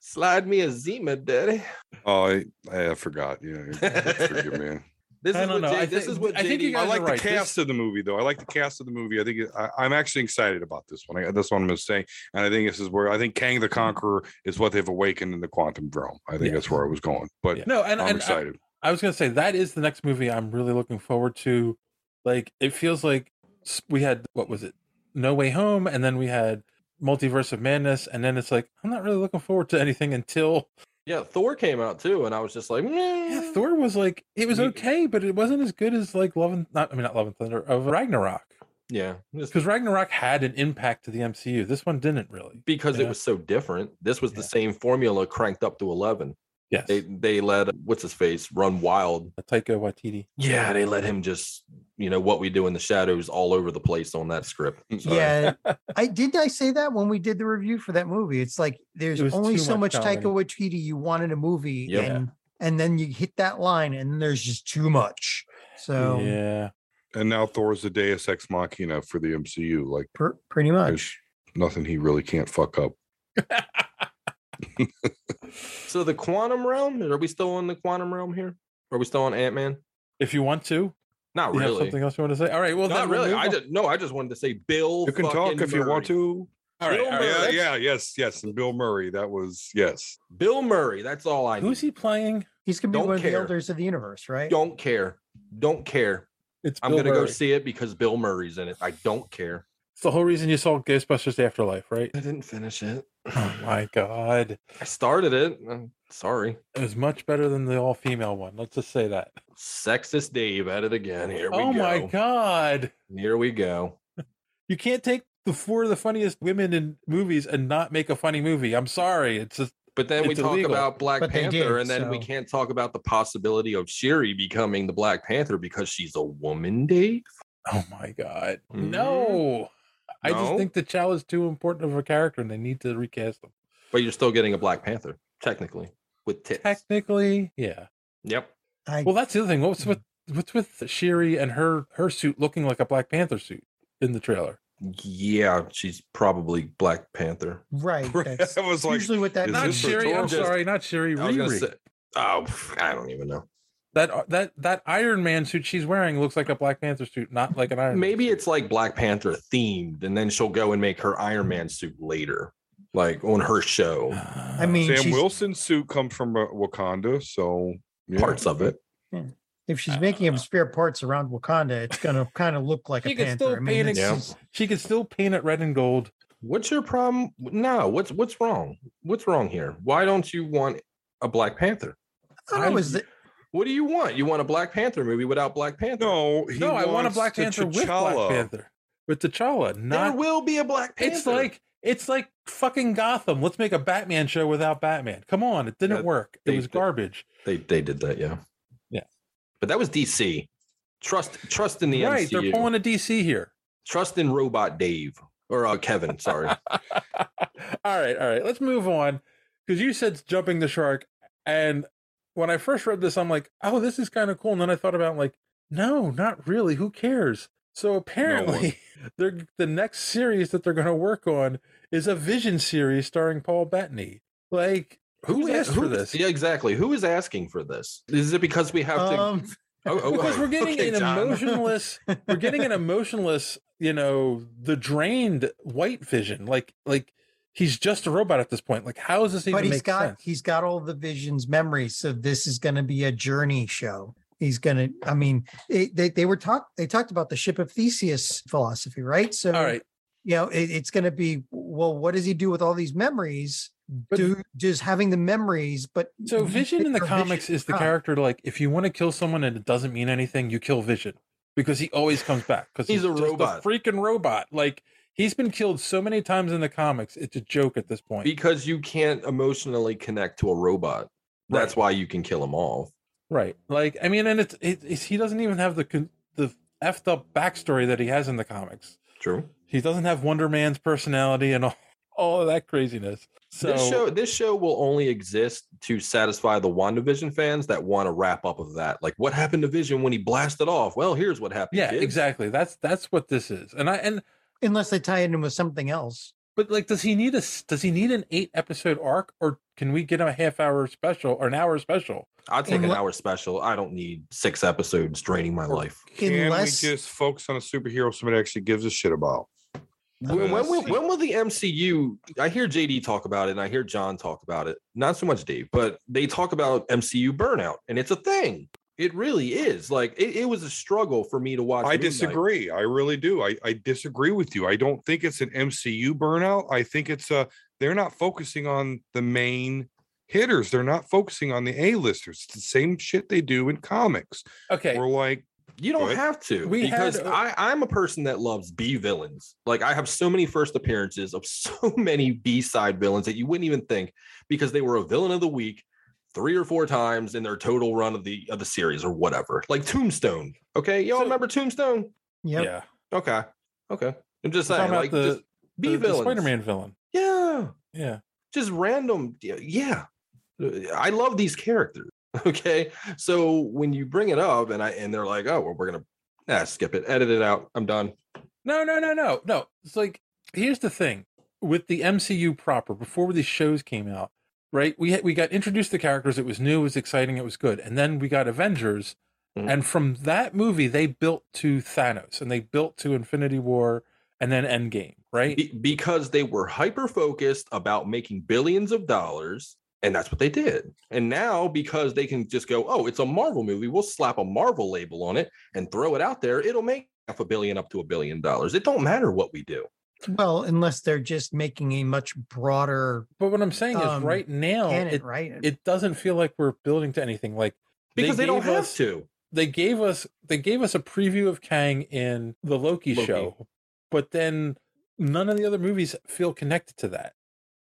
K: slide me a Zima, daddy.
I: Oh, I, I forgot. Yeah, forgive me.
K: This
J: I
K: is what
J: don't know.
K: J-
J: I
K: this
J: think-
K: is what
J: I think
K: JD
J: you guys
I: I like
J: are
I: the
J: right. This-
I: cast of the movie, though. I like the cast of the movie. I think it- I, I'm actually excited about this one. I, that's what I'm going to say. And I think this is where I think Kang the Conqueror is what they've awakened in the quantum realm. I think
J: Yeah.
I: that's where I was going. But
J: no,
I: I'm
J: and and uh, I-
I: excited.
J: I was gonna say that is the next movie I'm really looking forward to. Like it feels like s- we had what was it, No Way Home, and then we had Multiverse of Madness, and then it's like I'm not really looking forward to anything until
K: Yeah, Thor came out too, and I was just like,
J: yeah, Thor was like it was
K: Me-
J: okay, but it wasn't as good as like Love and not I mean not Love and Thunder of Ragnarok
K: yeah, just
J: because Ragnarok had an impact to the MCU. This one didn't really.
K: because
J: Yeah.
K: it was so different. This was the same formula cranked up to eleven.
J: Yes.
K: they they let what's his face run wild.
J: Taika Waititi.
K: Yeah, they let him just you know what we do in the shadows all over the place on that script. I'm sorry.
G: Yeah, I did. I say that when we did the review for that movie. It's like there's
K: It was
G: only
K: too
G: so
K: much
G: much Taika
K: comedy.
G: Waititi you want in a movie,
K: Yep.
G: and and then you hit that line, and there's just too much. So
J: yeah.
I: And now Thor's the Deus Ex Machina for the MCU. Like
G: pretty
I: much nothing he really can't fuck up.
K: So the quantum realm? Are we still on the quantum realm here? Are we still on Ant Man?
J: If you want to,
K: not
J: You have
K: really.
J: something else you want to say? All right, well
K: not
J: then we'll
K: really.
J: move
K: I
J: on.
K: just no. I just wanted to say Bill.
I: You can talk
K: fucking
I: if you want
K: Murray.
I: to.
J: All right,
K: Bill
J: all right.
I: Yeah,
K: Murray.
I: yeah, yes, yes. And Bill Murray. That was yes.
K: Bill Murray. That's all I.
J: Who's he playing?
G: He's gonna be
K: Don't
G: one of the
K: care.
G: elders of the universe, right?
K: Don't care. Don't care.
J: It's
K: I'm
J: Bill
K: gonna go
J: Murray.
K: see it because Bill Murray's in it. I don't care.
J: It's the whole reason you saw Ghostbusters Afterlife, right?
K: I didn't finish it.
J: Oh my god.
K: I started it. I'm sorry.
J: It was much better than the all female one. Let's just say that.
K: Sexist Dave at it again. Here we
J: oh
K: go.
J: my god.
K: Here we go.
J: You can't take the four of the funniest women in movies and not make a funny movie. I'm sorry. It's just
K: But then we
J: it's
K: talk
J: illegal.
K: about Black
G: But they
K: Panther,
G: did,
K: and then we
G: so-
K: can't talk about the possibility of Shiri becoming the Black Panther because she's a woman, Dave.
J: Oh my god. No. I just
K: Mm-hmm. No?
J: think the Chow is too important of a character and they need to recast them.
K: But you're still getting a Black Panther, technically, with tits.
J: Technically, yeah.
K: Yep.
J: well, that's the other thing.
K: Mm-hmm.
J: What's with what's with Shiri and her her suit looking like a Black Panther suit in the trailer?
K: Yeah, she's probably Black Panther.
G: Right. That's
I: I was like,
G: usually what that
I: is
J: not
I: this
J: Shiri. I'm
I: rhetorical?
J: sorry, not Shiri.
K: I was gonna
J: Riri.
K: say- oh, I don't even know.
J: that uh, that that Iron Man suit she's wearing looks like a Black Panther suit, not like an Iron. Man.
K: Maybe it's like Black Panther themed, and then she'll go and make her Iron Man suit later, like on her show.
J: Ah,
K: Uh,
G: I mean,
I: Sam
G: she's-
I: Wilson's suit comes from uh, Wakanda, so yeah.
K: Parts of it.
G: if she's making him spare parts around Wakanda, it's gonna kind of look like
J: She
G: a
J: can still
G: panther. I mean,
J: paint it.
G: it's
K: Yeah.
G: just-
J: She can still paint it red and gold.
K: What's your problem? No, what's what's wrong? What's wrong here? Why don't you want a Black Panther?
G: I thought it was the,
K: What do you want? You want a Black Panther movie without Black Panther?
I: No, he
J: no, I want a
I: wants
J: Black
I: the
J: Panther with
I: T'Challa.
J: Black Panther with T'Challa.
K: there
J: Not
K: will be a Black Panther.
J: it's like it's like fucking Gotham. Let's make a Batman show without Batman. Come on, it didn't
K: Yeah,
J: work. It
K: they-
J: was garbage.
K: they they did that, yeah.
J: Yeah.
K: But that was DC. Trust trust in the
J: right,
K: MCU.
J: they're pulling a DC here.
K: Trust in Robot Dave or uh, Kevin. Sorry.
J: all right, all right. Let's move on because you said jumping the shark, and when I first read this, I'm like, oh, this is kind of cool. And then I thought about like, no, not really. Who cares? So apparently, they're the next series that they're going to work on is a Vision series starring Paul Bettany. Like, who
K: Who's a-
J: asked for
K: who's-
J: this?
K: Yeah, exactly. Who is asking for this? Is it because we have to?
G: um,
K: oh, oh,
J: because
K: oh,
J: we're getting
K: okay,
J: an
K: John.
J: emotionless we're getting an emotionless you know the drained white vision like like he's just a robot at this point like how is this even
G: but he's
J: make
G: got
J: sense
G: he's got all the visions memories so this is going to be a journey show he's going to i mean it, they, they were talk they talked about the ship of theseus philosophy right so
J: all right
G: you know it, it's going to be well what does he do with all these memories
J: But-
G: do just having the memories but
J: so
G: you
J: vision in the
G: pick your
J: comics
G: Vision
J: is the
G: up.
J: character like if you want to kill someone and it doesn't mean anything you kill vision because he always comes back because
K: He's a
J: just
K: robot.
J: freaking robot like he's been killed so many times in the comics it's a joke at this point
K: Because you can't emotionally connect to a robot. That's why you can kill them all.
J: Right. Like I mean, and it's, it, it's he doesn't even have the con- the effed up backstory that he has in the comics.
K: True.
J: He doesn't have Wonder Man's personality and all, all of that craziness.
K: this show this show will only exist to satisfy the WandaVision fans that want to wrap up of that. Like what happened to Vision when he blasted off? Well, here's what happened.
J: yeah,
K: kids.
J: exactly. That's that's what this is. And I and
G: unless they tie it in with something else.
J: But like, does he need a s- does he need an eight episode arc, or can we get him a half hour special or an hour special?
K: I'll take an
J: Unle-
K: hour special. I don't need six episodes draining my life.
I: Can
J: Unless-
I: we just focus on a superhero somebody actually gives a shit about?
K: When, when,
I: Let's
K: will,
I: see.
K: when will the MCU? I hear JD talk about it, and I hear John talk about it. Not so much Dave, but they talk about MCU burnout, and it's a thing. It really is. Like it, it was a struggle for me to watch.
I: I
K: Moon Knight.
I: disagree. I really do. I, I disagree with you. I don't think it's an MCU burnout. I think it's a they're not focusing on the main hitters. They're not focusing on the A-listers. It's the same shit they do in comics.
J: Okay.
I: We're like,
K: You
I: Go
K: don't
I: ahead.
K: have to
I: We had,
K: because
I: uh,
K: I, I'm a person that loves B villains. Like I have so many first appearances of so many B side villains that you wouldn't even think because they were a villain of the week three or four times in their total run of the of the series or whatever. Like Tombstone. Okay, y'all remember Tombstone?
G: Yep.
J: Yeah,
K: Okay, okay. I'm just
J: We're
K: saying,
J: talking
K: like
J: about
K: just B
J: the, the
K: villains.
J: Spider-Man villain.
K: Yeah,
J: Yeah,
K: just random. Yeah, I love these characters. Okay, so when you bring it up and I and they're like, oh, well, we're gonna nah, skip it, edit it out. I'm done.
J: No, no, no, no, no. It's like here's the thing with the MCU proper. Before these shows came out, right? We had, we got introduced to characters. It was new. It was exciting. It was good. And then we got Avengers, and from that movie, they built to Thanos, and they built to Infinity War, and then Endgame, right?
K: Be- because they were hyper focused about making billions of dollars, and that's what they did. And now because they can just go, oh, it's a Marvel movie, we'll slap a Marvel label on it and throw it out there. It'll make half a billion up to a billion dollars. It don't matter what we do.
G: Well, unless they're just making a much broader
J: But what I'm saying is,
G: um,
J: right now,
G: canon,
J: Oh, it,
G: right?
J: it doesn't feel like we're building to anything. Like
K: Because they don't
J: gave
K: have
J: us-
K: to.
J: They gave us they gave us a preview of Kang in the Loki,
K: Loki.
J: show, but then none of the other movies feel connected to that.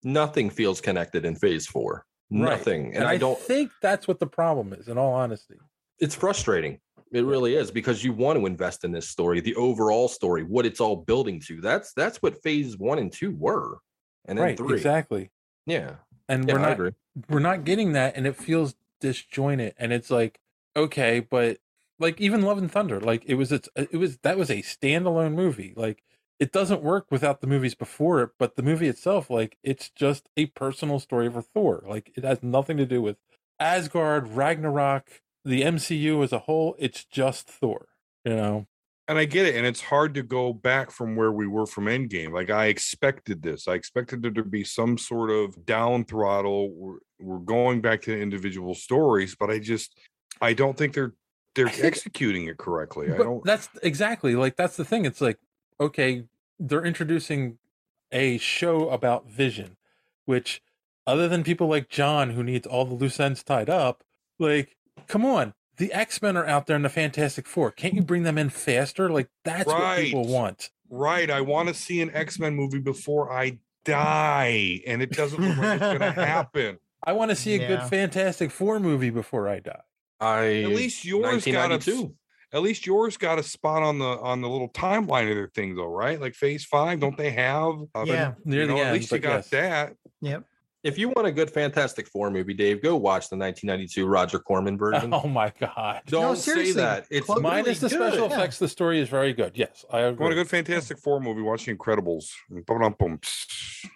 K: Nothing feels connected in phase four.
J: Right.
K: Nothing. And, I don't
J: think that's what the problem is. In all honesty,
K: it's frustrating. It really is because you want to invest in this story, the overall story, what it's all building to. That's that's what phase one and two were, and then
J: right?
K: three.
J: Exactly.
K: Yeah,
J: And
K: Yeah,
J: we're
K: I
J: not
K: agree.
J: we're not getting that, and it feels disjointed. And it's like okay, but like even Love and Thunder, like it was it's it was that was a standalone movie. Like it doesn't work without the movies before it, but the movie itself, like it's just a personal story for Thor. Like it has nothing to do with Asgard, Ragnarok, the MCU as a whole. It's just Thor. You know.
I: and I get it. And it's hard to go back from where we were from Endgame. Like I expected this. I expected there to be some sort of down throttle. We're, we're going back to the individual stories, but I just I don't think they're they're executing it correctly. I
J: But
I: don't.
J: That's exactly like that's the thing. It's like okay, they're introducing a show about Vision, which other than people like John who needs all the loose ends tied up, like come on, the X Men are out there in the Fantastic Four. Can't you bring them in faster? Like that's what people
I: Right.
J: want.
I: Right. I want to see an X Men movie before I die, and it doesn't look like it's going to happen.
J: I want to see a
I: Yeah.
J: good Fantastic Four movie before I die.
K: I
I: At least yours got a.
K: 1992.
I: At least yours got a spot on the on the little timeline of their thing, though, right? Like Phase Five, don't they have? uh,
G: Yeah.
J: Near
I: you
J: the
I: know,
J: end,
I: at least you
J: but
I: got
J: yes.
I: that.
G: Yep.
K: If you want a good Fantastic Four movie, Dave, go watch the 1992 Roger Corman version.
J: Oh my god!
K: Don't say that. It's
J: Minus the
K: really
J: special
K: good.
J: effects, the story is very good. Yes, I agree.
I: Want a good Fantastic Four movie? Watch The Incredibles. Ba-dum-bum.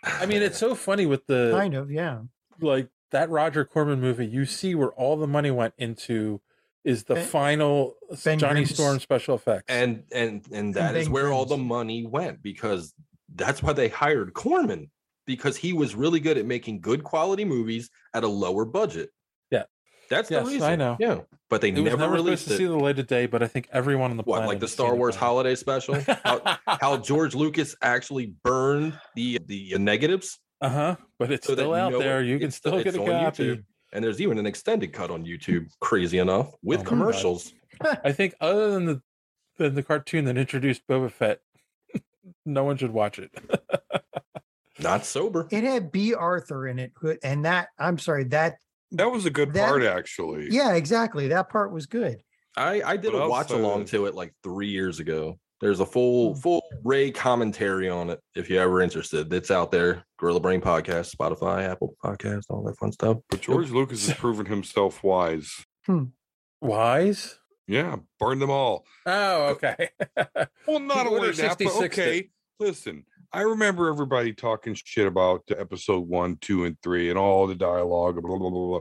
J: I mean, it's so funny with the
G: kind of, yeah.
J: like that Roger Corman movie. You see where all the money went into is the
G: Ben-
J: final
G: Eh, Ben
J: Johnny
G: Grimm's-
J: Storm special effects.
K: And and and that
G: And
K: is
G: Ben
K: where all the money went because that's why they hired Corman because he was really good at making good quality movies at a lower budget.
J: Yeah.
K: that's
J: Yes,
K: the
J: I
K: reason.
J: know.
K: Yeah, but they
J: it was
K: never,
J: never supposed
K: released
J: to
K: it.
J: see the light of day, but I think everyone on the
K: what
J: planet
K: like the
J: has
K: Star
J: seen it
K: Wars
J: by now.
K: holiday special? how, how George Lucas actually burned the the negatives
J: Uh huh. But it's
K: so that
J: still out
K: no one-
J: there. You can
K: it's-
J: still
K: it's
J: get a
K: on
J: copy.
K: YouTube. And there's even an extended cut on YouTube, crazy enough, with
J: Oh my God.
K: commercials.
J: I think other than the than the cartoon that introduced Boba Fett, no one should watch it.
K: Not sober.
G: It had B. Arthur in it, who- and that I'm sorry that
I: That was a good
G: That-
I: part, actually.
G: yeah exactly that part was good.
K: I I did
I: But
K: a watch
I: also-
K: along to it like three years ago. There's a
I: Mm.
K: full full Ray commentary on it if you're ever interested. It's out there. Gorilla Brain Podcast, Spotify, Apple Podcast, all that fun stuff.
I: But George Lucas has proven himself wise.
G: Hmm.
J: Wise?
I: Yeah, burn them all.
J: Oh, okay.
I: Well, not
J: Order
I: only that, but
J: 66
I: okay. Listen, I remember everybody talking shit about episode one, two, and three, and all the dialogue. Blah, blah, blah, blah.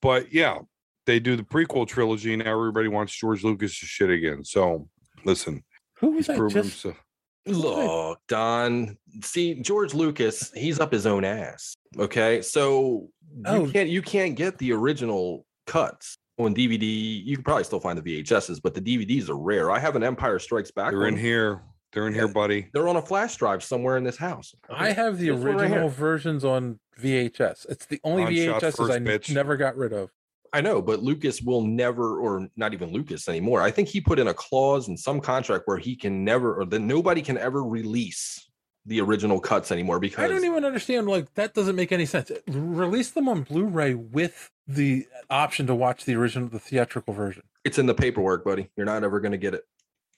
I: But yeah, they do the prequel trilogy, and now everybody wants George Lucas' shit again. So listen,
J: who was
K: I just-
I: himself.
K: Look, Don. See, George Lucas, he's up his own ass. Okay, so you
I: Oh.
K: can't you can't get the original cuts on DVD. You can probably still find the VHSs, but the DVDs are rare. I have an Empire Strikes Back.
I: They're in
K: one.
I: here. They're in here, buddy.
K: They're on a flash drive somewhere in this house.
J: I have the
K: This one right here.
J: original versions on VHS. It's the only
K: On shot
J: VHSs
K: first,
J: I
K: bitch.
J: never got rid of.
K: I know, but Lucas will never, or not even Lucas anymore. I think he put in a clause in some contract where he can never, or that nobody can ever release the original cuts anymore because
J: I don't even understand. Like that doesn't make any sense. Release them on Blu-ray with the option to watch the original, the theatrical version.
K: it's in the paperwork, buddy. You're not ever going to get it.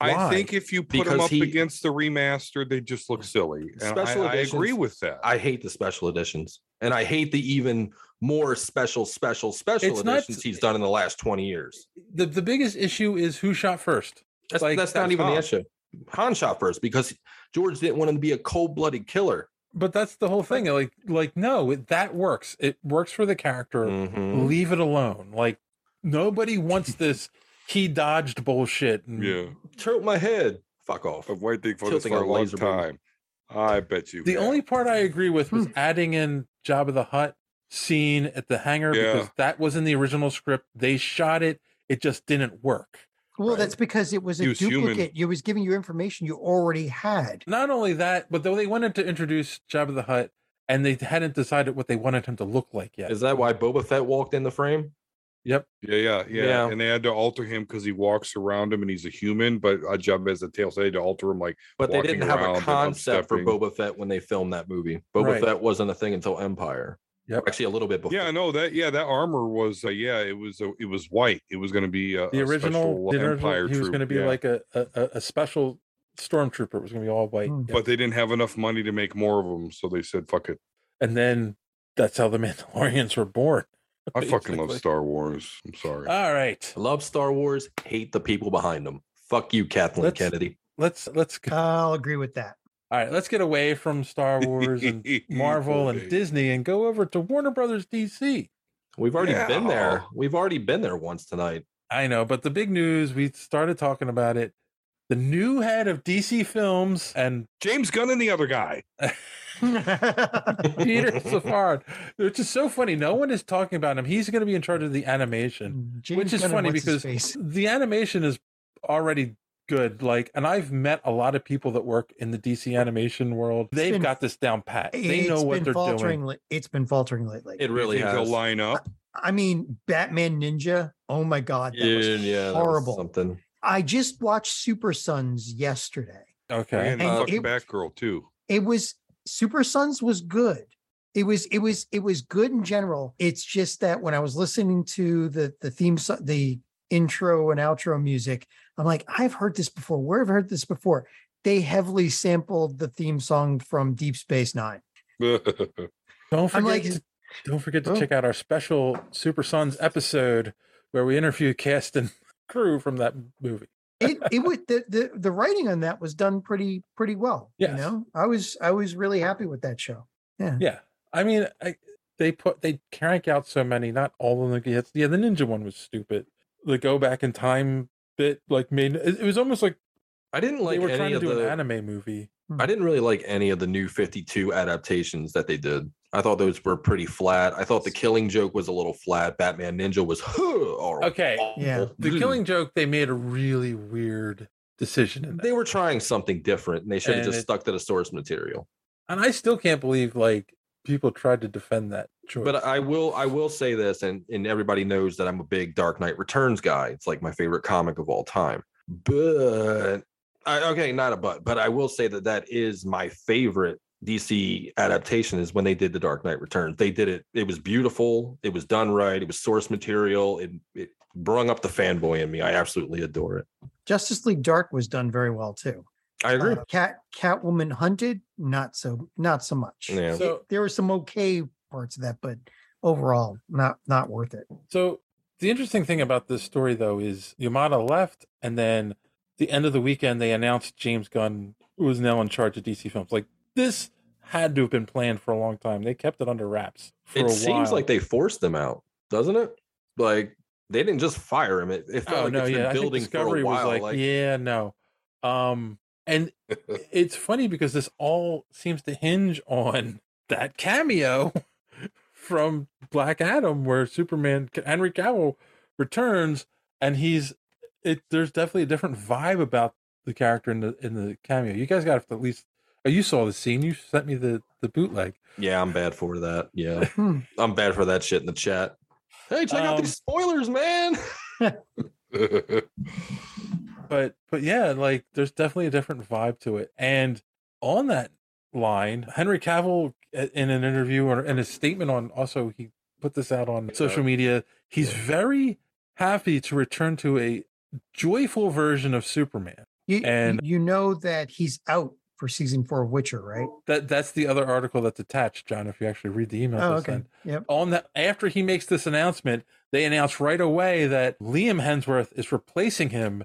I: I think if you put them
K: Because
I: up
K: he-
I: against the remaster, they just look silly. And I, I agree with that.
K: I hate the special editions, and I hate the even more special, special, special
J: It's not-
K: editions he's done in the last twenty years.
J: the The biggest issue is who shot first.
K: That's
J: Like,
K: that's not even
J: Han.
K: the issue. Han shot first because George didn't want him to be a cold-blooded killer.
J: But that's the whole thing. Like, like no, it, that works. It works for the character.
K: Mm-hmm.
J: Leave it alone. Like nobody wants this. He dodged bullshit. And
I: Yeah.
K: Tilt my head. Fuck off.
I: I've waited for this
J: Tilting
I: for
J: a
I: a long
J: laser beam.
I: time. I bet you.
J: The
I: have.
J: only part I agree with
I: Hmm.
J: was adding in Job of the Hut scene at the hangar
I: Yeah.
J: because that was in the original script. They shot it. It just didn't work.
G: Well, that's because it was a
J: He was human.
G: duplicate. You was giving you information you already had.
J: Not only that, but though they wanted to introduce Job of the Hut and they hadn't decided what they wanted him to look like yet.
K: Is that why Boba Fett walked in the frame?
J: Yep.
I: Yeah, yeah, yeah,
J: Yeah.
I: And they had to alter him because he walks around him and he's a human, but a job as a tail, so they had to alter him like.
K: But they
I: walking
K: didn't have
I: around
K: a
I: and
K: concept for
I: upstepping.
K: Boba Fett when they filmed that movie. Boba
I: Right.
K: Fett wasn't a thing until Empire. Actually, a little bit before.
I: Yeah, I know that. Yeah, that armor was. Uh, yeah, it was. Uh, it was white. It was going to be uh,
J: The
I: a
J: original,
I: special
J: the original
I: Empire
J: he was
I: troop,
J: going to be
I: yeah.
J: like a, a, a- a special stormtrooper. It was going to be all white. Yeah.
I: But they didn't have enough money to make more of them, so they said, "Fuck it."
J: and then that's how the Mandalorians were born.
I: I fucking love
J: basically.
I: Star Wars. I'm sorry.
J: All right.
K: Love Star Wars, hate the people behind them. Fuck you, Kathleen
J: Let's-
K: Kennedy.
J: Let's let's
G: I'll agree with that.
J: All right, let's get away from Star Wars and Marvel and Disney and go over to Warner Brothers DC.
K: We've already been there. We've already been there once tonight.
J: I know, but the big news, we started talking about it. The new head of DC Films and
I: James Gunn and the other guy.
J: Peter Safard, which is so funny. No one is talking about him. He's going to be in charge of the animation,
G: James
J: which is
G: Gunn and
J: funny
G: what's his
J: because the animation is already good. Like, and I've met a lot of people that work in the DC animation world. They've
G: been-
J: got this down pat. They
G: It's
J: know what
G: been
J: they're
G: faltering
J: doing.
G: la- it's been faltering lately.
K: It really
I: think they'll
K: has.
I: line up.
G: I mean, Batman Ninja. Oh my god, that
K: Yeah,
G: was
K: yeah, that was
G: horrible.
K: something.
G: I just watched Super Sons yesterday.
J: Okay.
I: And
K: Uh,
G: And
I: fucking
G: it-
I: Batgirl too.
G: It was Super Sons was good. It was it was it was good in general. It's just that when I was listening to the the theme so- the intro and outro music, I'm like, I've heard this before. Where have I heard this before? They heavily sampled the theme song from Deep Space Nine.
J: Don't forget
G: I'm like,
J: to, don't forget to
G: Oh.
J: check out our special Super Sons episode where we interview cast and crew from that movie.
G: it it would the, the the writing on that was done pretty pretty well. You
J: Yes.
G: know, I was I was really happy with that show. Yeah.
J: Yeah. I mean, I, they put they crank out so many. Not all of them get hits. Yeah, the ninja one was stupid. The go back in time bit like made it it was almost like
K: I didn't
J: they
K: like
J: were trying
K: any
J: to
K: of
J: do
K: the.
J: an anime movie.
K: I didn't really like any of the new Fifty Two adaptations that they did. I thought those were pretty flat. I thought the Killing Joke was a little flat. Batman Ninja was horrible.
J: Okay.
G: Yeah.
K: Hmm.
J: The Killing Joke, they made a really weird decision in that.
K: They were trying something different, and they should have
J: And
K: just
J: it-
K: stuck to the source material.
J: And I still can't believe like people tried to defend that choice.
K: But I will I will say this, and, and everybody knows that I'm a big Dark Knight Returns guy. It's like my favorite comic of all time. But I, okay, not a but, but I will say that that is my favorite DC adaptation is when they did the Dark Knight Returns. They did it. It was beautiful. It was done right. It was source material. It it brung up the fanboy in me. I absolutely adore it.
G: Justice League Dark was done very well too. Uh,
K: I agree.
J: Uh,
G: Cat Catwoman hunted, not so not so much.
K: Yeah.
G: So, there were some okay parts of that, but overall, not not worth it.
J: So the interesting thing about this story though is Yamada left and then the end of the weekend they announced James Gunn was now in charge of DC Films. Like this had to have been planned for a long time. They kept it under wraps for a
K: It seems
J: while.
K: like they forced them out, doesn't it? Like they didn't just fire him. It, it felt
J: oh
K: like
J: no,
K: it's
J: yeah, I
K: been
J: think
K: building for
J: Discovery
K: a while.
J: was like, yeah, no. Um, and it's funny because this all seems to hinge on that cameo from Black Adam, where Superman Henry Cavill returns, and he's it. There's definitely a different vibe about the character in the in the cameo. You guys got to at least. Oh, you saw the scene. You sent me the the bootleg.
K: Yeah, I'm bad for that. Yeah,
G: Hmm.
K: I'm bad for that shit in the chat. Hey, check out these
J: Um,
K: spoilers, man.
J: but but yeah, like there's definitely a different vibe to it. And on that line, Henry Cavill uh, in an interview or in a statement on also he put this out on social media. He's very happy to return to a joyful version of Superman.
G: You,
J: And-
G: you know that he's out for season four of Witcher, right?
J: That that's the other article that's attached, John. If you actually read the email,
G: Oh,
J: they
G: okay.
J: sent.
G: Yep.
J: On that, after he makes this announcement, they announce right away that Liam Hemsworth is replacing him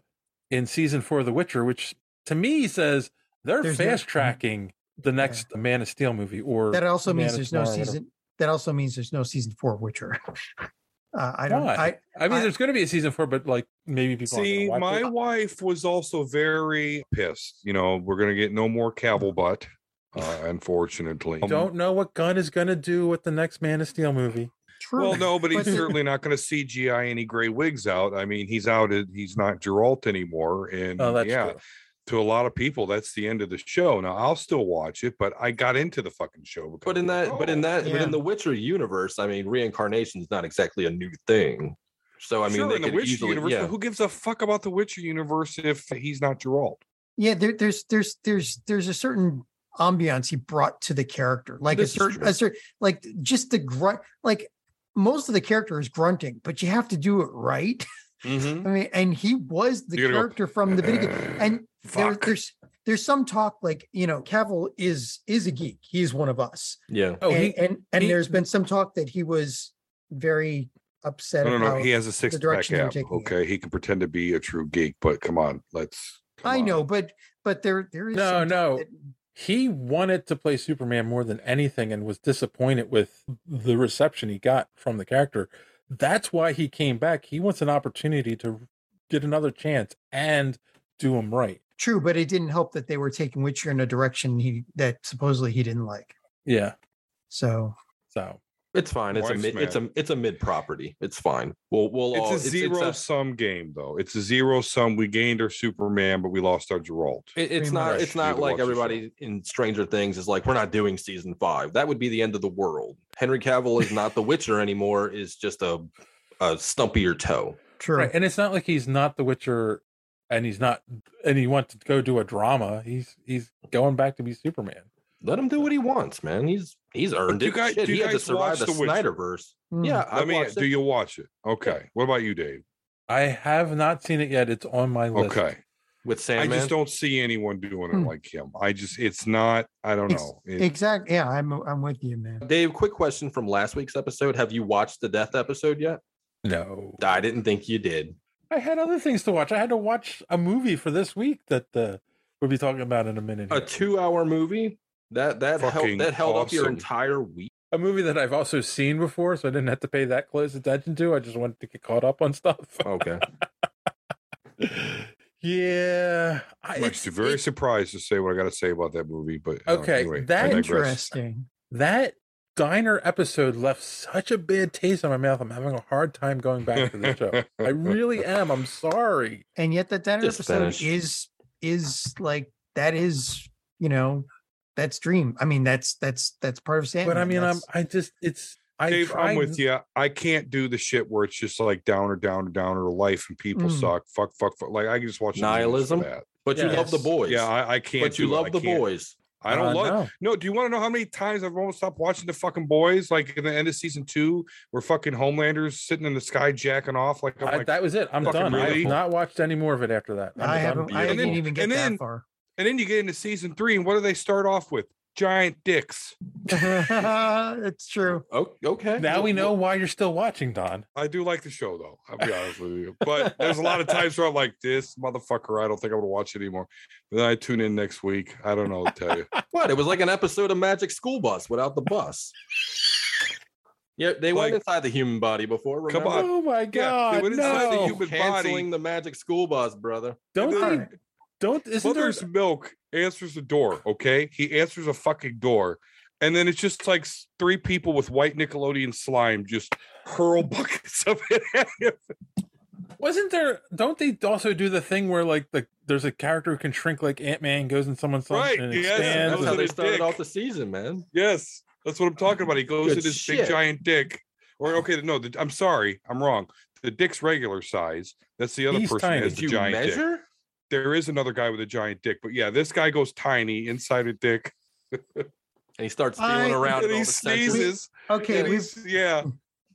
J: in season four of The Witcher, which to me says they're
G: There's no- Mhm.
J: fast tracking the next Man of Steel movie. Or
G: That also
J: Man
G: means
J: of
G: there's no
J: Tomorrow, whatever.
G: season. That also means there's no season four of Witcher. Uh, I don't.
J: Why?
G: I
J: I mean, there's going to be a season four, but like maybe people aren't gonna
I: See,
J: watch
I: my
J: it.
I: wife was also very pissed. You know, we're gonna get no more Cavill butt, uh, unfortunately. Um,
J: You don't know what Gunn is going to do with the next Man of Steel movie.
I: Well, no, but he's certainly not going to CGI any gray wigs out. I mean, he's out. at- He's not Geralt anymore, and
J: Oh, that's
I: Mm, yeah,
J: true.
I: to a lot of people, that's the end of the show. Now, I'll still watch it, but I got into the fucking show. Because "Oh."
K: But in that, but in that, but
I: Yeah.
K: in the Witcher universe, I mean, reincarnation is not exactly a new thing. So I mean,
I: sure,
K: they
I: in the
K: could
I: Witcher
K: easily,
I: universe,
K: yeah.
I: but who gives a fuck about the Witcher universe if he's not Geralt?
G: yeah. There, there's there's there's there's a certain ambiance he brought to the character, like
K: This
G: a
K: is
G: certain
K: true.
G: a certain like just the grunt. Like most of the character is grunting, but you have to do it right.
J: Mm-hmm.
G: I mean, and he was the
L: You gotta go,
G: character from the video game. And there,
L: fuck.
G: there's there's some talk like you know, Cavill is is a geek. He's one of us.
K: Yeah.
J: Oh,
G: and and, and there's been some talk that he was very upset.
I: No, no, no.
G: about
I: He has
G: the
I: a six pack
G: direction they were
I: app.
G: taking it.
I: Okay, he can pretend to be a true geek, but come on, let's.
G: I know, but but there there is
J: No,
G: some talk
J: no.
G: that-
J: He wanted to play Superman more than anything and was disappointed with the reception he got from the character. That's why he came back. He wants an opportunity to get another chance and do him right.
G: true, but it didn't help that they were taking Witcher in a direction he that supposedly he didn't like.
J: Yeah.
G: So
J: So
K: it's fine. It's a
I: Wife's
K: mid, it's a it's a mid property. It's fine. We'll we'll all,
I: it's a zero sum game, though. It's a zero sum. We gained our Superman, but we lost our Geralt.
K: It- it's not it's not like everybody in Stranger Things is like we're not doing season five. That would be the end of the world. Henry Cavill is not the Witcher anymore. Is just a a stumpier toe.
G: True.
J: Right. And it's not like he's not the Witcher and he's not and he wants to go do a drama. He's he's going back to be Superman.
K: Let him do what he wants, man. He's he's earned
I: do
K: it.
I: you guys-
K: Shit,
I: do
K: he
I: you
K: had to
I: guys watch
K: survive the,
I: The Witcher?
K: Snyderverse.
I: Mm.
K: Yeah,
I: Let me- do you watch it? Okay. What about you, Dave?
J: I have not seen it yet. It's on my list.
I: Okay.
K: With
I: I
K: Sandman.
I: just don't see anyone doing it
G: Hmm.
I: like him. I just, it's not. I don't
G: Ex-
I: know. It-
G: exactly. Yeah, I'm I'm with you, man.
K: Dave, quick question from last week's episode. Have you watched the death episode yet?
J: No.
K: I didn't think you did.
J: I had other things to watch. I had to watch a movie for this week that uh, we'll be talking about in a minute.
K: A
J: here.
K: two hour movie? That that held
I: Fucking
K: that held up your
I: awesome.
K: entire week.
J: a movie that I've also seen before, so I didn't have to pay that close attention to. I just wanted to get caught up on stuff.
K: Okay.
J: yeah. I,
I: I'm actually very surprised to say what I got to say about that movie, but uh,
J: Okay,
I: anyway, I
J: that-
I: digress.
G: Interesting.
J: that diner episode left such a bad taste in my mouth. I'm having a hard time going back to the show. I really am. I'm sorry.
G: And yet that that
J: Just
G: episode
J: finish.
G: is is like that is, you know, that's dream. I mean, that's that's that's part of Sandman.
J: But I mean, I'm.
G: that's-
J: I just. It's. I
I: Dave, I'm
J: tried-
I: with you. I can't do the shit where it's just like downer, downer, downer. Life and people
J: Hmm.
G: Mm.
I: suck. Fuck, fuck, fuck. Like I can just watch the news for
K: Nihilism?
I: that.
K: But you love the boys.
I: Yeah, I, I can't.
K: But you
I: do it.
K: love
I: I
K: the
I: can't.
K: boys.
I: I don't
J: Uh,
I: love.
J: no.
I: No. do you want to know how many times I've almost stopped watching the fucking boys? Like in the end of season two, where fucking Homelander's sitting in the sky jacking off. Like, I'm
J: I-
I: like
J: that was it. I'm
I: fucking
J: done. I
I: really?
J: have not watched any more of it after that. I'm
G: I
J: done
G: haven't. I
J: being-
G: didn't even get
I: and
G: that
I: then-
G: far.
I: And then you get into season three, and what do they start off with? Giant dicks.
G: it's true.
K: Oh, okay.
J: Now we know why you're still watching, Don.
I: I do like the show though. I'll be honest with you. But there's a lot of times where I'm like, this motherfucker, I don't think I'm gonna watch it anymore. But then I tune in next week. I don't know what to tell you.
K: What? It was like an episode of Magic School Bus without the bus. Yeah, they went
I: Like-
K: inside the human body before.
I: Come
K: remember?
I: on.
J: Oh my
I: Yeah,
J: god!
I: they went inside the
J: no.
I: human
K: Canceling
I: body.
K: the Magic School Bus, brother.
J: Don't
I: Alright.
J: they, don't isn't there
I: Mother's milk answers the door. Okay, he answers a fucking door, and then it's just like s- three people with white Nickelodeon slime just hurl buckets of it at him.
J: wasn't there don't they also do the thing where like the there's a character who can shrink like Ant Man goes in someone's stomach
I: Right,
J: and
I: yes,
J: expands.
K: That's
I: was
K: how
I: in
K: they
I: his
K: started
I: dick.
K: off the season, man.
I: Yes, that's what I'm talking about. He goes
K: Good
I: in his
K: shit.
I: big giant dick, or okay, no, the, I'm sorry, I'm wrong. The dick's regular size. That's the other
J: He's
I: person
J: tiny.
I: who has
K: Did
I: the
K: you
I: giant dick.
K: measure?
I: There is another guy with a giant dick, but yeah, this guy goes tiny inside a dick.
K: And he starts
G: I-
K: feeling around.
I: and
K: in all
I: he
K: the senses.
I: sneezes.
G: Okay,
I: and
G: we've
I: he's, yeah.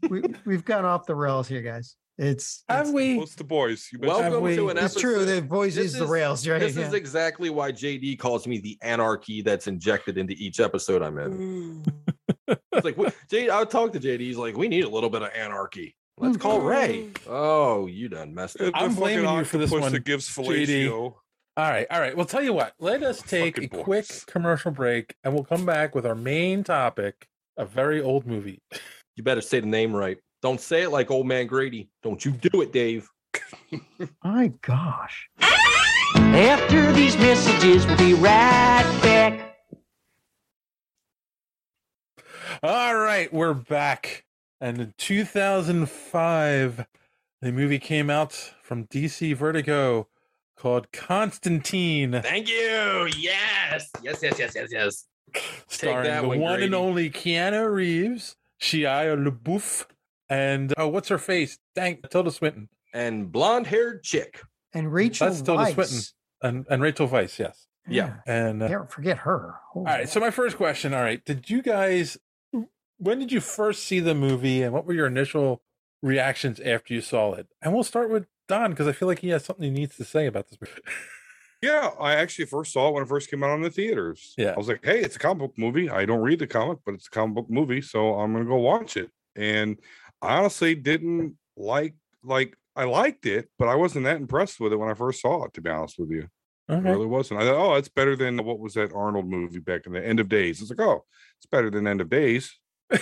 G: we, we've gone off the rails here, guys. It's
J: have we
I: What's the boys? You mentioned-
K: Welcome
J: we-
K: to an
G: it's
K: episode.
G: true. The boys
K: This
G: is the
K: is-
G: rails, right?
K: This is
G: yeah.
K: exactly why JD calls me the anarchy that's injected into each episode I'm in. it's like, what, JD, I would talk to JD. He's like, we need a little bit of anarchy. Let's call Ray. Oh, you done messed
I: The
K: up.
J: I'm
I: fucking
J: blaming you for this
I: octopus
J: one,
I: That gives
J: JD.
I: fellatio.
J: All right, all right. Well, tell you what. Let us take a
I: Fucking boy.
J: quick commercial break, and we'll come back with our main topic: a very old movie.
K: You better say the name right. Don't say it like old man Grady. Don't you do it, Dave.
G: My gosh.
L: After these messages, we'll be right back.
J: All right, we're back. And in 2005, the movie came out from DC Vertigo called Constantine,
K: Thank you. Yes. Yes, yes, yes, yes, yes.
J: starring
K: that
J: the
K: one,
J: one and
K: Grady.
J: only Keanu Reeves, Shia LaBeouf, and oh, what's her face? Dang, Tilda Swinton
K: And blonde haired chick.
G: And Rachel
J: That's Tilda
G: Weisz.
J: Swinton. and, and Rachel Weisz, yes.
K: Yeah.
J: And uh,
G: Can't forget her. Holy
J: all right, so my first question. All right, did you guys? When did you first see the movie, and what were your initial reactions after you saw it? And we'll start with Don because I feel like he has something he needs to say about this movie.
I: Yeah, I actually first saw it when it first came out in the theaters.
J: Yeah.
I: I was like, hey, it's a comic book movie. I don't read the comic, but it's a comic book movie, so I'm gonna go watch it. And I honestly didn't like like I liked it, but I wasn't that impressed with it when I first saw it. To be honest with you, I
J: Okay.
I: really wasn't. I thought, oh, it's better than what was that Arnold movie back in the End of Days. It's like, oh, it's better than End of Days.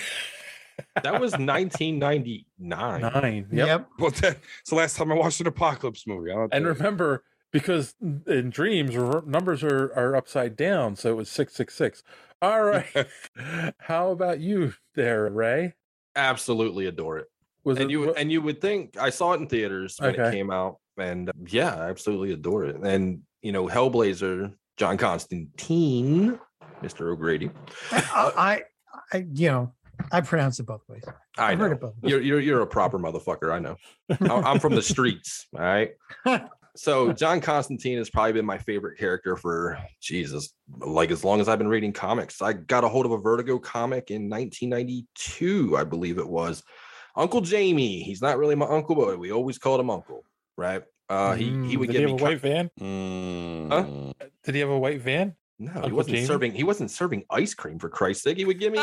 K: That was 1999.
J: Nine. Yep.
G: Yep.
I: Well, that, it's the last time I watched an apocalypse movie. I don't
J: And
I: think-
J: remember, because in dreams rever- numbers are are upside down, so it was six six six. All right. How about you, there, Ray?
K: Absolutely adore it.
J: Was
K: and you
J: what-
K: and you would think I saw it in theaters when it
J: Okay.
K: came out, and uh, yeah, I absolutely adore it. And you know, Hellblazer, John Constantine, Mr. O'Grady.
G: I, I, I, you know, I pronounce it both ways.
K: Uh, I
G: I've heard
K: know
G: it both ways.
K: you're you're you're a proper motherfucker. I know. I- I'm from the streets. All right. So John Constantine has probably been my favorite character for Jesus, like as long as I've been reading comics. I got a hold of a Vertigo comic in 1992, I believe it was. Uncle Jamie. He's not really my uncle, but we always called him Uncle, right? Uh, he he
J: Mm,
K: would
J: did
K: give me
J: he have a
K: co-
J: white van.
I: Mm.
J: Did he have a white van?
K: no, he
J: Uncle
K: wasn't
J: Jamie?
K: serving. He wasn't serving ice cream for Christ's sake. He would give me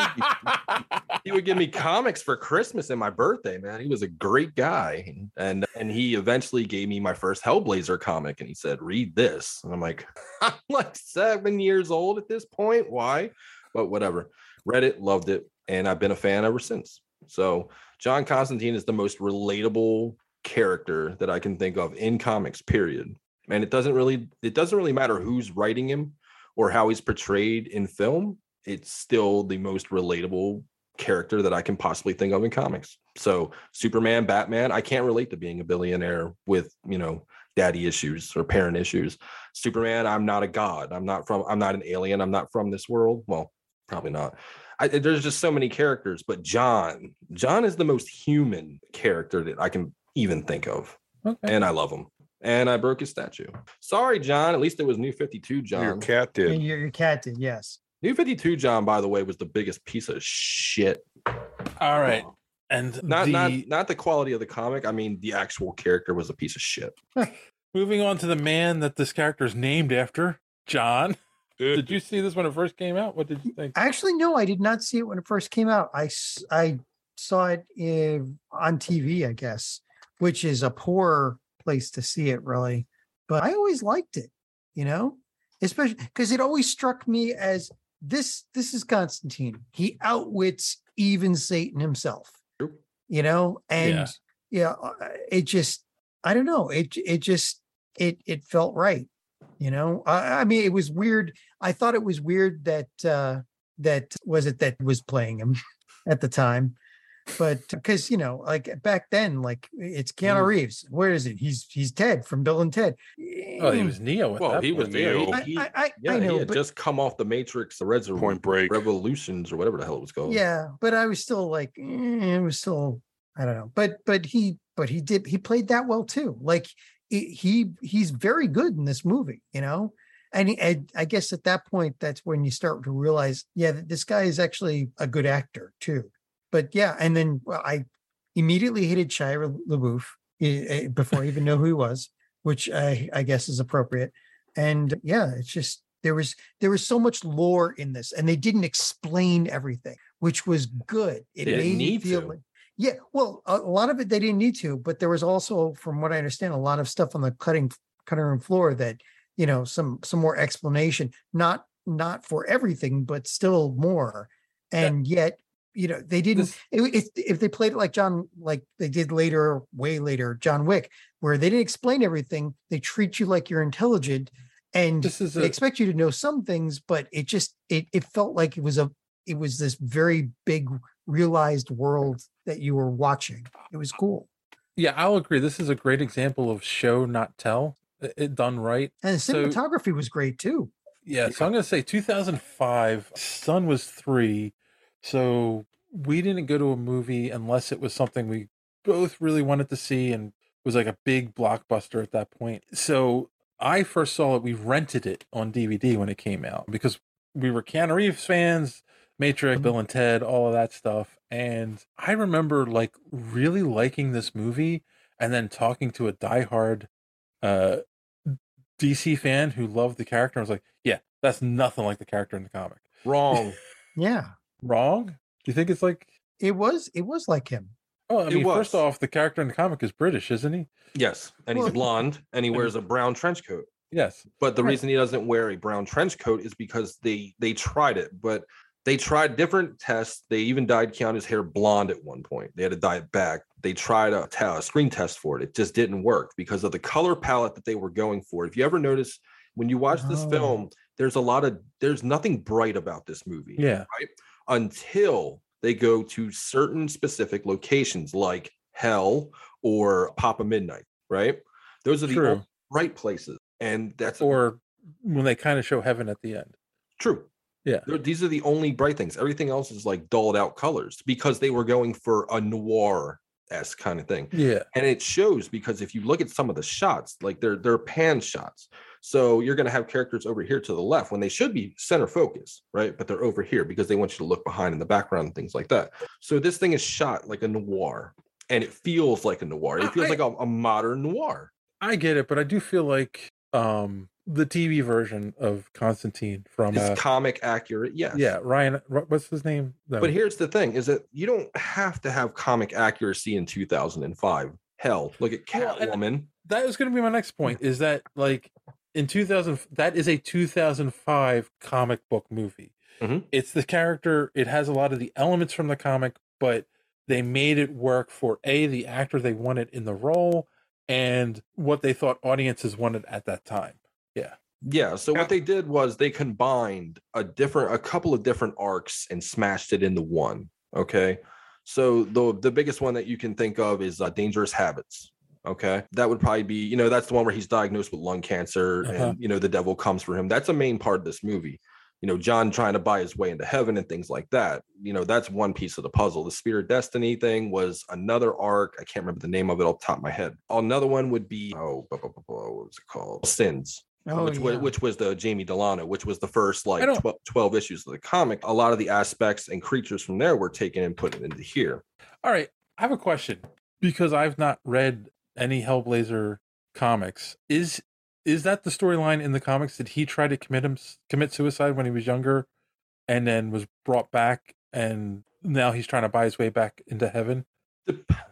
K: he would give me comics for Christmas and my birthday, man. He was a great guy. And and he eventually gave me my first Hellblazer comic and he said, read this. And I'm like, I'm like seven years old at this point. Why? But whatever. Read it, loved it, and I've been a fan ever since. So John Constantine is the most relatable character that I can think of in comics, period. And it doesn't really it doesn't really matter who's writing him or how he's portrayed in film. It's still the most relatable character that I can possibly think of in comics. So Superman, Batman, I can't relate to being a billionaire with, you know, daddy issues or parent issues. Superman, I'm not a god. I'm not from I'm not an alien. I'm not from this world. Well, probably not. I, there's just so many characters, but John, John is the most human character that I can even think of,
J: Okay.
K: and I love him. And I broke his statue. Sorry, John. At least it was New 52,
I: your
K: John.
I: cat did.
G: And your, your cat did, yes.
K: New 52, John, by the way, was the biggest piece of shit
J: All right. And
K: not
J: the,
K: not not the quality of the comic. I mean, the actual character was a piece of shit.
J: moving on to the man that this character is named after, John, did you see this when it first came out? What did you think?
G: Actually, no, I did not see it when it first came out. I s- I saw it in, on TV, I guess, which is a poor place to see it, really. But I always liked it, you know, especially because it always struck me as this this is Constantine. He outwits even Satan himself, you know, and yeah, yeah it just I don't know. It it just it it felt right you know I, I mean it was weird i thought it was weird that uh that was it that was playing him at the time but because you know like back then like it's keanu
J: Mm.
G: reeves where is it he's he's ted from bill and ted
J: Oh, he was Neo. At
K: Well,
J: that
K: he was
J: point.
K: Neo.
G: I-
K: He,
G: I- I-
K: yeah,
G: I know,
K: he had
G: but-
K: just come off the Matrix, the Resurrection, Point Break, Revolutions, or whatever the hell it was called.
G: yeah but i was still like eh, it was still i don't know but but he but he did he played that well too like he- he he's very good in this movie you know and, he- and i guess at that point that's when you start to realize yeah that this guy is actually a good actor too but yeah and then well, i immediately hated shia labeouf eh, eh, before i even know who he was which i i guess is appropriate and yeah it's just there was there was so much lore in this and they didn't explain everything which was good it
K: They didn't
G: made
K: need
G: you feel
K: to.
G: like yeah well a, a lot of it they didn't need to but there was also from what i understand a lot of stuff on the cutting cutting room floor that you know some some more explanation not not for everything but still more and yet you know they didn't it, if, if they played it like john like they did later way later john wick where they didn't explain everything they treat you like you're intelligent and
J: This is
G: they
J: a-
G: expect you to know some things but it just it, it felt like it was a it was this very big realized world that you were watching it was cool
J: Yeah, I'll agree. This is a great example of show not tell. It, it done right.
G: and the
J: So-
G: cinematography was great too
J: Yeah, so I'm gonna say 2005. Son was three, so we didn't go to a movie unless it was something we both really wanted to see and was like a big blockbuster at that point. So I first saw it. We rented it on DVD when it came out because we were Keanu Reeves fans, Matrix, Bill and Ted, all of that stuff. And I remember like really liking this movie, and then talking to a diehard. Uh, DC fan who loved the character and was like, yeah, that's nothing like the character in the comic.
K: Wrong.
G: yeah
J: Wrong? Do you think it's like
G: it was it was like him
J: Oh, I
K: It
J: mean,
K: was.
J: first off, the character in the comic is British, isn't he?
K: Yes, and
J: Well-
K: he's blonde, and he wears a brown trench coat.
J: Yes.
K: But the
J: Right.
K: reason he doesn't wear a brown trench coat is because they they tried it, but they tried different tests. They even dyed Keanu's hair blonde at one point. They had to dye it back. They tried a, t- a screen test for it. It just didn't work because of the color palette that they were going for. If you ever notice when you watch this
J: Oh.
K: film, there's a lot of there's nothing bright about this movie
J: Yeah.
K: until they go to certain specific locations like hell or Papa Midnight, right? Those are the
J: True.
K: only right places. And that's
J: Or when they kind of show heaven at the end.
K: true.
J: Yeah.
K: They're- These are the only bright things. Everything else is like dulled out colors because they were going for a noir esque kind of thing.
J: Yeah.
K: And it shows because if you look at some of the shots, like they're they're pan shots. So you're gonna have characters over here to the left when they should be center focus, right? But they're over here because they want you to look behind in the background and things like that. So this thing is shot like a noir and it feels like a noir.
J: Ah,
K: It feels like a, a modern noir.
J: I get it, but I do feel like um the TV version of Constantine from uh,
K: It's comic accurate, yes.
J: yeah, Ryan Ru- what's his name? No.
K: But here's the thing: is that you don't have to have comic accuracy in 2005. Hell, look at Catwoman.
J: that was going to be my next point is that like in 2000 that is a 2005 comic book movie
K: Mhm.
J: it's the character it has a lot of the elements from the comic but they made it work for a the actor they wanted in the role and what they thought audiences wanted at that time yeah
K: Yeah. So what they did was they combined a different, a couple of different arcs and smashed it into one. Okay. So the the biggest one that you can think of is uh, Dangerous Habits. Okay, that would probably be you know that's the one where he's diagnosed with lung cancer
J: Uh-huh.
K: and you know the devil comes for him. That's a main part of this movie. You know, John trying to buy his way into heaven and things like that. You know, that's one piece of the puzzle. The Spear of Destiny thing was another arc. I can't remember the name of it off the top of my head. Another one would be oh, bu- bu- bu- bu- what was it called? Sins
J: Oh,
K: which, wa-
J: yeah.
K: which was the Jamie Delano, which was the first like
J: I don't-
K: 12, 12 issues of the comic. A lot of the aspects and creatures from there were taken and put into here.
J: all right i have a question because i've not read any hellblazer comics is is that the storyline in the comics? Did he try to commit him commit suicide when he was younger, and then was brought back, and now he's trying to buy his way back into heaven?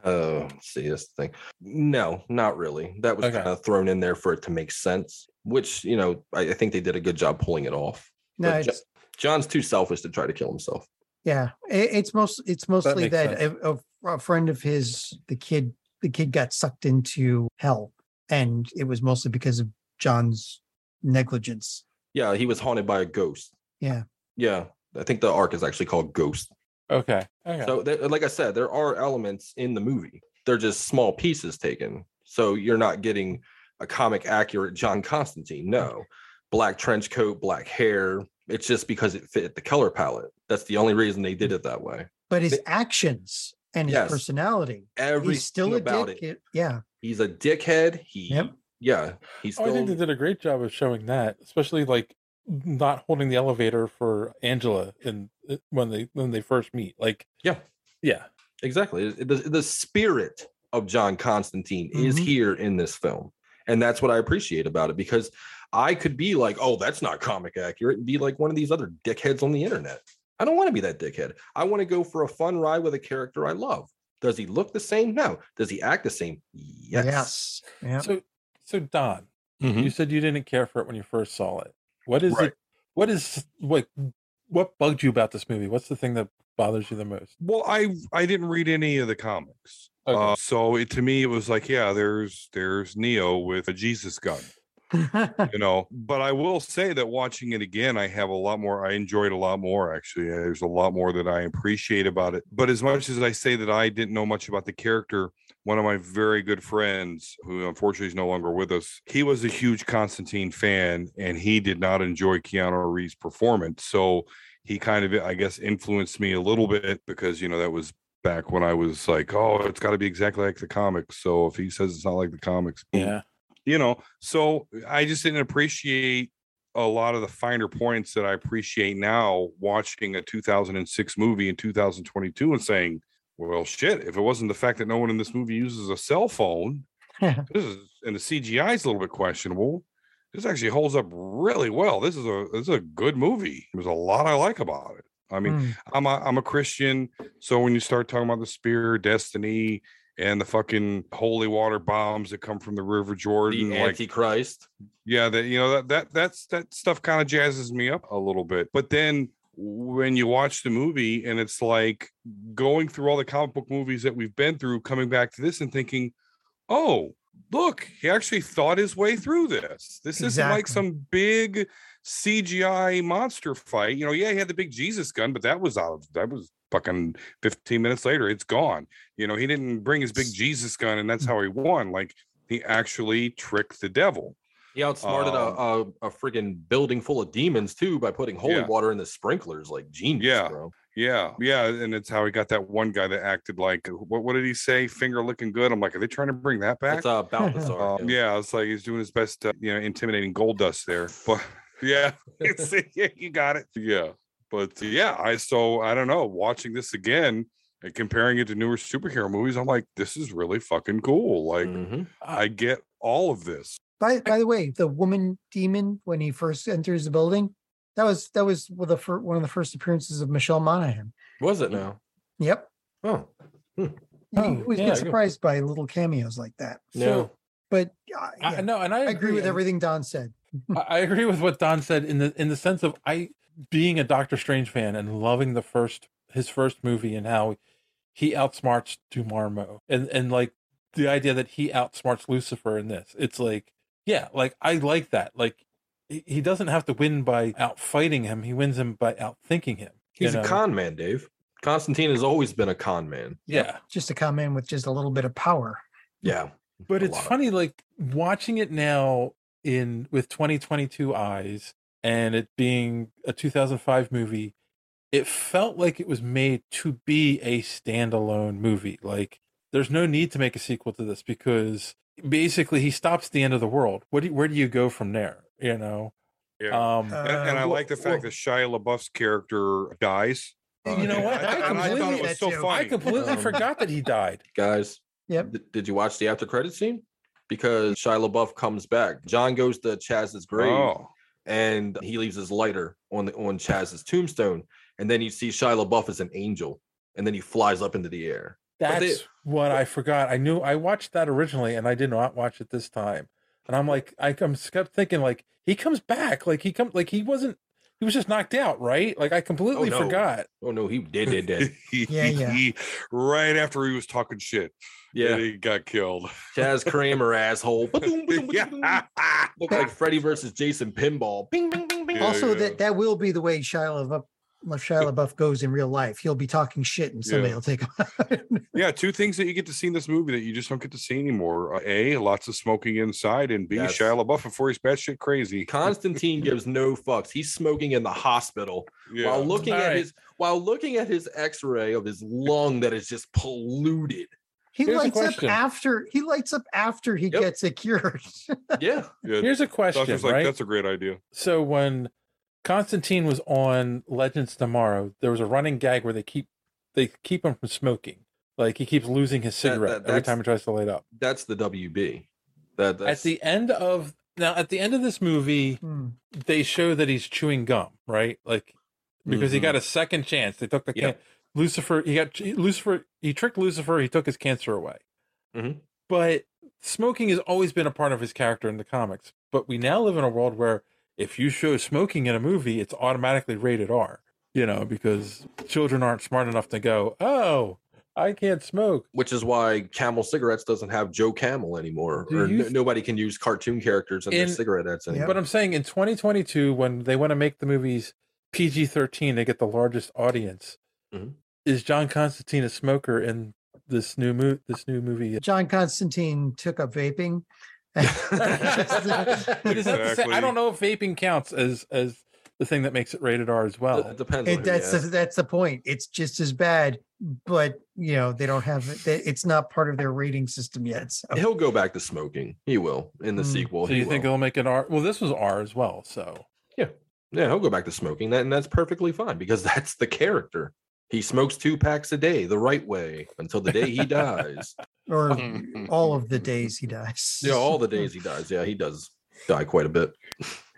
K: Oh, see this thing. No, not really. That was
J: Okay.
K: kind of thrown in there for it to make sense, which you know I, I think they did a good job pulling it off.
G: No,
K: But Jo-
G: it's-
K: John's too selfish to try to kill himself.
G: Yeah, it, it's most it's mostly
K: makes
G: that,
K: sense.
G: a, a- a friend of his, the kid, the kid got sucked into hell, and it was mostly because of John's negligence.
K: Yeah, he was haunted by a ghost.
G: Yeah,
K: Yeah, I think the arc is actually called Ghost.
J: Okay.
K: So, there- like I said, there are elements in the movie. They're just small pieces taken. So you're not getting a comic accurate John Constantine. No, black trench coat, black hair. It's just because it fit the color palette. That's the only reason they did it that way.
G: but his actions and his
K: Yes.
G: personality,
K: Everything
G: he's still a
K: about
G: dick.
K: it.
G: it- Yeah,
K: He's a dickhead. He, yeah, he's
J: Oh, I
K: still.
J: think they did a great job of showing that, especially like not holding the elevator for Angela and when they when they first meet. Like,
K: yeah,
J: yeah,
K: exactly. It- The, the spirit of John Constantine is
J: Mhm.
K: here in this film. And that's what I appreciate about it because I could be like, oh, that's not comic accurate and be like one of these other dickheads on the internet. I don't want to be that dickhead. I want to go for a fun ride with a character I love. Does he look the same? No. Does he act the same? Yes.
G: Yeah.
J: So, so Don,
K: Mm-hmm.
G: Hmm?
J: you said you didn't care for it when you first saw it. What is it? What is what? What bugged you about this movie? What's the thing that bothers you the most?
I: Well, I I didn't read any of the comics,
G: Um,
I: uh, so it to me it was like, yeah, there's there's Neo with a Jesus gun, you know. But I will say that watching it again, I have a lot more. I enjoyed a lot more actually. There's a lot more that I appreciate about it. But as much as I say that I didn't know much about the character, one of my very good friends, who unfortunately is no longer with us, he was a huge Constantine fan, and he did not enjoy Keanu Reeves' performance. So he kind of i guess influenced me a little bit because you know that was back when i was like oh it's got to be exactly like the comics so if he says it's not like the comics
J: yeah
I: you know so i just didn't appreciate a lot of the finer points that i appreciate now watching a 2006 movie in 2022 and saying well shit if it wasn't the fact that no one in this movie uses a cell phone this is and the cgi is a little bit questionable this actually holds up really well. This is a this is a good movie. There's a lot I like about it. I mean,
B: Mm.
I: I'm a I'm a Christian, so when you start talking about the spear, destiny, and the fucking holy water bombs that come from the River Jordan,
K: The
I: like
K: Antichrist.
I: yeah, that you know that that that's that stuff kind of jazzes me up a little bit. But then when you watch the movie and it's like going through all the comic book movies that we've been through, coming back to this and thinking, oh look he actually thought his way through this this isn't like
B: Exactly.
I: some big cgi monster fight you know yeah he had the big jesus gun but that was out of that was fucking 15 minutes later it's gone you know he didn't bring his big jesus gun and that's how he won like he actually tricked the devil
K: He outsmarted a, a, a freaking building full of demons too by putting holy
I: Yeah.
K: water in the sprinklers. Like genius,
I: Yeah.
K: bro.
I: yeah yeah and it's how he got that one guy that acted like uh, what, what did he say finger looking good i'm like are they trying to bring that back
K: It's uh, Balthazar.
I: Um, yeah, it's like he's doing his best, uh, you know, intimidating gold dust there. But yeah, it's, yeah, you got it. Yeah, but uh, yeah, I so I don't know. Watching this again and comparing it to newer superhero movies, I'm like, this is really fucking cool. Like,
K: Mm. Mm-hmm.
I: I get all of this.
G: By by the way, the woman demon when he first enters the building, that was that was one of the fir- one of the first appearances of Michelle Monaghan.
K: Was it now?
G: Yep.
K: Oh.
G: You
I: Oh,
G: always
J: yeah.
G: get surprised by little cameos like that.
J: So-
G: But uh,
J: I-
G: yeah,
J: no, and I
G: agree
J: agree,
G: with
J: and-
G: everything Don said.
J: I, I agree with what Don said in the in the sense of I being a Doctor Strange fan and loving the first his first movie and how he outsmarts Dumarmo and and like the idea that he outsmarts Lucifer in this. It's like yeah, like I like that. Like he he doesn't have to win by outfighting him. He wins him by outthinking him. you
K: He's
I: uh,
J: know?
K: a con man, Dave. Constantine has always been a con man.
J: Yeah.
G: Just a con man with just a little bit of power.
K: Yeah.
J: but
K: a
J: it's
K: lot.
J: funny like watching it now in with 2022 eyes and it being a 2005 movie it felt like it was made to be a standalone movie like there's no need to make a sequel to this because basically he stops the end of the world what do you, where do you go from there you know
I: Yeah,
J: Um,
I: and, and I
J: Uh,
I: like the fact
J: well-
I: that Shia LaBeouf's character dies.
J: you know what
I: I, and I thought it was so funny.
J: I completely
K: Um,
J: forgot that he died
K: Guys,
G: Yep.
K: d- did you watch the after credit scene? because Shia LaBeouf comes back. John goes to Chaz's grave
I: Oh.
K: and he leaves his lighter on the on Chaz's tombstone. And then you see Shia LaBeouf as an angel, and then he flies up into the air. But they-
J: That's what I forgot. I knew I watched that originally, and I did not watch it this time. And I'm like, I, I'm just kept thinking like he comes back, like he comes, like he wasn't, he was just knocked out, right? Like I completely
I: no.
J: forgot.
K: Oh no, he did, did, did.
J: Yeah, yeah.
I: right after he was talking shit.
K: Yeah.
I: and he got killed.
K: Chaz Kramer asshole.
I: Yeah.
K: Look like Freddy versus Jason Pinball. Bing, bing, bing, bing.
G: also, that that will be the way Shia LaBeouf, Shia LaBeouf goes in real life. He'll be talking shit, and somebody
I: Yeah.
G: will take him.
I: yeah, two things that you get to see in this movie that you just don't get to see anymore. Uh, A, lots of smoking inside, and B,
K: Yes.
I: Shia LaBeouf before he's batshit crazy.
K: Constantine gives no fucks. He's smoking in the hospital
I: Yeah.
K: while looking at
I: Alright.
K: his while looking at his X-ray of his lung that is just polluted.
G: He
K: Here's a
G: lights up
K: question.
G: after he lights up after he gets it cured.
K: Yeah.
J: Here's a question,
I: Doctor's like,
J: right?
I: That's a great idea.
J: So when Constantine was on Legends Tomorrow, there was a running gag where they keep they keep him from smoking. Like he keeps losing his cigarette every
K: that's-
J: time he tries to light up.
K: That's the WB. That that's,
J: At the end of now, at the end of this movie,
G: Hmm.
J: they show that he's chewing gum, right? Like because he
K: Mhm.
J: got a second chance. They took the
K: Yeah.
J: can- Lucifer. He got Lucifer. He tricked Lucifer. He took his cancer away.
K: Mhm.
J: But smoking has always been a part of his character in the comics. But we now live in a world where if you show smoking in a movie, it's automatically rated R. You know, because children aren't smart enough to go, "Oh, I can't smoke."
K: which is why Camel cigarettes doesn't have Joe Camel anymore,
J: Do
K: or
J: you
K: no-
J: th-
K: nobody can use cartoon characters in, their
J: In-
K: cigarette ads anymore.
J: But I'm saying in 2022, when they want to make the movies PG 13, they get the largest audience.
K: Mhm.
J: Is John Constantine a smoker in this new mo- this new movie?
G: John Constantine took up vaping.
J: It is not the same- I don't know if vaping counts as as the thing that makes it rated R as well.
K: It depends.
G: It, that's the, that's the point. It's just as bad, but you know they don't have it. they- It's not part of their rating system yet. So.
K: He'll go back to smoking. He will in the
G: Mm.
K: sequel.
J: Hmm. so
K: he
J: you think
K: will.
J: it'll make an R? Well, this was R as well. So
K: Yeah, he'll go back to smoking that, and that's perfectly fine because that's the character. He smokes two packs a day the right way until the day he dies.
G: Or all of the days he dies.
K: yeah, all the days he dies. Yeah, he does die quite a bit.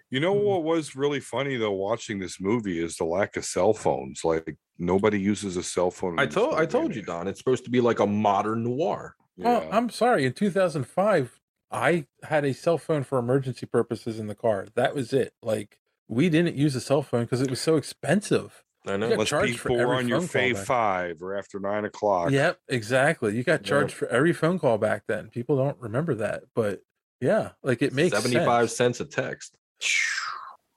I: You know
J: Mm-hmm.
I: what was really funny though, watching this movie is the lack of cell phones. Like nobody uses a cell phone. in
K: I
I: this
K: told I
I: movie
K: told you, Don. It's supposed to be like a modern noir.
J: well, Oh, I'm sorry. In 2005, I had a cell phone for emergency purposes in the car. That was it. Like we didn't use a cell phone because it was so expensive.
K: I know.
J: You got
I: unless
J: charged for
I: people were
J: every
I: on your
J: phone call
I: fave
J: back.
I: five or after nine o'clock.
J: Yep, exactly. You got
K: Yeah.
J: charged for every phone call back then. People don't remember that, but yeah, like it makes
K: Seventy-five cents
J: sense.
K: a text.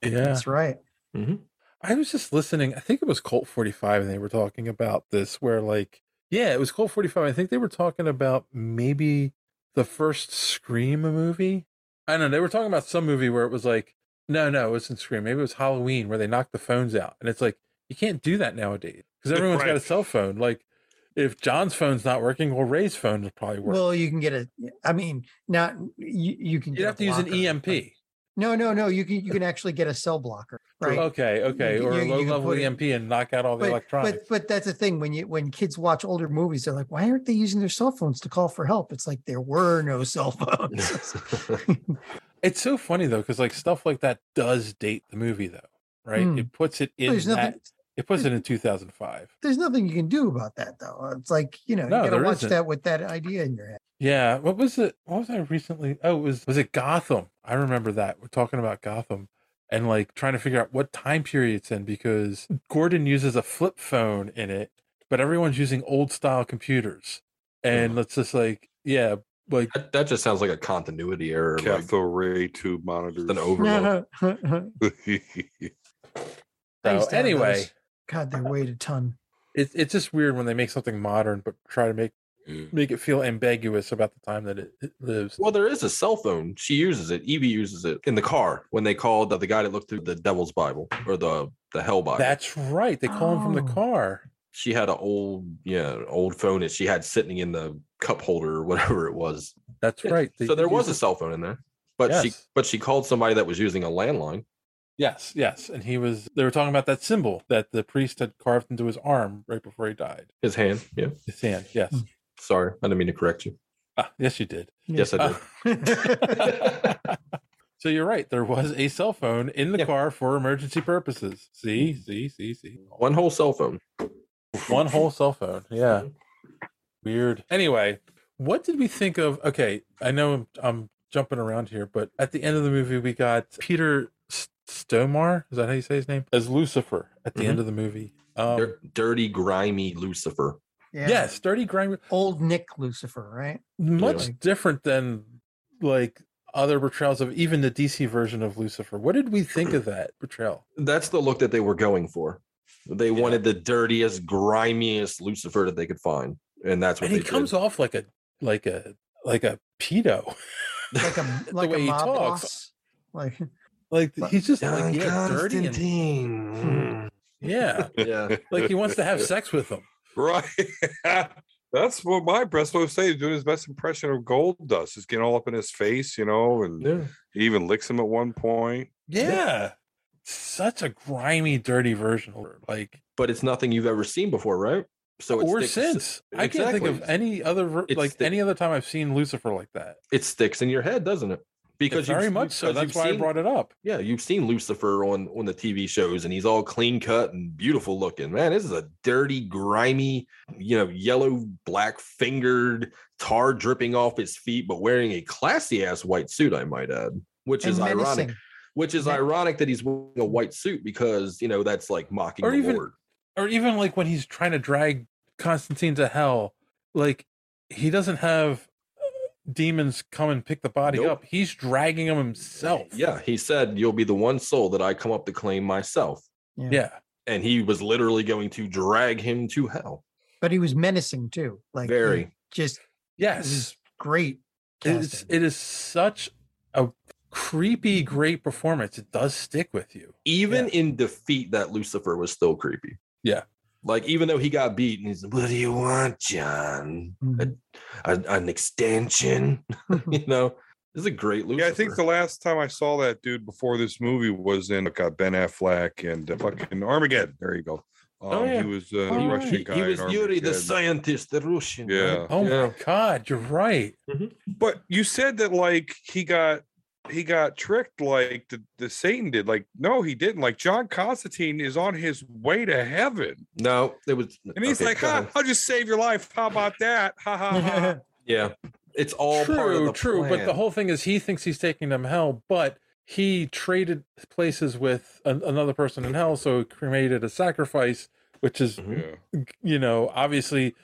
J: Yeah,
G: That's right.
K: Mhm.
J: I was just listening. I think it was Colt Forty Five, and they were talking about this. Where like, yeah, it was Colt Forty Five. I think they were talking about maybe the first Scream movie. I don't know. They were talking about some movie where it was like, no, no, it wasn't Scream. Maybe it was Halloween where they knocked the phones out, and it's like you can't do that nowadays because everyone's got a
I: Right.
J: cell phone. Like, if John's phone's not working, well, Ray's phone will probably work.
G: Well, you can get a. I mean, not you. You can.
J: You'd have to use an
K: E
J: E EMP.
G: No, no, no. You can you can actually get a cell blocker, right?
J: Okay, okay,
G: can-
J: or
G: you-
J: a
G: you
J: low
G: can
J: level
G: put it-
J: EMP and knock out all the
G: But,
J: electronics.
G: but but that's the thing when you when kids watch older movies, they're like, why aren't they using their cell phones to call for help? It's like there were no cell phones.
J: It's so funny though, because like stuff like that does date the movie though, right?
G: Hmm.
J: It puts it in
G: There's
J: that.
G: nothing-
J: It puts it in 2005.
G: There's nothing you can do about that though. It's like you know
J: No,
G: you gotta
J: there
G: watch
J: isn't.
G: that with that idea in your head.
J: Yeah. What was it? What was I recently? Oh, it was was it Gotham? I remember that. We're talking about Gotham and like trying to figure out what time period it's in because Gordon uses a flip phone in it, but everyone's using old style computers, and let's just like yeah, like
K: That, that just sounds like a continuity error. Like
I: Cathode ray tube monitors.
K: an overload.
G: I
J: so
G: used to have those.
J: anyway.
G: God, they weighed a ton.
J: It's it's just weird when they make something modern but try to make
K: Mm.
J: make it feel ambiguous about the time that it, it lives.
K: Well, there is a cell phone. She uses it. Evie uses it in the car when they called the, the guy that looked through the Devil's Bible or the the Hell Bible.
J: That's right. They call him from
G: Oh.
J: the car.
K: she had an old yeah an old phone that she had sitting in the cup holder or whatever it was.
J: That's right. They
K: so there
J: use
K: was a
J: it-
K: cell phone in there, but she
J: Yes.
K: but she called somebody that was using a landline.
J: Yes, yes. And he was they were talking about that symbol that the priest had carved into his arm right before he died.
K: His hand. Yeah.
J: His hand, yes.
K: Sorry, I didn't mean to correct you.
J: Ah, yes, you did.
K: Yes, I did.
J: So you're right. There was a cell phone in the car for emergency purposes. See,
K: Mm.
J: see, see, see.
K: One whole cell phone.
J: One whole cell phone. Yeah. Weird. Anyway, what did we think of? Okay, I know I'm, I'm jumping around here, but at the end of the movie, we got Peter S- Stomar. Is that how you say his name? Mm-hmm. As Lucifer at the end
K: Mhm.
J: of the movie. Um,
K: Dir- dirty, grimy Lucifer.
J: Yes, Dirty Grimer.
G: Old Nick Lucifer, right?
J: much
G: Like,
J: different than like other portrayals of even the DC version of Lucifer. What did we think of that portrayal?
K: That's the look that they were going for. They wanted the dirtiest, grimiest Lucifer that they could find, and that's what
J: And
K: they
J: he comes off like a like a like a pedo.
G: like a like a
J: way he
G: mob
K: Oh,
J: talks.
G: boss. Like
J: Like
G: But-
J: he's just
K: John
J: like yeah, dirty and Hmm.
K: Constantine.
J: yeah,
K: did. Yeah,
J: like he wants to have sex with them.
I: Right. That's what my best way of saying he's doing his best impression of gold dust is getting all up in his face, you know, and
K: Yeah.
I: he even licks him at one point.
J: Yeah, such a grimy, dirty version. of it. Like
K: but it's nothing you've ever seen before, right? So
J: or
K: sticks-
J: since I can't think of
K: Exactly.
J: any other ver-
K: It's
J: like
K: the-
J: any other time I've seen Lucifer like that.
K: It sticks in your head, doesn't it? Because
J: very
K: you've-
J: much so.
K: because
J: That's
K: you've
J: why I
K: seen-
J: brought it up.
K: Yeah, you've seen Lucifer on on the TV shows, and he's all clean cut and beautiful looking. Man, this is a dirty, grimy, you know, yellow, black fingered, tar dripping off his feet, but wearing a classy ass white suit. I might add, which
G: and
K: is ironic.
G: menacing.
K: Which is ironic that he's wearing a white suit because you know that's like mocking
J: Or
K: the
J: even-
K: Lord.
J: or even like when he's trying to drag Constantine to hell, like he doesn't have uh, demons come and pick the body
K: Nope.
J: up. He's dragging him himself.
K: Yeah, he said, "You'll be the one soul that I come up to claim myself,"
J: Yeah.
K: and he was literally going to drag him to hell.
G: But he was menacing too. Like he
K: Very.
G: just
J: Yes.
G: great.
J: It's, it is such a creepy, great performance. It does stick with you.
K: Even in defeat, that Lucifer was still creepy.
J: Yeah.
K: Like even though he got beat, and he's, "What do you want, John?
G: Mm-hmm.
K: A- a- an extension?" you know, this is a great Lucifer.
I: Yeah, I think the last time I saw that dude before this movie was in uh, Ben Affleck and uh, fucking Armageddon. There you go. Um,
K: Oh, yeah.
I: He was uh,
K: He-
I: the Russian
K: he,
I: guy.
K: he
I: in
K: was Yuri the
I: Armageddon.
K: scientist, the Russian.
I: Yeah.
K: right?
J: Oh
K: Yeah.
J: my god, you're right.
I: But you said that like he got he got tricked like the, the Satan did. Like no, he didn't. Like John Constantine is on his way to heaven,
K: No, it was.
I: and he's
K: okay,
I: like, "Ah."
K: go
I: "Ha!
K: ahead.
I: I'll just save your life. How about that? Ha ha ha!"
K: Yeah, it's all part of
J: true,
K: the
J: true. But the
K: plan.
J: whole thing is he thinks he's taking them hell, but he traded places with an, another person in hell, so he created a sacrifice, which is
I: yeah.
J: you know, obviously,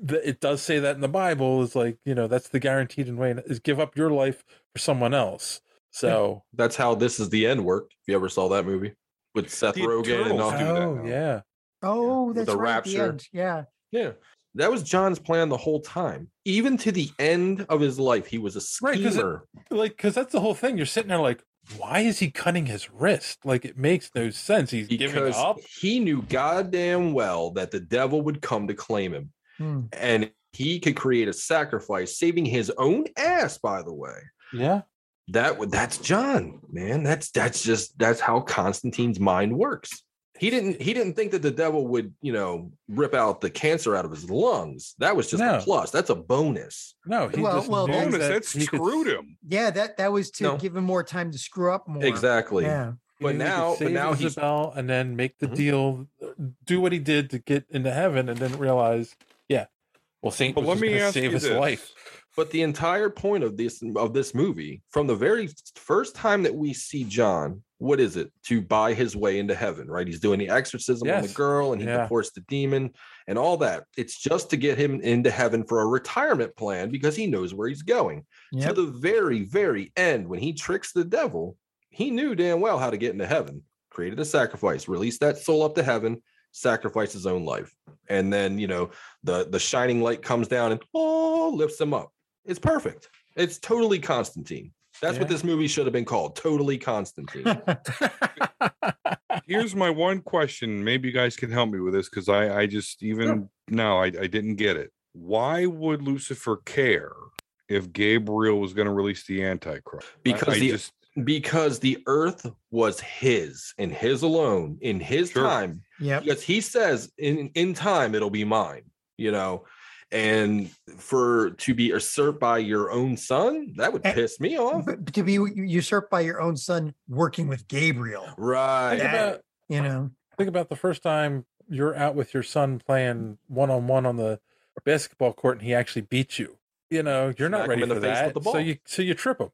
J: the, it does say that in the Bible is like, you know, that's the guaranteed way is give up your life for someone else. So,
K: That's how this is the end worked. If you ever saw that movie with Seth
I: The
K: Rogen and
I: Eternals
K: all
I: do that
J: oh
I: now.
J: yeah,
G: Oh,
K: With
G: that's
K: the
G: right. at The
K: rapture.
G: end. Yeah.
K: Yeah. That was John's plan the whole time. Even to the end of his life, he was a
J: Right, 'cause it-
K: schemer.
J: like because that's the whole thing. You're sitting there like, why is he cutting his wrist? Like it makes no sense. He's giving
K: because
J: up.
K: he knew goddamn well that the devil would come to claim him.
G: Hmm.
K: And he could create a sacrifice, saving his own ass, by the way.
J: Yeah,
K: That would that's John, man. That's that's just that's how Constantine's mind works. He didn't he didn't think that the devil would, you know, rip out the cancer out of his lungs. That was just
J: No.
K: a plus. That's a bonus.
J: no. He
G: Well-
J: just
G: well,
J: knew
G: that's-
I: Bonus,
J: that
I: that
J: he could-
I: screwed him.
G: Yeah, that that was to
K: No.
G: give him more time to screw up more.
K: Exactly.
G: Yeah.
J: he knew
K: But
J: he could
K: now, but
J: save
K: now he's
J: Isabel and then make the
K: Mhm.
J: deal, do what he did to get into heaven, and then realize, yeah, well, Saint
I: But
J: was
I: let
J: just
I: me
J: gonna
I: ask
J: save
I: you
J: his
I: this.
J: life.
K: But the entire point of this of this movie, from the very first time that we see John, what is it? To buy his way into heaven, right? He's doing the exorcism on the
J: Yes.
K: girl and he
J: Yeah.
K: divorced the demon and all that. It's just to get him into heaven for a retirement plan because he knows where he's going.
G: Yep.
K: To the very, very end, when he tricks the devil, he knew damn well how to get into heaven, created a sacrifice, released that soul up to heaven, sacrificed his own life. And then, you know, the the shining light comes down and oh lifts him up. It's perfect. It's totally Constantine. That's what
J: Yeah.
K: this movie should have been called. Totally Constantine.
I: Here's my one question. Maybe you guys can help me with this because I, I just even now I, I didn't get it. Why would Lucifer care if Gabriel was going to release the Antichrist? I-
K: Because
I: I
K: the
I: just-
K: because the earth was his and his alone in his
I: Sure.
K: time.
G: Yep.
K: Because he says in in time it'll be mine, you know. and for to be usurped by your own son, that would piss me off.
G: But to be usurped by your own son working with Gabriel.
K: Right.
J: Think about,
G: you know.
J: think about the first time you're out with your son playing one on one on the basketball court, and he actually beats you. You know, you're
K: Smack
J: not
K: him
J: ready
K: in the
J: for
K: face with
J: that.
K: the
J: So
K: ball.
J: you so you trip him.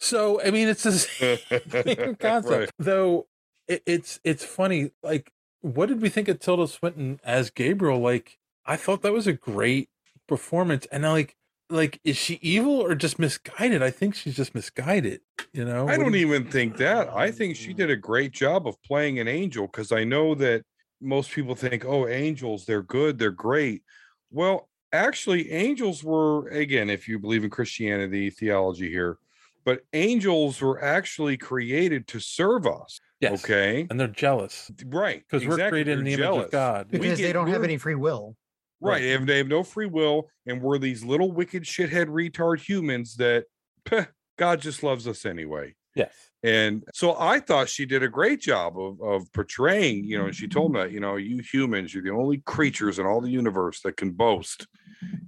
J: So I mean, it's the same concept,
K: Right.
J: though. It, it's it's funny. Like, what did we think of Tilda Swinton as Gabriel? Like, I thought that was a great performance, and I like like is she evil or just misguided? I think she's just misguided. You know,
I: I
J: Oh, What
I: don't
J: do you-
I: even think that. I think she did a great job of playing an angel because I know that most people think, oh, angels, they're good, they're great. Well, actually, angels were, again, if you believe in Christianity theology here, but angels were actually created to serve us.
J: Yes.
I: Okay.
J: And they're jealous.
I: Right.
J: 'Cause we're created in
I: they're
J: the image of God.
I: We
G: Because
I: get-
G: they don't have
I: we're-
G: any free will.
I: Right. They have, they have no free will. And we're these little wicked shithead retard humans that peh, God just loves us anyway.
J: Yes.
I: And so I thought she did a great job of, of portraying, you know, and she told me that, you know, you humans, you're the only creatures in all the universe that can boast,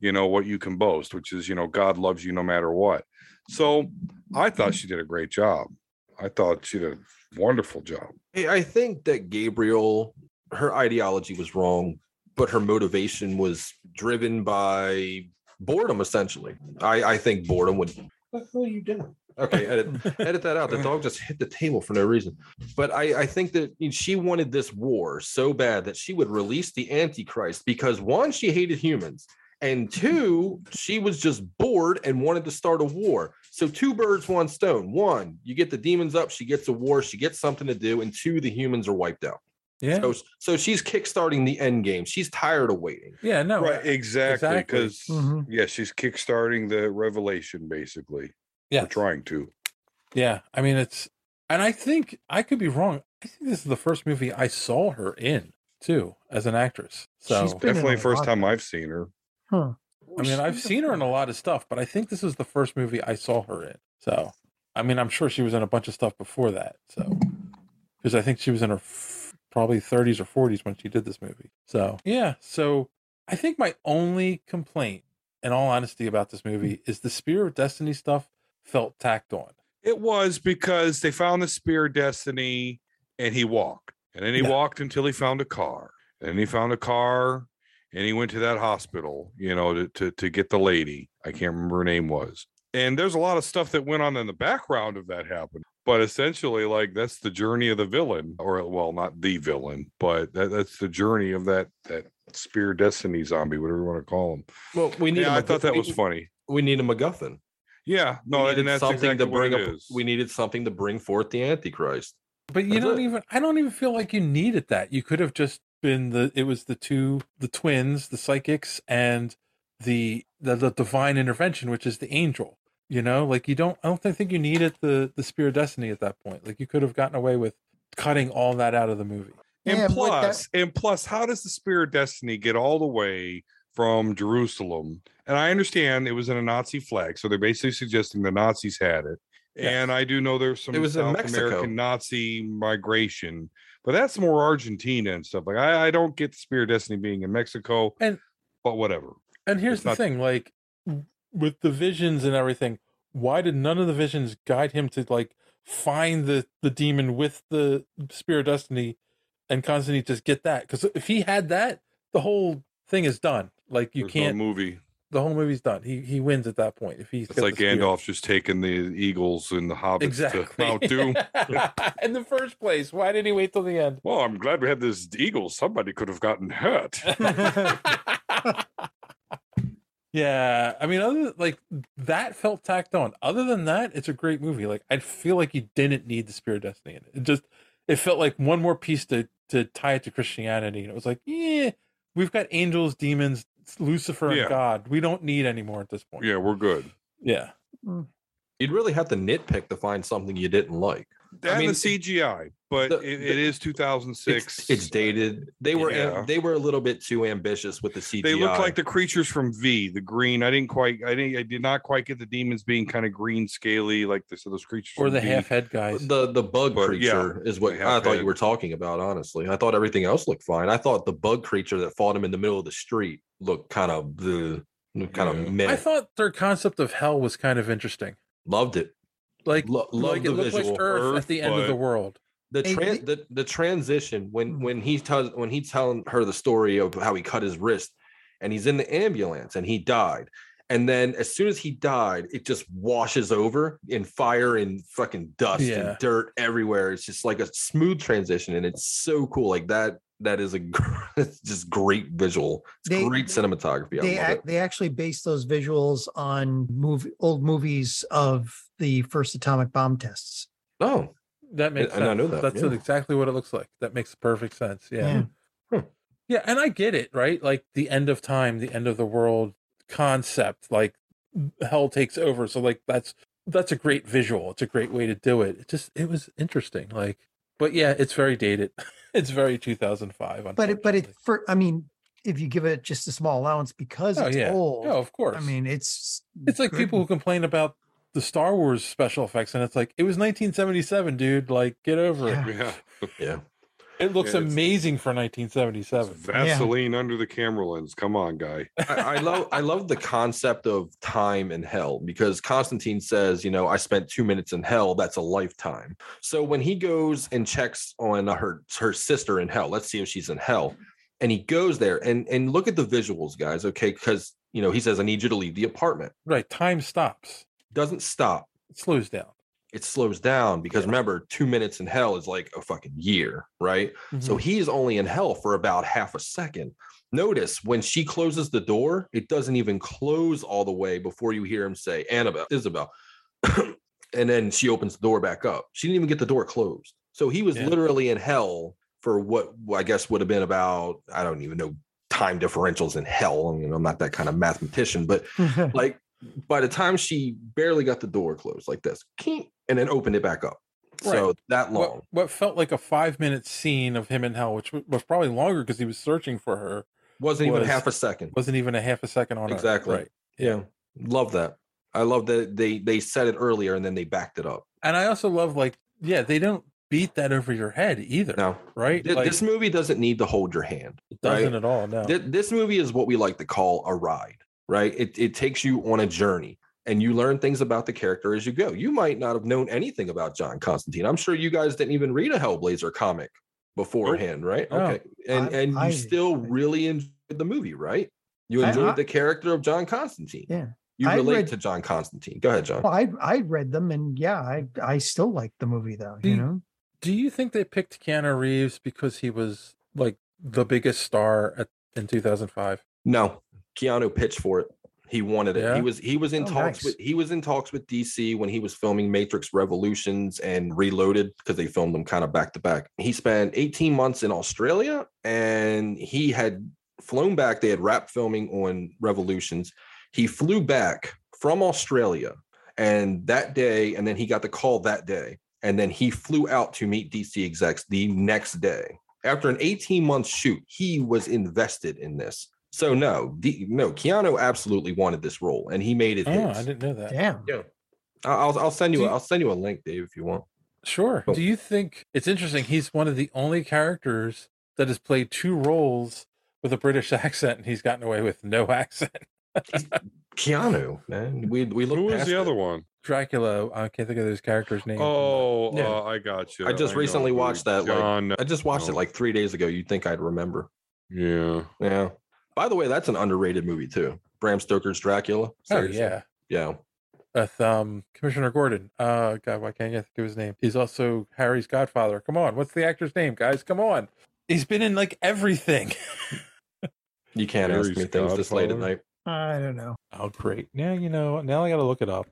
I: you know, what you can boast, which is, you know, God loves you no matter what. So I thought she did a great job. I thought she did a wonderful job.
K: I I think that Gabriel, her ideology was wrong, but her motivation was driven by boredom, essentially. I, I think boredom would. What the hell are you doing? Okay, edit, edit that out. The dog just hit the table for no reason. But I, I think that she wanted this war so bad that she would release the Antichrist because one, she hated humans, and two, she was just bored and wanted to start a war. So two birds, one stone. One, you get the demons up, she gets a war, she gets something to do, and two, the humans are wiped out.
J: Yeah.
K: So, so she's kickstarting the end game. She's tired of waiting.
J: Oh, yeah. No.
I: right. Exactly.
J: exactly.
I: Because,
J: Mhm.
I: yeah, she's kickstarting the revelation, basically.
J: Yeah.
I: Or trying to.
J: Yeah, I mean it's, and I think I could be wrong. I think this is the first movie I saw her in too as an actress. So
G: She's been in
I: Definitely
G: a
I: first
G: lot.
I: time I've seen her.
G: Huh.
J: I mean, I've seen her in a lot of stuff, but I think this is the first movie I saw her in. So, I mean, I'm sure she was in a bunch of stuff before that. So, because I think she was in her f- probably 30s or 40s when she did this movie. So, yeah. So, I think my only complaint, in all honesty, about this movie is the Spear of Destiny stuff felt tacked on.
I: It was because they found the spear of destiny and he walked. And then he
J: Yeah.
I: walked until he found a car. And then he found a car and he went to that hospital, you know, to, to, to get the lady. I can't remember her name was. And there's a lot of stuff that went on in the background of that happening. But essentially, like that's the journey of the villain, or well, not the villain, but that, that's the journey of that that spear of destiny zombie, whatever you want to call him.
K: Well, we need.
I: Yeah,
K: I
I: I thought that was funny.
K: We need a MacGuffin.
I: Yeah, no,
K: we
I: and
K: needed
I: that's
K: something
I: exactly
K: to
I: what
K: bring
I: it
K: up.
I: is.
K: We needed something to bring forth the Antichrist.
J: But you
K: That's
J: don't
K: it.
J: even I don't even feel like you needed that. You could have just been the it was the two the twins, the psychics and the the, the divine intervention, which is the angel. You know, like you don't I don't thi- think you needed the the spear of destiny at that point. Like you could have gotten away with cutting all that out of the movie.
I: And
G: Yeah, but that-
I: plus, and plus, how does the spear of destiny get all the way from Jerusalem? And I understand it was in a Nazi flag, so they're basically suggesting the Nazis had it. And I do know there's some
K: It was in
I: South
K: Mexico.
I: American Nazi migration, but that's more Argentina and stuff. Like I, I don't get the spear of destiny being in Mexico,
J: And-
I: but whatever.
J: And here's
I: It's
J: the
I: not-
J: thing, like w- with the visions and everything, why did none of the visions guide him to like find the the demon with the spear of destiny and Constantine just get that? Because if he had that, the whole thing is done. Like you
I: There's no
J: can't
I: movie.
J: the whole movie's done. He he wins at that point. If he's
I: It's
J: got
I: like
J: the spear.
I: Gandalf just taking the eagles and the hobbits
J: Exactly.
I: to Mount Doom.
J: in the first place. Why did he wait till the end?
I: well, I'm glad we had this eagle. Somebody could have gotten hurt.
J: Yeah, I mean, other like that felt tacked on. Other than that, it's a great movie. Like I feel like you didn't need the Spirit of Destiny in it. It just it felt like one more piece to to tie it to Christianity, and it was like, yeah, we've got angels, demons, Lucifer,
I: Yeah.
J: and God. We don't need any more at this point.
I: yeah, we're good.
J: Yeah,
K: You'd really have to nitpick to find something you didn't like.
I: That and the CGI, but
K: the-
I: it, it is 2006.
K: It's dated. They were
I: Yeah.
K: they were a little bit too ambitious with the CGI.
I: They look like the creatures from V, the green. I didn't quite, I didn't, I did not quite get the demons being kind of green, scaly, like this. So those creatures
J: Or
I: from
J: the
I: V.
J: half head guys.
K: the the bug
I: But, yeah,
K: creature is what
I: the
K: I thought
I: half-head.
K: you were talking about. Honestly, I thought everything else looked fine. I thought the bug creature that fought him in the middle of the street looked kind of the kind of meh.
J: I thought their concept of hell was kind of interesting.
K: loved it.
J: Like,
K: Lo- love
J: like
K: the
J: it looked
K: visual.
J: like Earth,
K: Earth,
J: at the end of the
K: but-
J: world.
K: the,
J: Hey,
K: tran the the transition
G: Mm-hmm.
K: when when he tells when he telling her the story of how he cut his wrist and he's in the ambulance and he died and then as soon as he died it just washes over in fire and fucking dust
J: Yeah.
K: and dirt everywhere it's just like a smooth transition and it's so cool like that that is a gr- it's just great visual it's
G: They-
K: great cinematography
G: they
K: I love
G: ac- they actually based those visuals on movie old movies of the first atomic bomb tests.
K: it oh
J: That makes
K: And
J: sense.
K: I know that,
J: That's
K: yeah.
J: exactly what it looks like. That makes perfect sense. Yeah.
G: Yeah.
J: Yeah.
K: Hmm.
J: And I get it, right? Like the end of time, the end of the world concept, like hell takes over. So like that's that's a great visual. It's a great way to do it. It just it was interesting. Like, but yeah, it's very dated. It's very 2005.
G: But it, but it for I mean, if you give it just a small allowance because
J: Oh,
G: it's
J: yeah.
G: old.
J: Oh, of course.
G: I mean, it's
J: It's like
G: good.
J: people who complain about the Star Wars special effects, and it's like it was 1977, dude. Like, get over it.
I: Yeah.
K: yeah
J: It looks
I: Yeah, it's-
J: amazing for 1977.
I: Vaseline under the camera lens. Come on, guy.
K: I, I love I love the concept of time in hell because Constantine says, you know, I spent two minutes in hell. That's a lifetime. So when he goes and checks on her her sister in hell, let's see if she's in hell. And he goes there and and look at the visuals, guys. Okay, because you know he says, I need you to leave the apartment.
J: Right. Time stops.
K: Doesn't stop.
J: It slows down.
K: It slows down because remember, two minutes in hell is like a fucking year, right? So
J: Mhm.
K: he's only in hell for about half a second. Notice when she closes the door, it doesn't even close all the way before you hear him say, Annabelle, Isabel. and then she opens the door back up. She didn't even get the door closed. So he was
J: Yeah.
K: literally in hell for what I guess would have been about, I don't even know time differentials in hell. I mean, I'm not that kind of mathematician, but
J: Mm-hmm.
K: like by the time she barely got the door closed like this, kink, and then opened it back up. So
J: Right.
K: that long.
J: What, what felt like a five minute scene of him in hell, which w- was probably longer because he was searching for her,
K: wasn't even
J: was-
K: half a second.
J: wasn't even a half a second on Earth.
K: Exactly.
J: Right.
K: Yeah. Love that. I love that they they said it earlier and then they backed it up.
J: And I also love like, yeah, they don't beat that over your head either.
K: No.
J: Right.
K: Th-
J: Like,
K: this movie doesn't need to hold your hand.
J: it doesn't
K: right?
J: at all. No.
K: Th- this movie is what we like to call a ride, right? It it takes you on a journey and you learn things about the character as you go. You might not have known anything about John Constantine. I'm sure you guys didn't even read a Hellblazer comic beforehand, right?
J: No.
K: Okay. And
G: I-
K: and you
G: I-
K: still really enjoyed the movie, right? You
G: I-
K: enjoyed
G: I-
K: the character of John Constantine.
G: Yeah.
K: You
G: I
K: relate
G: read-
K: to John Constantine. Go ahead, John.
G: Well, I I read them and yeah, I I still like the movie though, you
I: Hmm.
J: Do-
G: know.
J: Do you think they picked Keanu Reeves because he was like the biggest star at, in 2005?
K: No, Keanu pitched for it. He wanted it.
J: Yeah?
K: He was he was in
G: Oh,
K: talks
G: nice.
K: with he was in talks with DC when he was filming Matrix Revolutions and Reloaded because they filmed them kind of back to back. He spent 18 months in Australia and he had flown back. They had wrapped filming on Revolutions. He flew back from Australia and that day, and then he got the call that day. And then he flew out to meet DC execs the next day. After an 18 month shoot, he was invested in this. So no, D, no, Keanu absolutely wanted this role, and he made it.
J: Oh, I
K: his.
J: didn't know that.
G: Damn.
K: Yeah, I- I'll I'll send you,
J: Do
K: a-
J: you-
K: I'll send you a link, Dave, if you want.
J: Sure.
K: Oh.
J: Do you think it's interesting? He's one of the only characters that has played two roles with a British accent, and he's gotten away with no accent.
K: Keanu, man, we we look.
I: Who was
K: past
I: the
K: it.
I: other one?
J: Dracula. I can't think of those characters' names.
I: Oh,
J: Yeah.
I: uh, I got you.
K: I just
I: know
K: recently
I: who
K: watched that.
I: John.
K: Like, I just watched it
I: no.
K: like three days ago. You'd think I'd remember.
I: yeah.
K: Yeah. By the way, that's an underrated movie too. Bram Stoker's Dracula.
J: oh
K: Seriously.
J: yeah.
K: Yeah.
J: With um, Commissioner Gordon. Uh, God, why can't I think of his name? He's also Harry's godfather. Come on, what's the actor's name, guys? Come on. He's been in like everything.
K: You can't ask
I: Harry's
K: me things this late at
I: Godfather.
K: night.
G: I don't know.
J: Oh, great. Now you know. Now I got to look it up.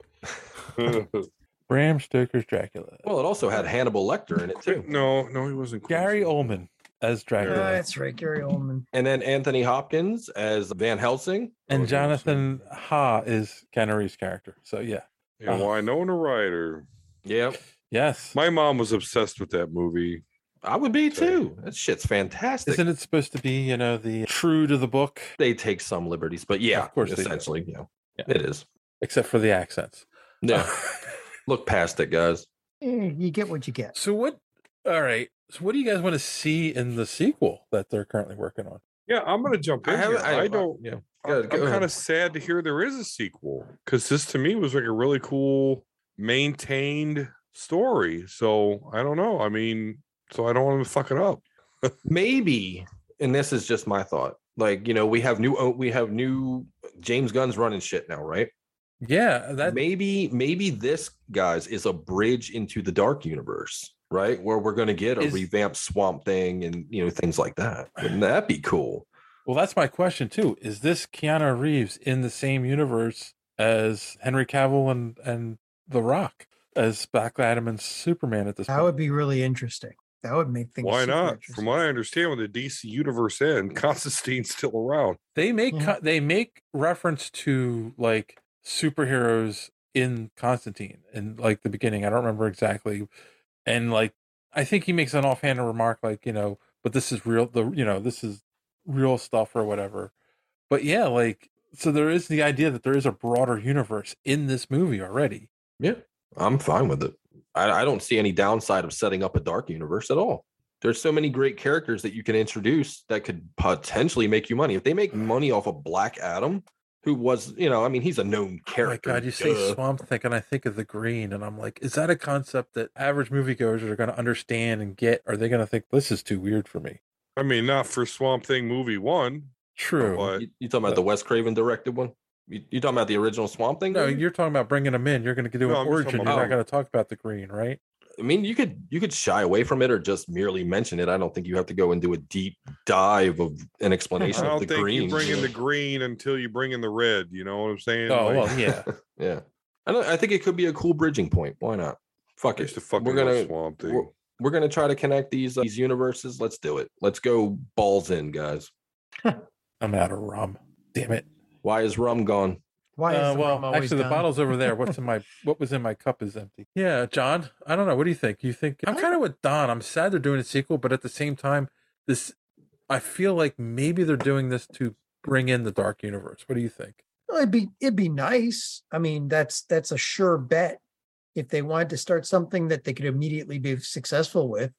J: Bram Stoker's Dracula.
K: Well, it also had Hannibal Lecter in it too,
I: no, no, he wasn't. Quincy.
J: Gary Oldman as Dracula.
G: Ah, that's right, Gary Oldman.
K: and then Anthony Hopkins as Van Helsing.
J: and
I: Okay, so-
J: Jonathan Ha is Keanu Reeves' character. So yeah,
I: And Winona Ryder.
K: Yep.
J: Yes.
I: My mom was obsessed with that movie.
K: I would be too. That shit's fantastic.
J: Isn't it supposed to be, you know, the true to the book?
K: They take some liberties, but yeah,
J: Of course they do.
K: essentially, you know,
J: Yeah.
K: it is.
J: Except for the accents.
K: Yeah. Look past it, guys.
G: Eh, You get what you get.
J: So what? All right. So what do you guys want to see in the sequel that they're currently working on?
I: Yeah, I'm gonna jump
K: I
I: in. I, here.
K: haven't- I-
I: I, don't.
K: yeah.
I: I-
K: Go-
I: I'm
K: go ahead.
I: kind of sad to hear there is a sequel because this to me was like a really cool maintained story. So I don't know. I mean, so I don't want them to fuck it up.
K: maybe and this is just my thought like you know we have new we have new james gunn's running shit now right
J: Yeah, that
K: maybe maybe this guys is a bridge into the dark universe right where we're going to get a
J: Is-
K: revamped swamp thing and you know things like that wouldn't that be cool
J: Well, that's my question too. Is this Keanu Reeves in the same universe as Henry Cavill and and The Rock as Black Adam and Superman at this
G: That
J: point?
G: would be really interesting. That would make things.
I: Why
G: super
I: not?
G: interesting.
I: From what I understand, when the DC universe end, Constantine's still around.
J: They make co- they make reference to like superheroes in Constantine in like the beginning. I don't remember exactly, and like I think he makes an offhand remark like you know, but this is real. The you know this is real stuff or whatever. But yeah, like so there is the idea that there is a broader universe in this movie already.
K: yeah i'm fine with it I, I don't see any downside of setting up a dark universe at all there's so many great characters that you can introduce that could potentially make you money if they make money off of black adam who was you know i mean he's a known
J: Oh my
K: character
J: god, you say
K: duh.
J: Swamp Thing, and I think of the green, and I'm like, is that a concept that average moviegoers are going to understand and get? Are they going to think this is too weird for me?
I: I mean, not for Swamp Thing movie one,
J: True.
I: but
K: You, you talking about the Wes Craven directed one? You, you talking about the original Swamp Thing?
J: No,
K: movie?
J: you're talking about bringing them in. You're going to do
I: No,
J: an
I: I'm just
J: origin.
I: talking
J: You're
K: about
J: not
K: green.
J: going to talk about the green, right?
K: I mean, you could you could shy away from it or just merely mention it. I don't think you have to go and do a deep dive of an
I: I
K: explanation
I: don't
K: of the
I: think
K: green.
I: you bring
K: you
I: in
K: know?
I: the green until you bring in the red. You know what I'm saying?
J: Oh
I: Like,
J: well, yeah.
K: yeah. I don't, I think it could be a cool bridging point. Why not? Fuck
I: I
K: it.
I: used to fucking
K: We're
I: love
K: gonna
I: Swamp Thing.
K: we're, we're gonna try to connect these uh, these universes. Let's do it. Let's go balls in, guys.
J: I'm out of rum. Damn it.
K: Why is rum gone?
G: Why? Is
J: Uh,
G: the rum
J: well,
G: always
J: actually, the
G: done?
J: bottle's over there. What's in my what was in my cup is empty. Yeah, John. I don't know. What do you think? You think I'm kind of with Don. I'm sad they're doing a sequel, but at the same time, this I feel like maybe they're doing this to bring in the dark universe. What do you think?
G: Well, it'd be it'd be nice. I mean, that's that's a sure bet. If they wanted to start something that they could immediately be successful with,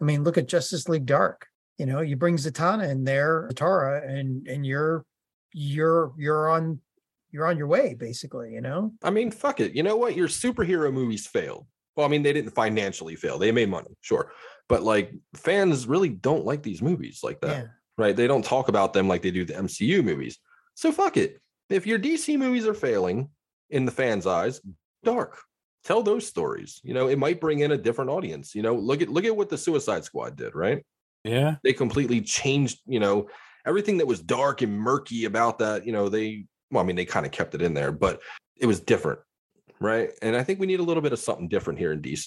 G: I mean, look at Justice League Dark. You know, you bring Zatanna in there, Zatara, and and you're you're you're on you're on your way basically. You know,
K: I mean, fuck it. You know what? Your superhero movies failed. Well, I mean, they didn't financially fail. They made money, sure. But like fans really don't like these movies like that,
G: yeah.
K: right? They don't talk about them like they do the MCU movies. So fuck it. If your DC movies are failing in the fans' eyes, dark. Tell those stories. You know, it might bring in a different audience. You know, look at look at what the Suicide Squad did, right?
J: Yeah.
K: they completely changed you know everything that was dark and murky about that you know they well i mean they kind of kept it in there but it was different right and i think we need a little bit of something different here in dc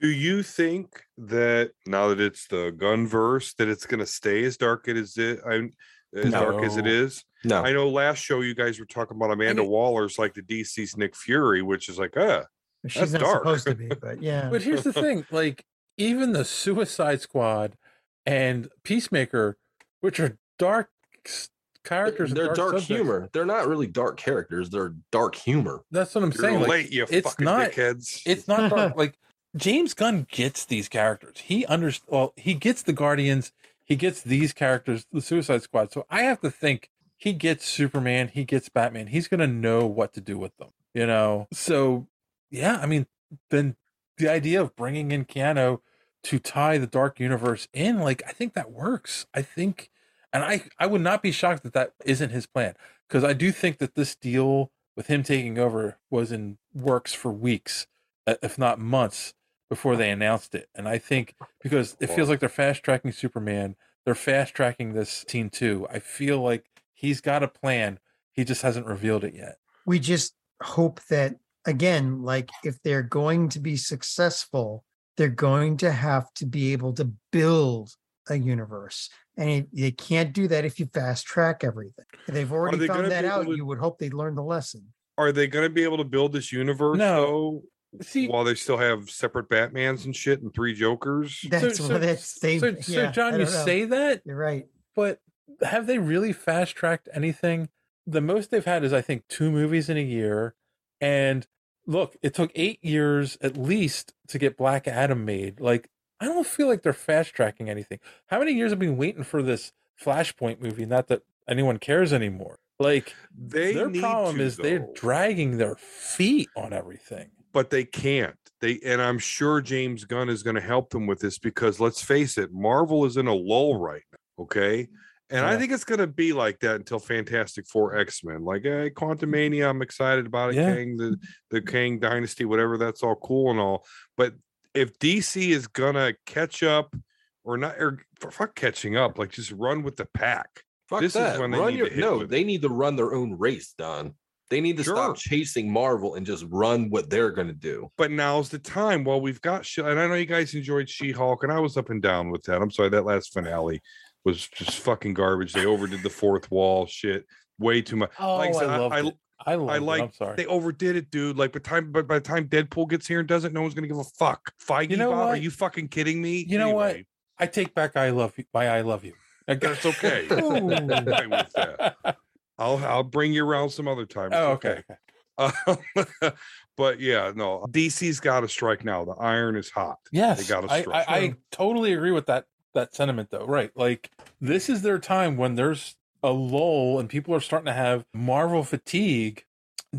I: Do you think that now that it's the Gunverse, that it's going to stay as dark it is it I'm, as dark as it
J: No.
I: is?
K: no
I: I know last show you guys were talking about Amanda
J: mean-
I: Waller's like the DC's Nick Fury, which is like, uh,
G: She's
I: That's
G: not
I: dark.
G: supposed to be, but yeah.
J: But here's the thing: like even the Suicide Squad and Peacemaker, which are dark s- characters, and
K: they're dark,
J: subjects,
K: humor they're not really dark characters they're dark humor
J: That's what I'm
I: you're
J: saying.
I: late,
J: like,
I: you
J: it's
I: fucking
J: not-
I: dickheads.
J: it's not dark. like James Gunn gets these characters. He under well, he gets the Guardians. He gets these characters, the Suicide Squad. So I have to think he gets Superman. He gets Batman. He's gonna know what to do with them. You know. So yeah, I mean, then the idea of bringing in Keanu to tie the Dark Universe in, like I think that works. I think, and I I would not be shocked that that isn't his plan because I do think that this deal with him taking over was in works for weeks, uh, if not months, before they announced it. And I think because it feels like they're fast tracking Superman, they're fast tracking this team too. I feel like he's got a plan. He just hasn't revealed it yet.
G: we just hope that again like if they're going to be successful they're going to have to be able to build a universe and it- they can't do that if you fast track everything they've already
I: they
G: found
I: gonna
G: that
I: be able
G: out
I: to-
G: you would hope they'd learn the lesson
I: are they going to be able to build this universe?
J: No.
I: though? while they still have separate Batmans and shit and three Jokers.
G: That's what it's- they-
J: so, so
G: yeah, I
J: John, you
G: don't know.
J: say that,
G: You're right.
J: but have they really fast tracked anything? The most they've had is, I think, two movies in a year. And look, it took eight years at least to get Black Adam made. Like, I don't feel like they're fast tracking anything. How many years have we been waiting for this Flashpoint movie? Not that anyone cares anymore. Like,
I: They
J: their
I: need
J: problem
I: to,
J: is they're
I: though.
J: dragging their feet on everything.
I: but they can't. They and I'm sure James Gunn is going to help them with this because let's face it, Marvel is in a lull right now. Okay. And I
J: Yeah.
I: think it's going to be like that until Fantastic Four X Men. Like, hey, Quantumania, I'm excited about it.
J: Mm. Yeah.
I: Kang, the, the Kang Dynasty, whatever, that's all cool and all. But if DC is going to catch up or not, or f- fuck catching up, like just run with the pack.
K: Fuck
I: This is
K: that.
I: when they
K: run
I: need
K: your,
I: to hit
K: no,
I: with
K: they need to run their own race, Don. They need to stop chasing Marvel and just run what they're going to do.
I: but now's the time. Well, we've got, She- and I know you guys enjoyed She Hulk, and I was up and down with that. I'm sorry, that last finale was just fucking garbage. They overdid the fourth wall shit way too much.
J: Oh, I,
I: said,
J: loved it. I,
I: I
J: loved it. I'm
I: like
J: sorry.
I: they overdid it, dude. Like by the time, but by the time Deadpool gets here and does it, no one's gonna give a fuck. Feige,
J: You know
I: Bob, are
J: what?
I: you fucking kidding me?
J: you know
I: Anyway,
J: what? I take back I love you. My I love you. Like,
I: That's okay.
J: Ooh.
I: I'm fine with that. I'll I'll bring you around some other time. It's
J: Oh, okay.
I: Um, but yeah, no, DC's got to strike now. The iron is hot.
J: Yes,
I: they got to
J: I,
I: strike.
J: I, I totally agree with that that sentiment though. Right, like this is their time when there's a lull and people are starting to have Marvel fatigue.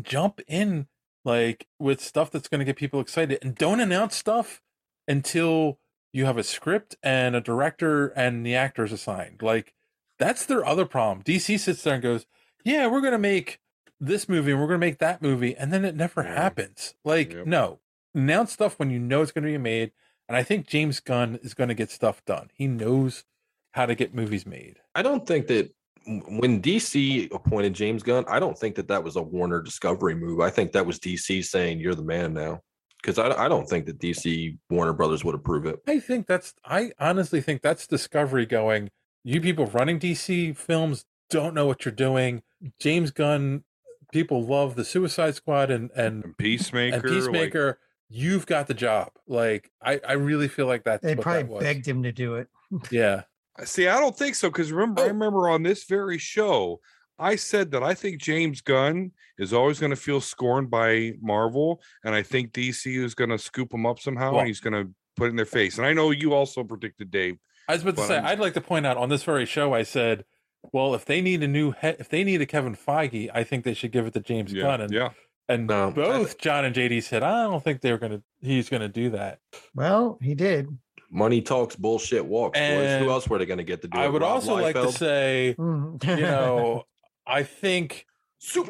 J: Jump in like with stuff that's going to get people excited, and don't announce stuff until you have a script and a director and the actors assigned. Like that's their other problem. DC sits there and goes, "Yeah, we're going to make this movie and we're going to make that movie," and then it never happens. Like
I: Yep.
J: no, announce stuff when you know it's going to be made. And I think James Gunn is going to get stuff done. He knows how to get movies made.
K: I don't think that when DC appointed James Gunn, I don't think that that was a Warner Discovery move. I think that was DC saying, you're the man now. Because I, I don't think that DC Warner Brothers would approve it.
J: I think that's, I honestly think that's Discovery going, you people running DC films don't know what you're doing. James Gunn, people love the Suicide Squad and, and,
I: Peacemaker.
J: and
I: like,
J: Peacemaker. You've got the job. Like, I, I really feel like that's
G: They
J: what that
G: probably
J: was.
G: begged him to do it.
J: Yeah.
I: See, I don't think so because remember, I
G: Oh.
I: remember on this very show, I said that I think James Gunn is always going to feel scorned by Marvel, and I think DC is going to scoop him up somehow,
J: Well-
I: and he's going to put it in their face. And I know you also predicted Dave.
J: I was about to
I: But
J: say,
I: I'm-
J: i would like to point out on this very show, I said, well, if they need a new, he- if they need a Kevin Feige, I think they should give it to James
I: Yeah,
J: Gunn. And,
I: yeah.
J: and
K: No, I-
J: both John and JD said, I don't think they're gonna, he's gonna do that.
G: Well, he did.
K: Money talks, bullshit walks. Boys.
J: And
K: Who else were they going to get to do it?
J: I would
K: Rob
J: also like to
K: Liefeld?
J: say,
G: Mm.
J: you know, I think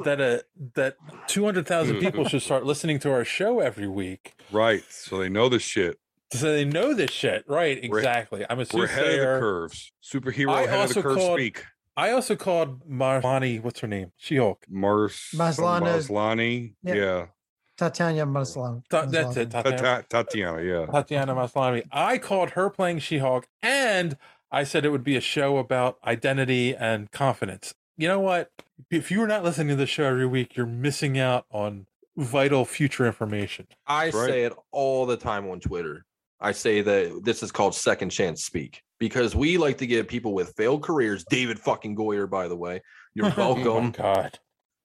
J: that a that two hundred thousand
I: Mm.
J: people should start listening to our show every week,
I: Right. So they know this shit.
J: so they know this shit, right?
I: We're-
J: Exactly. I'm a
I: We're ahead of
J: soothsayer.
I: the curves. Superhero
J: I
I: ahead of the
J: also
I: curve
J: called-
I: speak.
J: I also called Marlani. What's her name? She Hulk.
I: Mars
G: Maslana-
I: Maslani.
G: Yeah.
I: Yeah.
G: Tatiana Maslany.
J: that's it.
I: Ta-
J: Tatiana.
I: ta- Tatiana, yeah.
J: Tatiana Maslany. I called her playing She Hulk, and I said it would be a show about identity and confidence. You know what? If you are not listening to the show every week, you're missing out on vital future information.
K: I
I: Right.
K: say it all the time on Twitter. I say that this is called second chance speak because we like to give people with failed careers, David fucking Goyer, by the way. You're
J: Oh my
K: welcome.
J: God.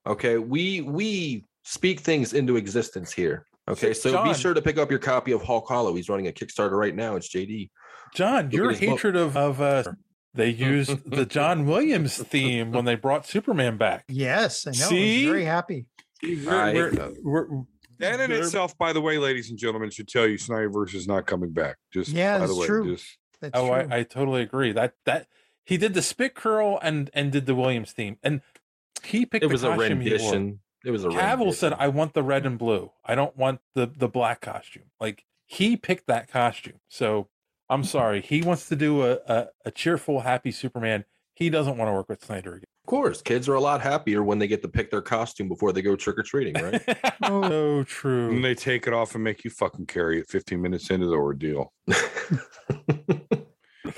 K: okay. We we speak things into existence here. Okay.
J: So,
K: So
J: John-
K: be sure to pick up your copy of Hulk Hollow. He's running a Kickstarter right now. It's JD.
J: John,
K: Look
J: your
K: at his book.
J: hatred of, of uh they used the John Williams theme when they brought Superman back.
G: Yes, I know. I
J: See?
G: was very happy.
K: I- uh,
J: We're- we're-
I: That in
J: They're-
I: itself, by the way, ladies and gentlemen, should tell you Snyderverse is not coming back. Just
G: Yeah,
I: by the
G: it's
I: way,
G: true.
I: just
G: That's
J: oh,
G: true.
J: I, I totally agree. That that he did the spit curl and and did the Williams theme, and he picked
K: It
J: the
K: was a
J: costume he wore.
K: rendition. It was a
J: Cavill said,
K: rendition.
J: "I want the red and blue. I don't want the the black costume." Like he picked that costume. So
K: Hmm.
J: I'm sorry. He wants to do a a, a cheerful, happy Superman. He doesn't want to work with Snyder
K: Of course, kids are a lot happier when they get to pick their costume before they go trick or treating, right?
J: again. so true.
I: and they take it off and make you fucking carry it 15 minutes into the ordeal.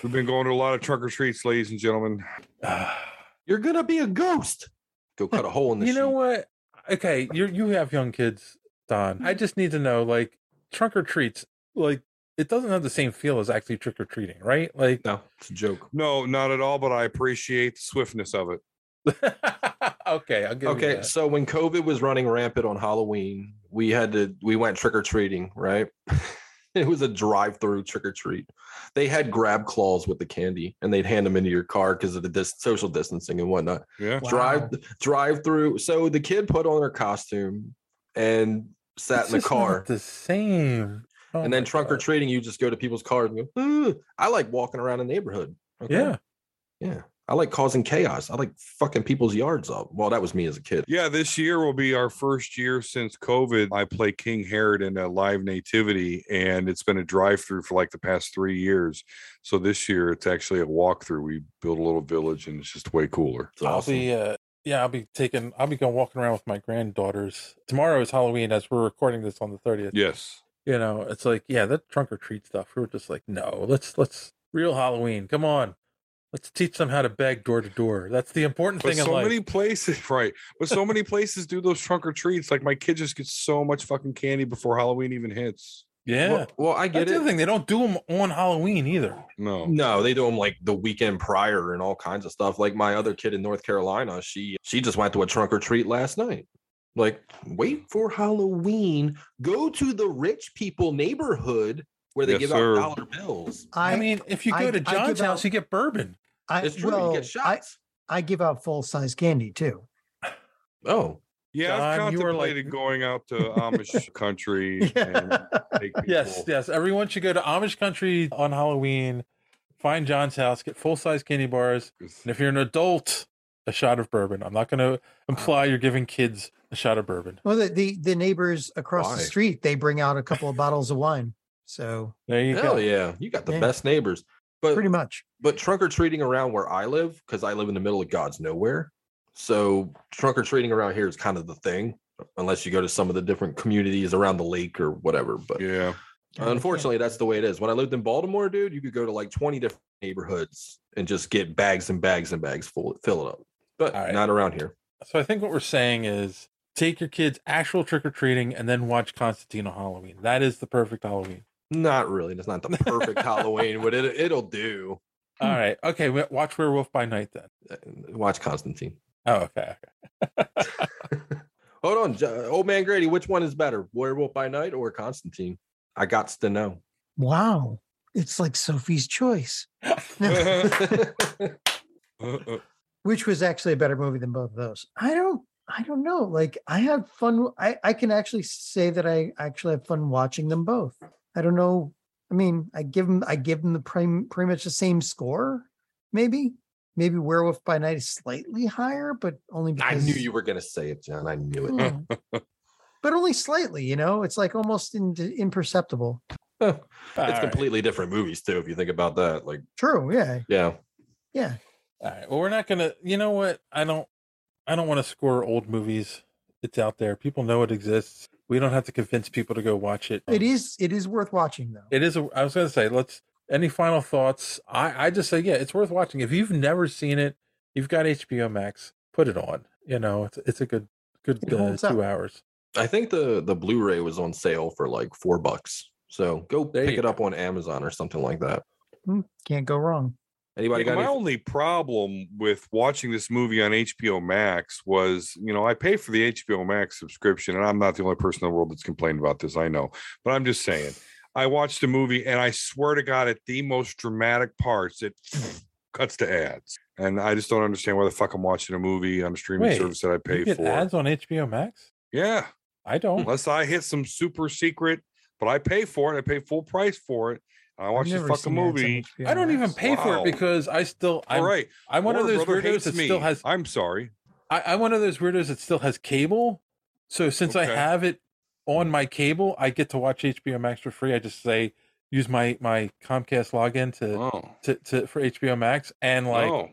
I: We've been going to a lot of trunk or treats, ladies and gentlemen.
K: You're gonna be a ghost. Go cut a hole in the
J: you know
K: sheet.
J: what okay you you have young kids Don, I just need to know like trunk or treats, like it doesn't have the same feel as actually trick or treating, right? Like
K: no, it's a joke.
I: No, not at all. But I appreciate the swiftness of it.
J: okay, I'll give you
K: okay
J: that.
K: so when covid was running rampant on halloween we had to we went trick-or-treating right it was a drive-through trick-or-treat they had grab claws with the candy and they'd hand them into your car because of the dis- social distancing and whatnot
I: yeah
K: drive drive through so the kid put on her costume and sat
J: It's
K: in the
J: just not
K: car
J: the same. Oh
K: and then
J: my
K: trunk or
J: God.
K: treating you just go to people's cars and go "Ooh, i like walking around the neighborhood
J: Yeah.
K: yeah i like causing chaos i like fucking people's yards up well that was me as a kid
I: Yeah, this year will be our first year since COVID. I play King Herod in a live nativity, and it's been a drive through for like the past three years. So this year it's actually a walkthrough. We build a little village, and it's just way cooler.
K: It's awesome.
J: I'll be uh, yeah, I'll be taking I'll be going walking around with my granddaughters. Tomorrow is Halloween as we're recording this on the 30th.
I: Yes.
J: You know, it's like, yeah, that trunk or treat stuff. We were just like, no, let's let's real Halloween. Come on. Let's teach them how to beg door to door. That's the important
I: But
J: thing in
I: so
J: life.
I: many places, right? But so many places do those trunk or treats. Like my kid just gets so much fucking candy before Halloween even hits.
J: yeah.
K: Well- well, I get
J: That's the
K: it.
J: other thing. They don't do them on Halloween either.
I: No.
K: No, they do them like the weekend prior and all kinds of stuff. Like my other kid in North Carolina, she she just went to a trunk or treat last night. Like, wait for Halloween. Go to the rich people neighborhood where they
I: Yes,
K: give
I: sir.
K: out dollar bills.
J: I, mean, if you go
G: I-
J: to
G: I give
J: John's
G: out-
J: house, you get bourbon.
G: I,
K: It's true, you
G: well,
K: get
G: I, I give out full size candy too.
K: Oh,
I: Yeah,
J: Don,
I: I've
J: you are like-
I: contemplated going out to Amish country. And take
J: Yes,
I: people.
J: yes. Everyone should go to Amish country on Halloween, find John's house, get full size candy bars, and if you're an adult, a shot of bourbon. I'm not going to imply you're giving kids a shot of bourbon.
G: Well, the the, the neighbors across
K: Why?
G: the street they bring out a couple of bottles of wine. So
J: There you
K: Hell
J: go.
K: yeah, you got the
G: Yeah.
K: best neighbors. But
G: pretty much,
K: but trunk or treating around where I live, because I live in the middle of God's nowhere. So trunk or treating around here is kind of the thing, unless you go to some of the different communities around the lake or whatever. But
I: Yeah.
G: Yeah,
K: Unfortunately, that's the way it is. When I lived in Baltimore, dude, you could go to like 20 different neighborhoods and just get bags and bags and bags full, fill it up. But
J: All right.
K: not around here.
J: So I think what we're saying is take your kids actual trick or treating and then watch Constantine on Halloween. That is the perfect Halloween.
K: Not really. That's not the perfect Halloween, but it, it'll do. Uh,
J: All right. Okay. we- Watch Werewolf by Night then.
K: Watch Constantine.
J: Oh, okay. okay.
K: Hold on, J- old man Grady. Which one is better, Werewolf by Night or Constantine? I got to know.
G: wow, it's like Sophie's Choice,
I: Uh, uh,
G: which was actually a better movie than both of those. I don't, I don't know. Like I had fun. I I can actually say that I actually have fun watching them both. I don't know. I mean, I give them, I give them the prim, pretty much the same score. Maybe, maybe Werewolf by Night is slightly higher, but only
K: I
G: because
K: knew you were gonna say it, John. I knew it.
G: Hmm. but only slightly. You know, it's like almost in, imperceptible.
J: All
K: it's
J: right.
K: completely different movies too. If you think about that, like
G: True. Yeah.
K: yeah,
G: Yeah.
J: All right. Well, we're not gonna. You know what? I don't. I don't want to score old movies. It's out there. People know it exists. We don't have to convince people to go watch it.
I: Oh.
G: It is. It is worth watching though.
J: It is. A, I was gonna say. Let's. Any final thoughts? I. I just say yeah. It's worth watching. If you've never seen it, you've got HBO Max. Put it on. You know, it's it's a good good
G: It
J: uh,
G: holds up.
J: two hours.
K: I think the the Blu-ray was on sale for like four bucks. So go
J: There
K: pick
J: you
K: it up on Amazon or something like that.
G: Hmm, Can't go wrong.
K: Anybody
I: Yeah,
K: got
I: my
K: any?
I: only problem with watching this movie on HBO Max was, you know, I pay for the HBO Max subscription, and I'm not the only person in the world that's complained about this. I know, but I'm just saying, I watched the movie, and I swear to God, at the most dramatic parts, it cuts to ads, and I just don't understand why the fuck I'm watching a movie on a streaming
J: Wait,
I: service that I pay
J: you get
I: for.
J: ads Oh. on HBO Max.
I: Yeah,
J: I don't.
I: unless I hit some super secret, but I pay for it. I pay full price for it. And I
G: I've
I: watch this
G: never
I: fucking
G: seen ads on
I: movie.
G: HBO
J: I don't even
G: Max.
J: pay for
I: Wow.
J: it because I still. I'm,
I: All right.
J: I'm one
I: Warner
J: of those
I: Brother
J: weirdos
I: hates
J: that
I: me.
J: still has
I: I'm sorry.
J: I, I'm one of those weirdos that still has cable. So since I
I: Okay.
J: have it on my cable, I get to watch HBO Max for free. I just say use my my Comcast login to
I: Oh.
J: to, to for HBO Max, and like
I: oh,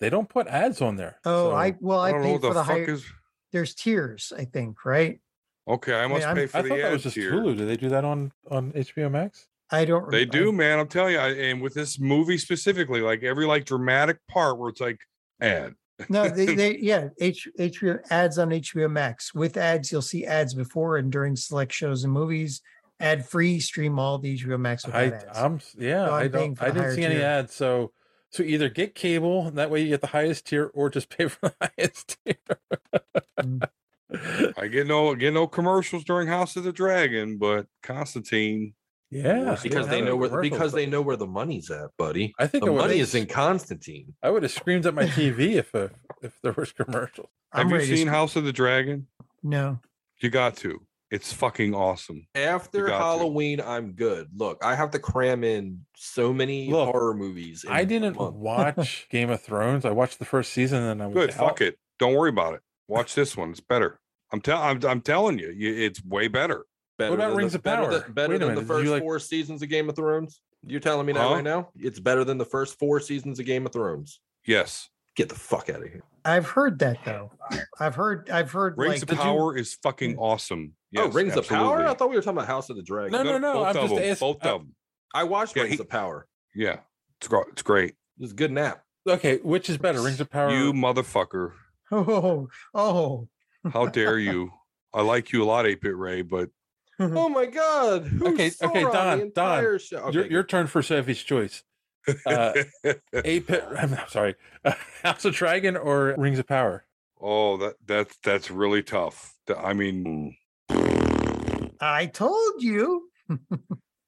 J: they don't put ads on there.
G: Oh,
J: So-
G: I well, I,
I: don't know
G: paid
I: what
G: for
I: the,
G: the,
I: fuck
G: higher.
I: is.
G: There's tiers, I think, right?
I: Okay, I must
G: I'm-
I: pay for
J: I
I: the
J: thought that was
I: ads
J: just
I: here.
J: Hulu. Do they do that on on HBO Max?
G: I don't. re-
I: They
G: I-
I: do, man. I'm telling you. I, and with this movie specifically, like every like dramatic part where it's like ad
G: No, they, they yeah, H, HBO ads on HBO Max. With ads, you'll see ads before and during select shows and movies. Ad free, stream all the HBO Max without
J: I,
G: ads.
J: I'm yeah.
G: So I'm
J: I
G: paying
J: don't.
G: for
J: I
G: the
J: didn't
G: higher
J: see any
G: tier.
J: ads. So so either get cable, and that way you get the highest tier, or just pay for the highest
G: Mm.
J: tier.
I: I get no get no commercials during House of the Dragon, but Constantine.
J: yeah,
K: because
J: yeah,
K: they
J: no
K: know where
J: commercials,
K: because
J: but-
K: they know where the money's at, buddy.
J: I think
K: the
J: I would-
K: money is in Constantine.
J: I would have screamed at my TV if uh, if there was commercials.
I: Have you seen House of the Dragon?
G: No.
I: You got to. It's fucking awesome.
K: After
I: got to.
K: Halloween, I'm good. Look, I have to cram in so many
J: Look,
K: horror movies. in
J: I
K: a
J: didn't
K: month.
J: watch Game of Thrones. I watched the first season, and I was
I: Good.
J: out.
I: Fuck it. Don't worry about it. Watch this one. It's better. I'm tell I'm, I'm telling you, you, it's way better.
K: better
J: about
K: than
J: Rings
K: the,
J: of
K: better
J: Power?
K: than, better
J: Wait a
K: than
J: minute,
K: the
J: did you
K: first
J: like-
K: four seasons of Game of Thrones. You're telling me that
I: Huh?
K: right now? It's better than the first four seasons of Game of Thrones.
I: Yes.
K: Get the fuck out of here. Oh,
G: I've heard that though. I've heard I've heard
I: Rings
G: like
I: of Power is fucking
J: Mm.
I: awesome.
K: oh,
I: Yes,
K: Rings of Power?
I: absolutely.
K: I thought we were talking about House of the Dragon.
J: No, no, no.
I: both
J: I'm
I: of
J: just
I: them,
J: asking.
I: both of them.
K: I watched
I: Yeah,
K: Rings
I: he-
K: of Power.
I: Yeah, it's, gr- it's great.
K: It was a good nap.
J: Okay, which is better, Rings of Power?
I: You motherfucker!
G: oh oh
I: How dare you? I like you a lot, Ape It Ray, but
K: Oh my god. Who
J: Hmm. okay,
K: saw
J: okay,
K: on the
J: Don, Don,
K: entire show? Okay,
J: your, your turn for Sophie's choice. Uh, a pit. I'm sorry, House of Dragon or Rings of Power.
I: oh, that that's that's really tough. Th- I mean,
G: I told you.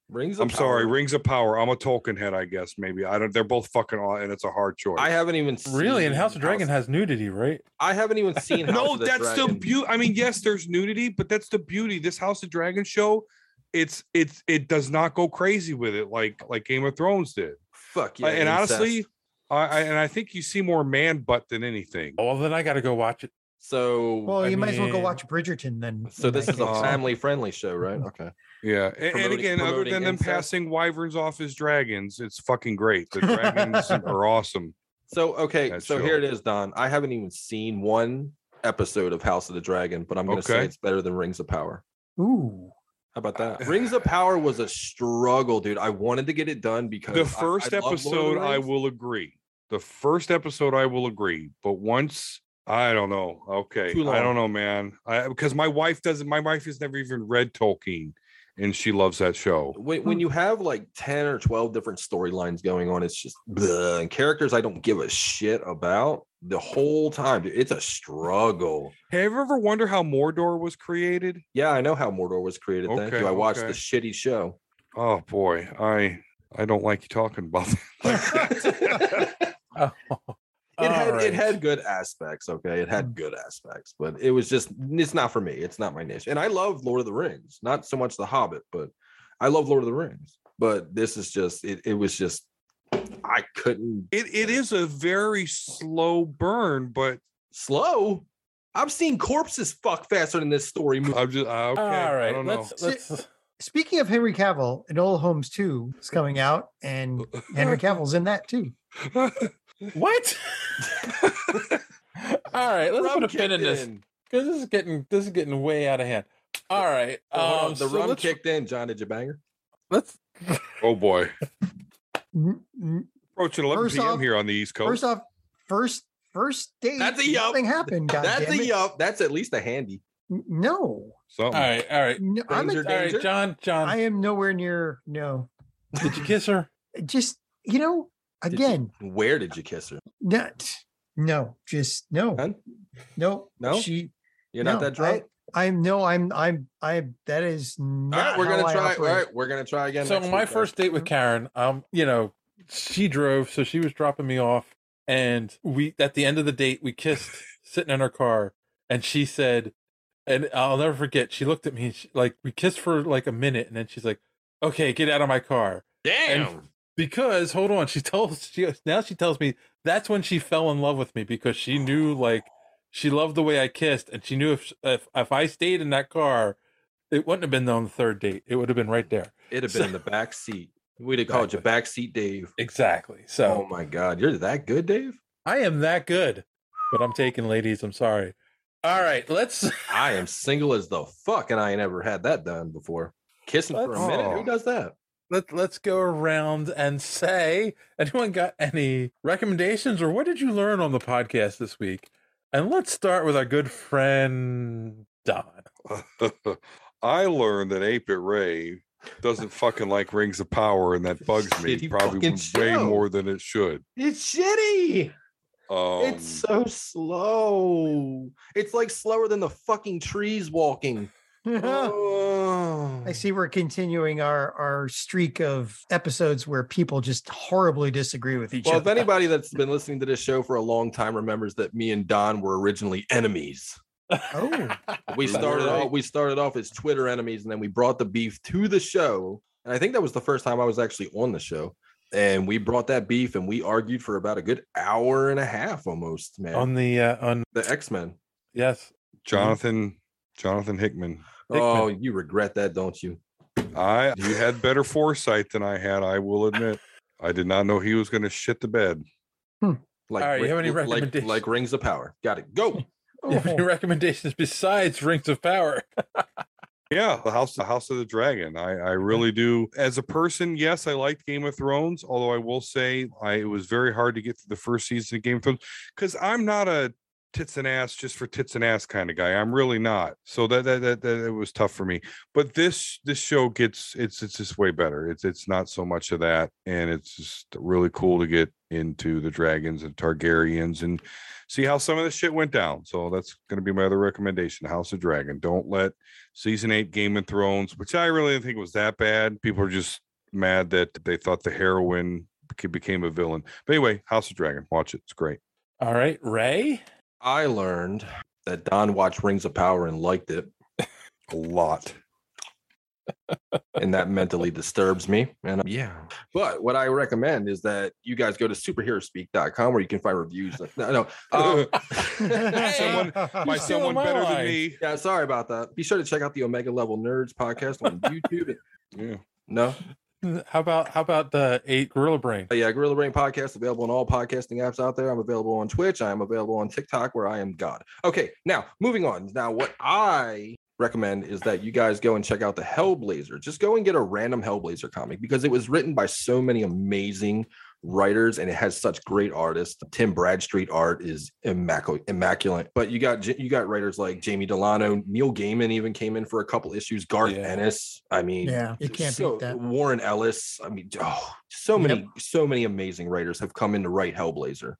K: Rings of
I: I'm sorry,
K: Power.
I: Rings of Power. I'm a Tolkien head, I guess. Maybe I don't. They're both fucking, aw- and it's a hard choice.
K: I haven't even
J: Really, and
K: seen
J: House of Dragon has nudity, right?
K: I haven't even seen House
I: no,
K: of the
I: Oh, that's the
K: Dragon.
I: beauty. I mean, yes, there's nudity, but that's the beauty. This House of Dragon show, it's it's it does not go crazy with it like like Game of Thrones did.
K: Fuck yeah.
I: I- and
K: incest.
I: honestly, I, I and I think you see more man butt than anything.
J: Oh, well, then I got to go watch it.
K: so
G: Well,
J: I
G: you might as well go
J: mean-
G: watch Bridgerton then.
K: so
G: in
K: this
G: that
K: is a
G: case.
K: family friendly show, right? Okay.
I: Yeah, a- and,
K: Promoting-
I: again, other
K: promoting
I: than them
K: incest.
I: passing wyverns off as dragons, it's fucking great. The dragons are awesome.
K: So okay,
I: That's
K: so
I: true.
K: here it is, Don. I haven't even seen one episode of House of the Dragon, but I'm gonna say
I: Okay.
K: it's better than Rings of Power.
G: Ooh.
K: How about that? Rings of Power was a struggle, dude. I wanted to get it done because
I: The
K: I-
I: first
K: I love Lord of the
I: episode, I
K: Rings.
I: will agree. The first episode, I will agree. But once I don't know. Okay,
K: Too
I: I
K: long.
I: don't know, man. I because my wife doesn't. My wife has never even read Tolkien, and she loves that show.
K: when, when you
I: Hmm.
K: have like 10 or 12 different storylines going on, it's just bleh, and characters I don't give a shit about the whole time. Dude, it's a struggle.
I: Have you ever wondered how Mordor was created?
K: Yeah, I know how Mordor was created. Thank
I: Okay,
K: you. I watched the
I: okay.
K: shitty show.
I: Oh boy, I I don't like you talking about that.
J: Oh,
K: It had
J: alright. Mm.
K: it had good aspects, okay. It had good aspects, but it was just it's not for me. It's not my niche. And I love Lord of the Rings, not so much The Hobbit, but I love Lord of the Rings. But this is just it. It was just I couldn't
I: It it is a very slow burn, but
K: slow. I've seen corpses fuck faster than this story movie.
I: I'm just uh, okay.
J: All
I: I
J: right,
I: don't know.
J: let's let's.
G: Speaking of Henry Cavill, Enola Holmes 2 is coming out,
I: Oh,
G: and Henry Cavill's in that too.
J: What? All right, let's put a pin in this because this is getting this is getting way out of hand. All right,
K: Oh, hold on,
J: um,
K: the
J: so
K: rum
J: let's-
K: kicked in. John, did you bang her?
J: Let's
I: Oh boy,
G: N- n-
I: approaching 11
G: First
I: p.m.
G: off-
I: here on the East Coast.
G: First off, first first date
K: That's a yup.
G: nothing happened. God
K: That's
G: damn
K: a
G: it.
K: yup. That's at least a handy.
G: N- No.
I: Something.
J: all right, all right,
G: No, I'm
K: Danger,
G: a,
J: all
K: danger.
J: right, John, John,
G: I am nowhere near no.
J: did you kiss her?
G: Just you know,
K: you-
G: again,
K: Where did you kiss her?
G: not no, just no.
K: None?
G: No.
K: No?
G: She
K: You're not
G: no,
K: that drunk.
G: I, I'm no, I'm I'm I that is not
K: All right, we're
G: how
K: gonna
G: I
K: try. All
G: operate.
K: right, we're gonna try again.
J: So
K: next
J: my
K: week, Uh-huh. guys.
J: first date with Karen, um, you know, she drove, so she was dropping me off, and we at the end of the date we kissed sitting in her car, and she said, and I'll never forget, she looked at me and she, like we kissed for like a minute, and then she's like, "Okay, get out of my car,"
K: Damn.
J: because hold on, she told she now she tells me that's when she fell in love with me because she knew like she loved the way I kissed, and she knew if if if I stayed in that car. It wouldn't have been on the third date. It would have been right there.
K: It'd have been in the back seat. We'd have called you back seat, Dave.
J: Exactly.
K: Oh
J: So
K: my God, you're that good, Dave.
J: I am that good, but I'm taking ladies. I'm sorry. All right, let's.
K: I am single as the fuck, and I ain't ever had that done before. Kissing for a minute. Who
I: Let's-
K: does that?
J: let let's go around and say anyone got any recommendations or what did you learn on the podcast this week? And let's start with our good friend Don.
I: I learned that Ape at Ray doesn't fucking like Rings of Power, and that bugs me
K: Shitty
I: probably
K: fucking
I: way
K: show.
I: more than it should.
K: It's shitty.
I: Um,
K: it's so slow. It's like slower than the fucking trees walking. Oh.
G: I see we're continuing our our streak of episodes where people just horribly disagree with each
K: Well, if
G: other.
K: anybody that's been listening to this show for a long time remembers that me and Don were originally enemies. we started
J: Right.
K: off we started off as Twitter enemies, and then we brought the beef to the show. And I think that was the first time I was actually on the show. And we brought that beef, and we argued for about a good hour and a half, almost, man.
J: On the uh, on
K: the X Men.
J: yes,
I: Jonathan, Jonathan Hickman.
K: Oh, you regret that, don't you?
I: I you had better foresight than I had. I will admit, I did not know he was going to shit the bed.
K: Like,
J: All right, you
K: ri-
J: have any
K: like-
J: recommendations?
K: Like, Rings of Power. Got it. Go.
J: You have any recommendations besides Rings of Power?
I: Yeah, the house, the house of the dragon. I, I really do. As a person, yes, I liked Game of Thrones. Although I will say, I it was very hard to get through the first season of Game of Thrones because I'm not a tits and ass just for tits and ass kind of guy. I'm really not. So that that that, that it was tough for me. But this this show gets it's it's just way better. It's it's not so much of that, and it's just really cool to get into the dragons and Targaryens and see how some of this shit went down. So that's going to be my other recommendation: House of Dragon. Don't let season eight Game of Thrones, which I really didn't think was that bad. People are just mad that they thought the heroine beca- became a villain. But anyway, House of Dragon, watch it. It's great.
J: All right, Ray.
K: I learned that Don watched Rings of Power and liked it
I: a lot.
K: and that mentally disturbs me. And uh, yeah. But what I recommend is that you guys go to superheroespeak.com where you can find reviews. of- No, no. Um,
I: someone by someone better than me.
K: Yeah, sorry about that. Be sure to check out the Omega Level Nerds podcast on YouTube.
I: yeah.
K: No.
J: How about how about the eight Gorilla Brain?
K: Uh, yeah, Gorilla Brain podcast available on all podcasting apps out there. I'm available on Twitch. I am available on TikTok where I am God. Okay, now moving on. Now, what I recommend is that you guys go and check out the Hellblazer. Just go and get a random Hellblazer comic because it was written by so many amazing writers and it has such great artists. Tim Bradstreet art is immaculate, immaculate. But you got you got writers like Jamie Delano, Neil Gaiman even came in for a couple issues. Garth Ennis. I mean,
G: Yeah, you can't beat
K: so-
G: that.
K: Warren Ellis. I mean, oh, so many, so many amazing writers have come in to write Hellblazer.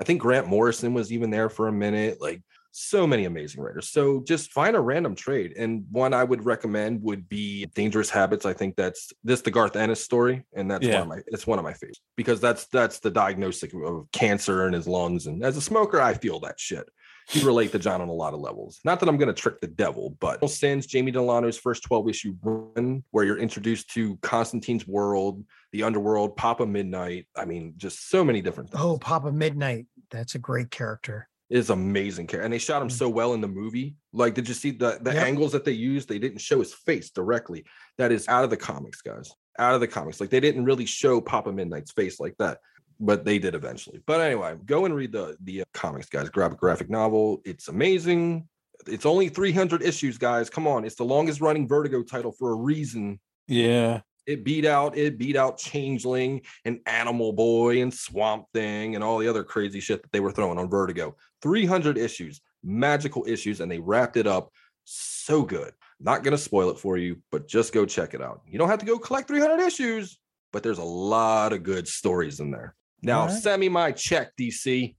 K: I think Grant Morrison was even there for a minute. Like so many amazing writers. So just find a random trade. And one I would recommend would be Dangerous Habits. I think that's this the Garth Ennis story, and that's one
J: Yeah.
K: of my it's one of my favorites because that's that's the diagnostic of cancer in his lungs. And as a smoker, I feel that shit. You relate to John on a lot of levels. Not that I'm going to trick the devil, but since Jamie Delano's first 12 issue run, where you're introduced to Constantine's world, the underworld, Papa Midnight. I mean, just so many different
G: oh, Papa Midnight. That's a great character.
K: is amazing character. And they shot him so well in the movie. Like, did you see the the angles that they used? They didn't show his face directly. That is out of the comics, guys. Out of the comics. Like they didn't really show Papa Midnight's face like that, but they did eventually. But anyway, go and read the the uh, comics, guys. Grab a graphic novel. It's amazing. It's only 300 issues, guys. Come on. It's the longest running Vertigo title for a reason.
J: Yeah.
K: It beat out it beat out Changeling and Animal Boy and Swamp Thing and all the other crazy shit that they were throwing on Vertigo. 300 issues, magical issues, and they wrapped it up so good. Not going to spoil it for you, but just go check it out. You don't have to go collect 300 issues, but there's a lot of good stories in there. Now,
G: Alright.
K: send me my check, DC.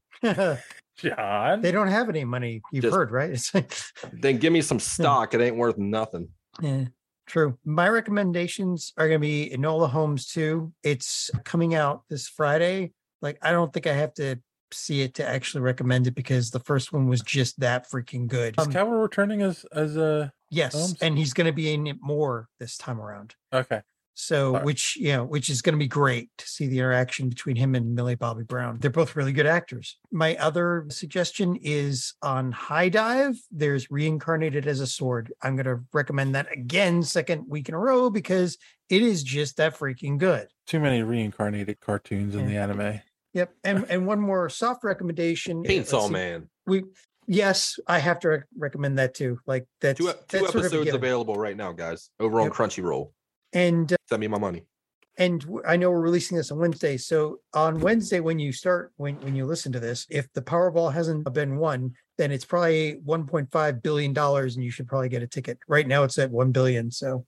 J: John.
G: They don't have any money. You've
K: Just-
G: heard, Hmm. right? It's like,
K: Then give me some stock. It ain't worth nothing.
G: Yeah, true. My recommendations are going to be Enola Holmes 2. It's coming out this Friday. Like, I don't think I have to see it to actually recommend it because the first one was just that freaking good.
J: Is Cowell returning as as a
G: yes.
J: Holmes?
G: And he's going to be in it more this time around.
J: Okay.
G: So, which, you know, which is going to be great to see the interaction between him and Millie Bobby Brown. They're both really good actors. My other suggestion is on High Dive, there's Reincarnated as a Sword. I'm going to recommend that again, second week in a row, because it is just that freaking good.
J: Too many reincarnated cartoons in the anime.
G: Yep. And and one more soft recommendation. is- let's
K: Chainsaw
G: see,
K: Man.
G: We, yes, I have to rec- recommend that too. Like that's
K: e, Two, two
G: that's sort of a
K: episodes
G: given.
K: available right now, guys, over on Crunchyroll.
G: And uh,
K: Send me my money.
G: and w- I know we're releasing this on Wednesday. So on Wednesday, when you start, when when you listen to this, if the Powerball hasn't been won, then it's probably 1.5 billion dollars, and you should probably get a ticket. Right now, it's at one billion. So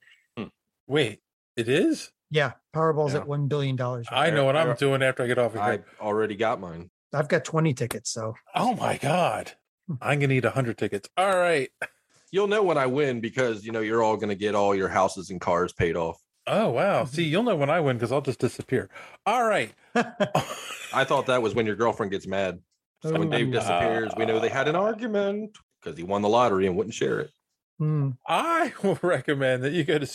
J: Wait, it is?
G: yeah, Powerball's
K: Yeah.
G: at one billion dollars.
J: I know what I'm doing after I get off of
K: I
J: here.
K: already got mine.
G: I've got 20 tickets. So
J: Oh my god.
G: Hmm.
J: I'm gonna need hundred tickets. All right.
K: You'll know when I win because you know you're all gonna get all your houses and cars paid off.
J: Oh wow.
K: Mm-hmm.
J: See, you'll know when I win because I'll just disappear. All right.
K: I thought that was when your girlfriend gets mad. So when Dave
J: Ooh.
K: disappears, we know they had an argument because he won the lottery and wouldn't share it.
J: I will recommend that you go to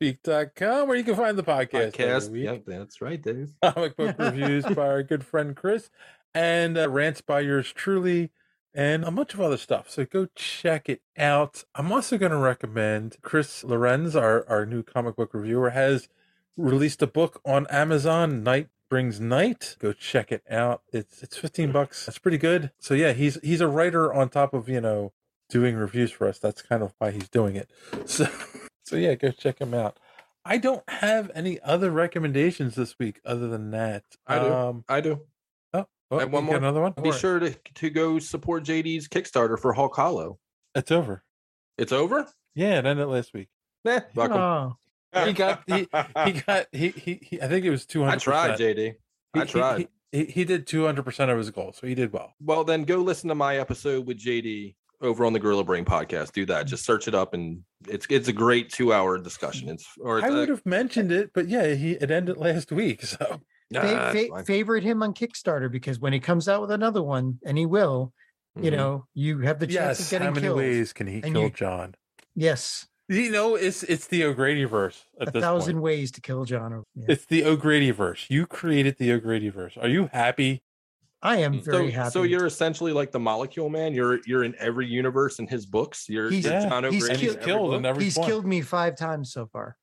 J: superheroespeak.com where you can find the podcast.
K: Cast,
J: every week.
K: yep, that's right, Dave.
J: Comic book reviews by our good friend Chris and uh, rants by yours truly and a bunch of other stuff. So go check it out. I'm also going to recommend Chris Lorenz, our, our new comic book reviewer, has released a book on Amazon, Night Brings Night. Go check it out. It's it's
K: Hmm.
J: 15 bucks. That's pretty good. So yeah, he's he's a writer on top of, you know, doing reviews for us. That's kind of why he's doing it. So so yeah, go check him out. I don't have any other recommendations this week other than that.
K: I do.
J: Um,
K: I do.
J: oh, oh,
K: and one
J: you
K: more.
J: got another one.
K: Be sure to, to go support JD's Kickstarter for Hulk Hollow.
J: It's over.
K: It's over.
J: Yeah, it ended last week.
K: Nah, fuck 'em.
J: He got he, he got he, he he. I think it was two
K: I
J: hundred.
K: tried, JD. I tried.
J: He, he, he did two hundred percent of his goal, so he did well.
K: Well, then go listen to my episode with JD over on the Gorilla Brain podcast. Do that. Just search it up, and it's it's a great two hour discussion. It's or it's
J: I
K: a-
J: would have mentioned it, but yeah, he it ended last week. So
K: Nah,
G: fa-
K: it's
G: fa-
K: fine.
G: favorite him on Kickstarter because when he comes out with another one, and he will, you
K: Mhm.
G: know, you have the chance of
J: yes,
G: getting
J: how many
G: killed.
J: ways can he
G: And
J: kill
G: you-
J: John?
G: Yes,
J: You know, it's it's the O'Grady verse at
G: a
J: this
G: thousand
J: point.
G: ways to kill John. or- yeah.
J: It's the O'Grady verse. You created the O'Grady verse. Are you happy?
G: I am very
K: Mm. so,
G: happy.
K: so you're essentially like the molecule man. You're you're in every universe in his books. You're
G: He's-
K: you're
G: Yeah.
K: John
G: he's
K: O'Grady. in
G: killed-
K: every
J: killed
K: book.
J: in every
G: he's
J: one.
G: killed me five times so far.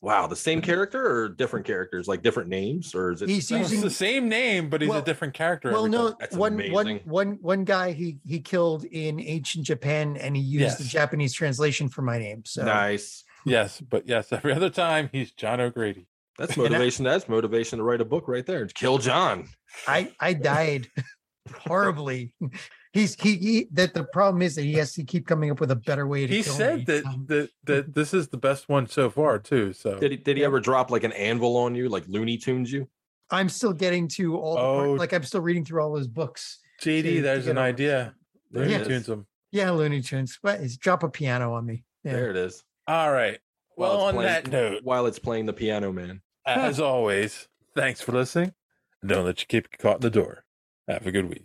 K: Wow, the same character or different characters, like different names, or is it
G: He's
J: No, it's
G: using
J: the same name, but he's a
G: Well-
J: different character.
G: Well,
J: every
G: no,
J: time.
K: That's
G: one one
K: amazing.
G: one one guy he he killed in ancient Japan, and he used the
J: Yes.
G: Japanese translation for my name. So
K: nice?
J: yes, but yes, every other time he's John O'Grady.
K: That's
G: And I-
K: motivation. That's motivation to write a book right there. Kill John.
G: I I died horribly. He's he, he that the problem is that he has to keep coming up with a better way to.
J: He
G: kill me.
J: said that,
G: Um,
J: that that this is the best one so far too. So
K: Did he did he ever drop like an anvil on you, like Looney Tunes you?
G: I'm still getting to all the
J: Oh.
G: part, like I'm still reading through all his books.
J: JD,
G: to
J: there's
G: get
J: an
G: over it.
J: idea.
K: There
J: Looney
K: it is.
J: Tunes him.
G: Yeah, Looney Tunes. But he's drop a piano on me. Yeah.
K: There it is.
J: All right.
K: While
J: Well,
K: it's
J: on
K: playing-
J: that note,
K: while it's playing the piano man.
J: as always, thanks for listening. Don't let you keep caught in the door. Have a good week.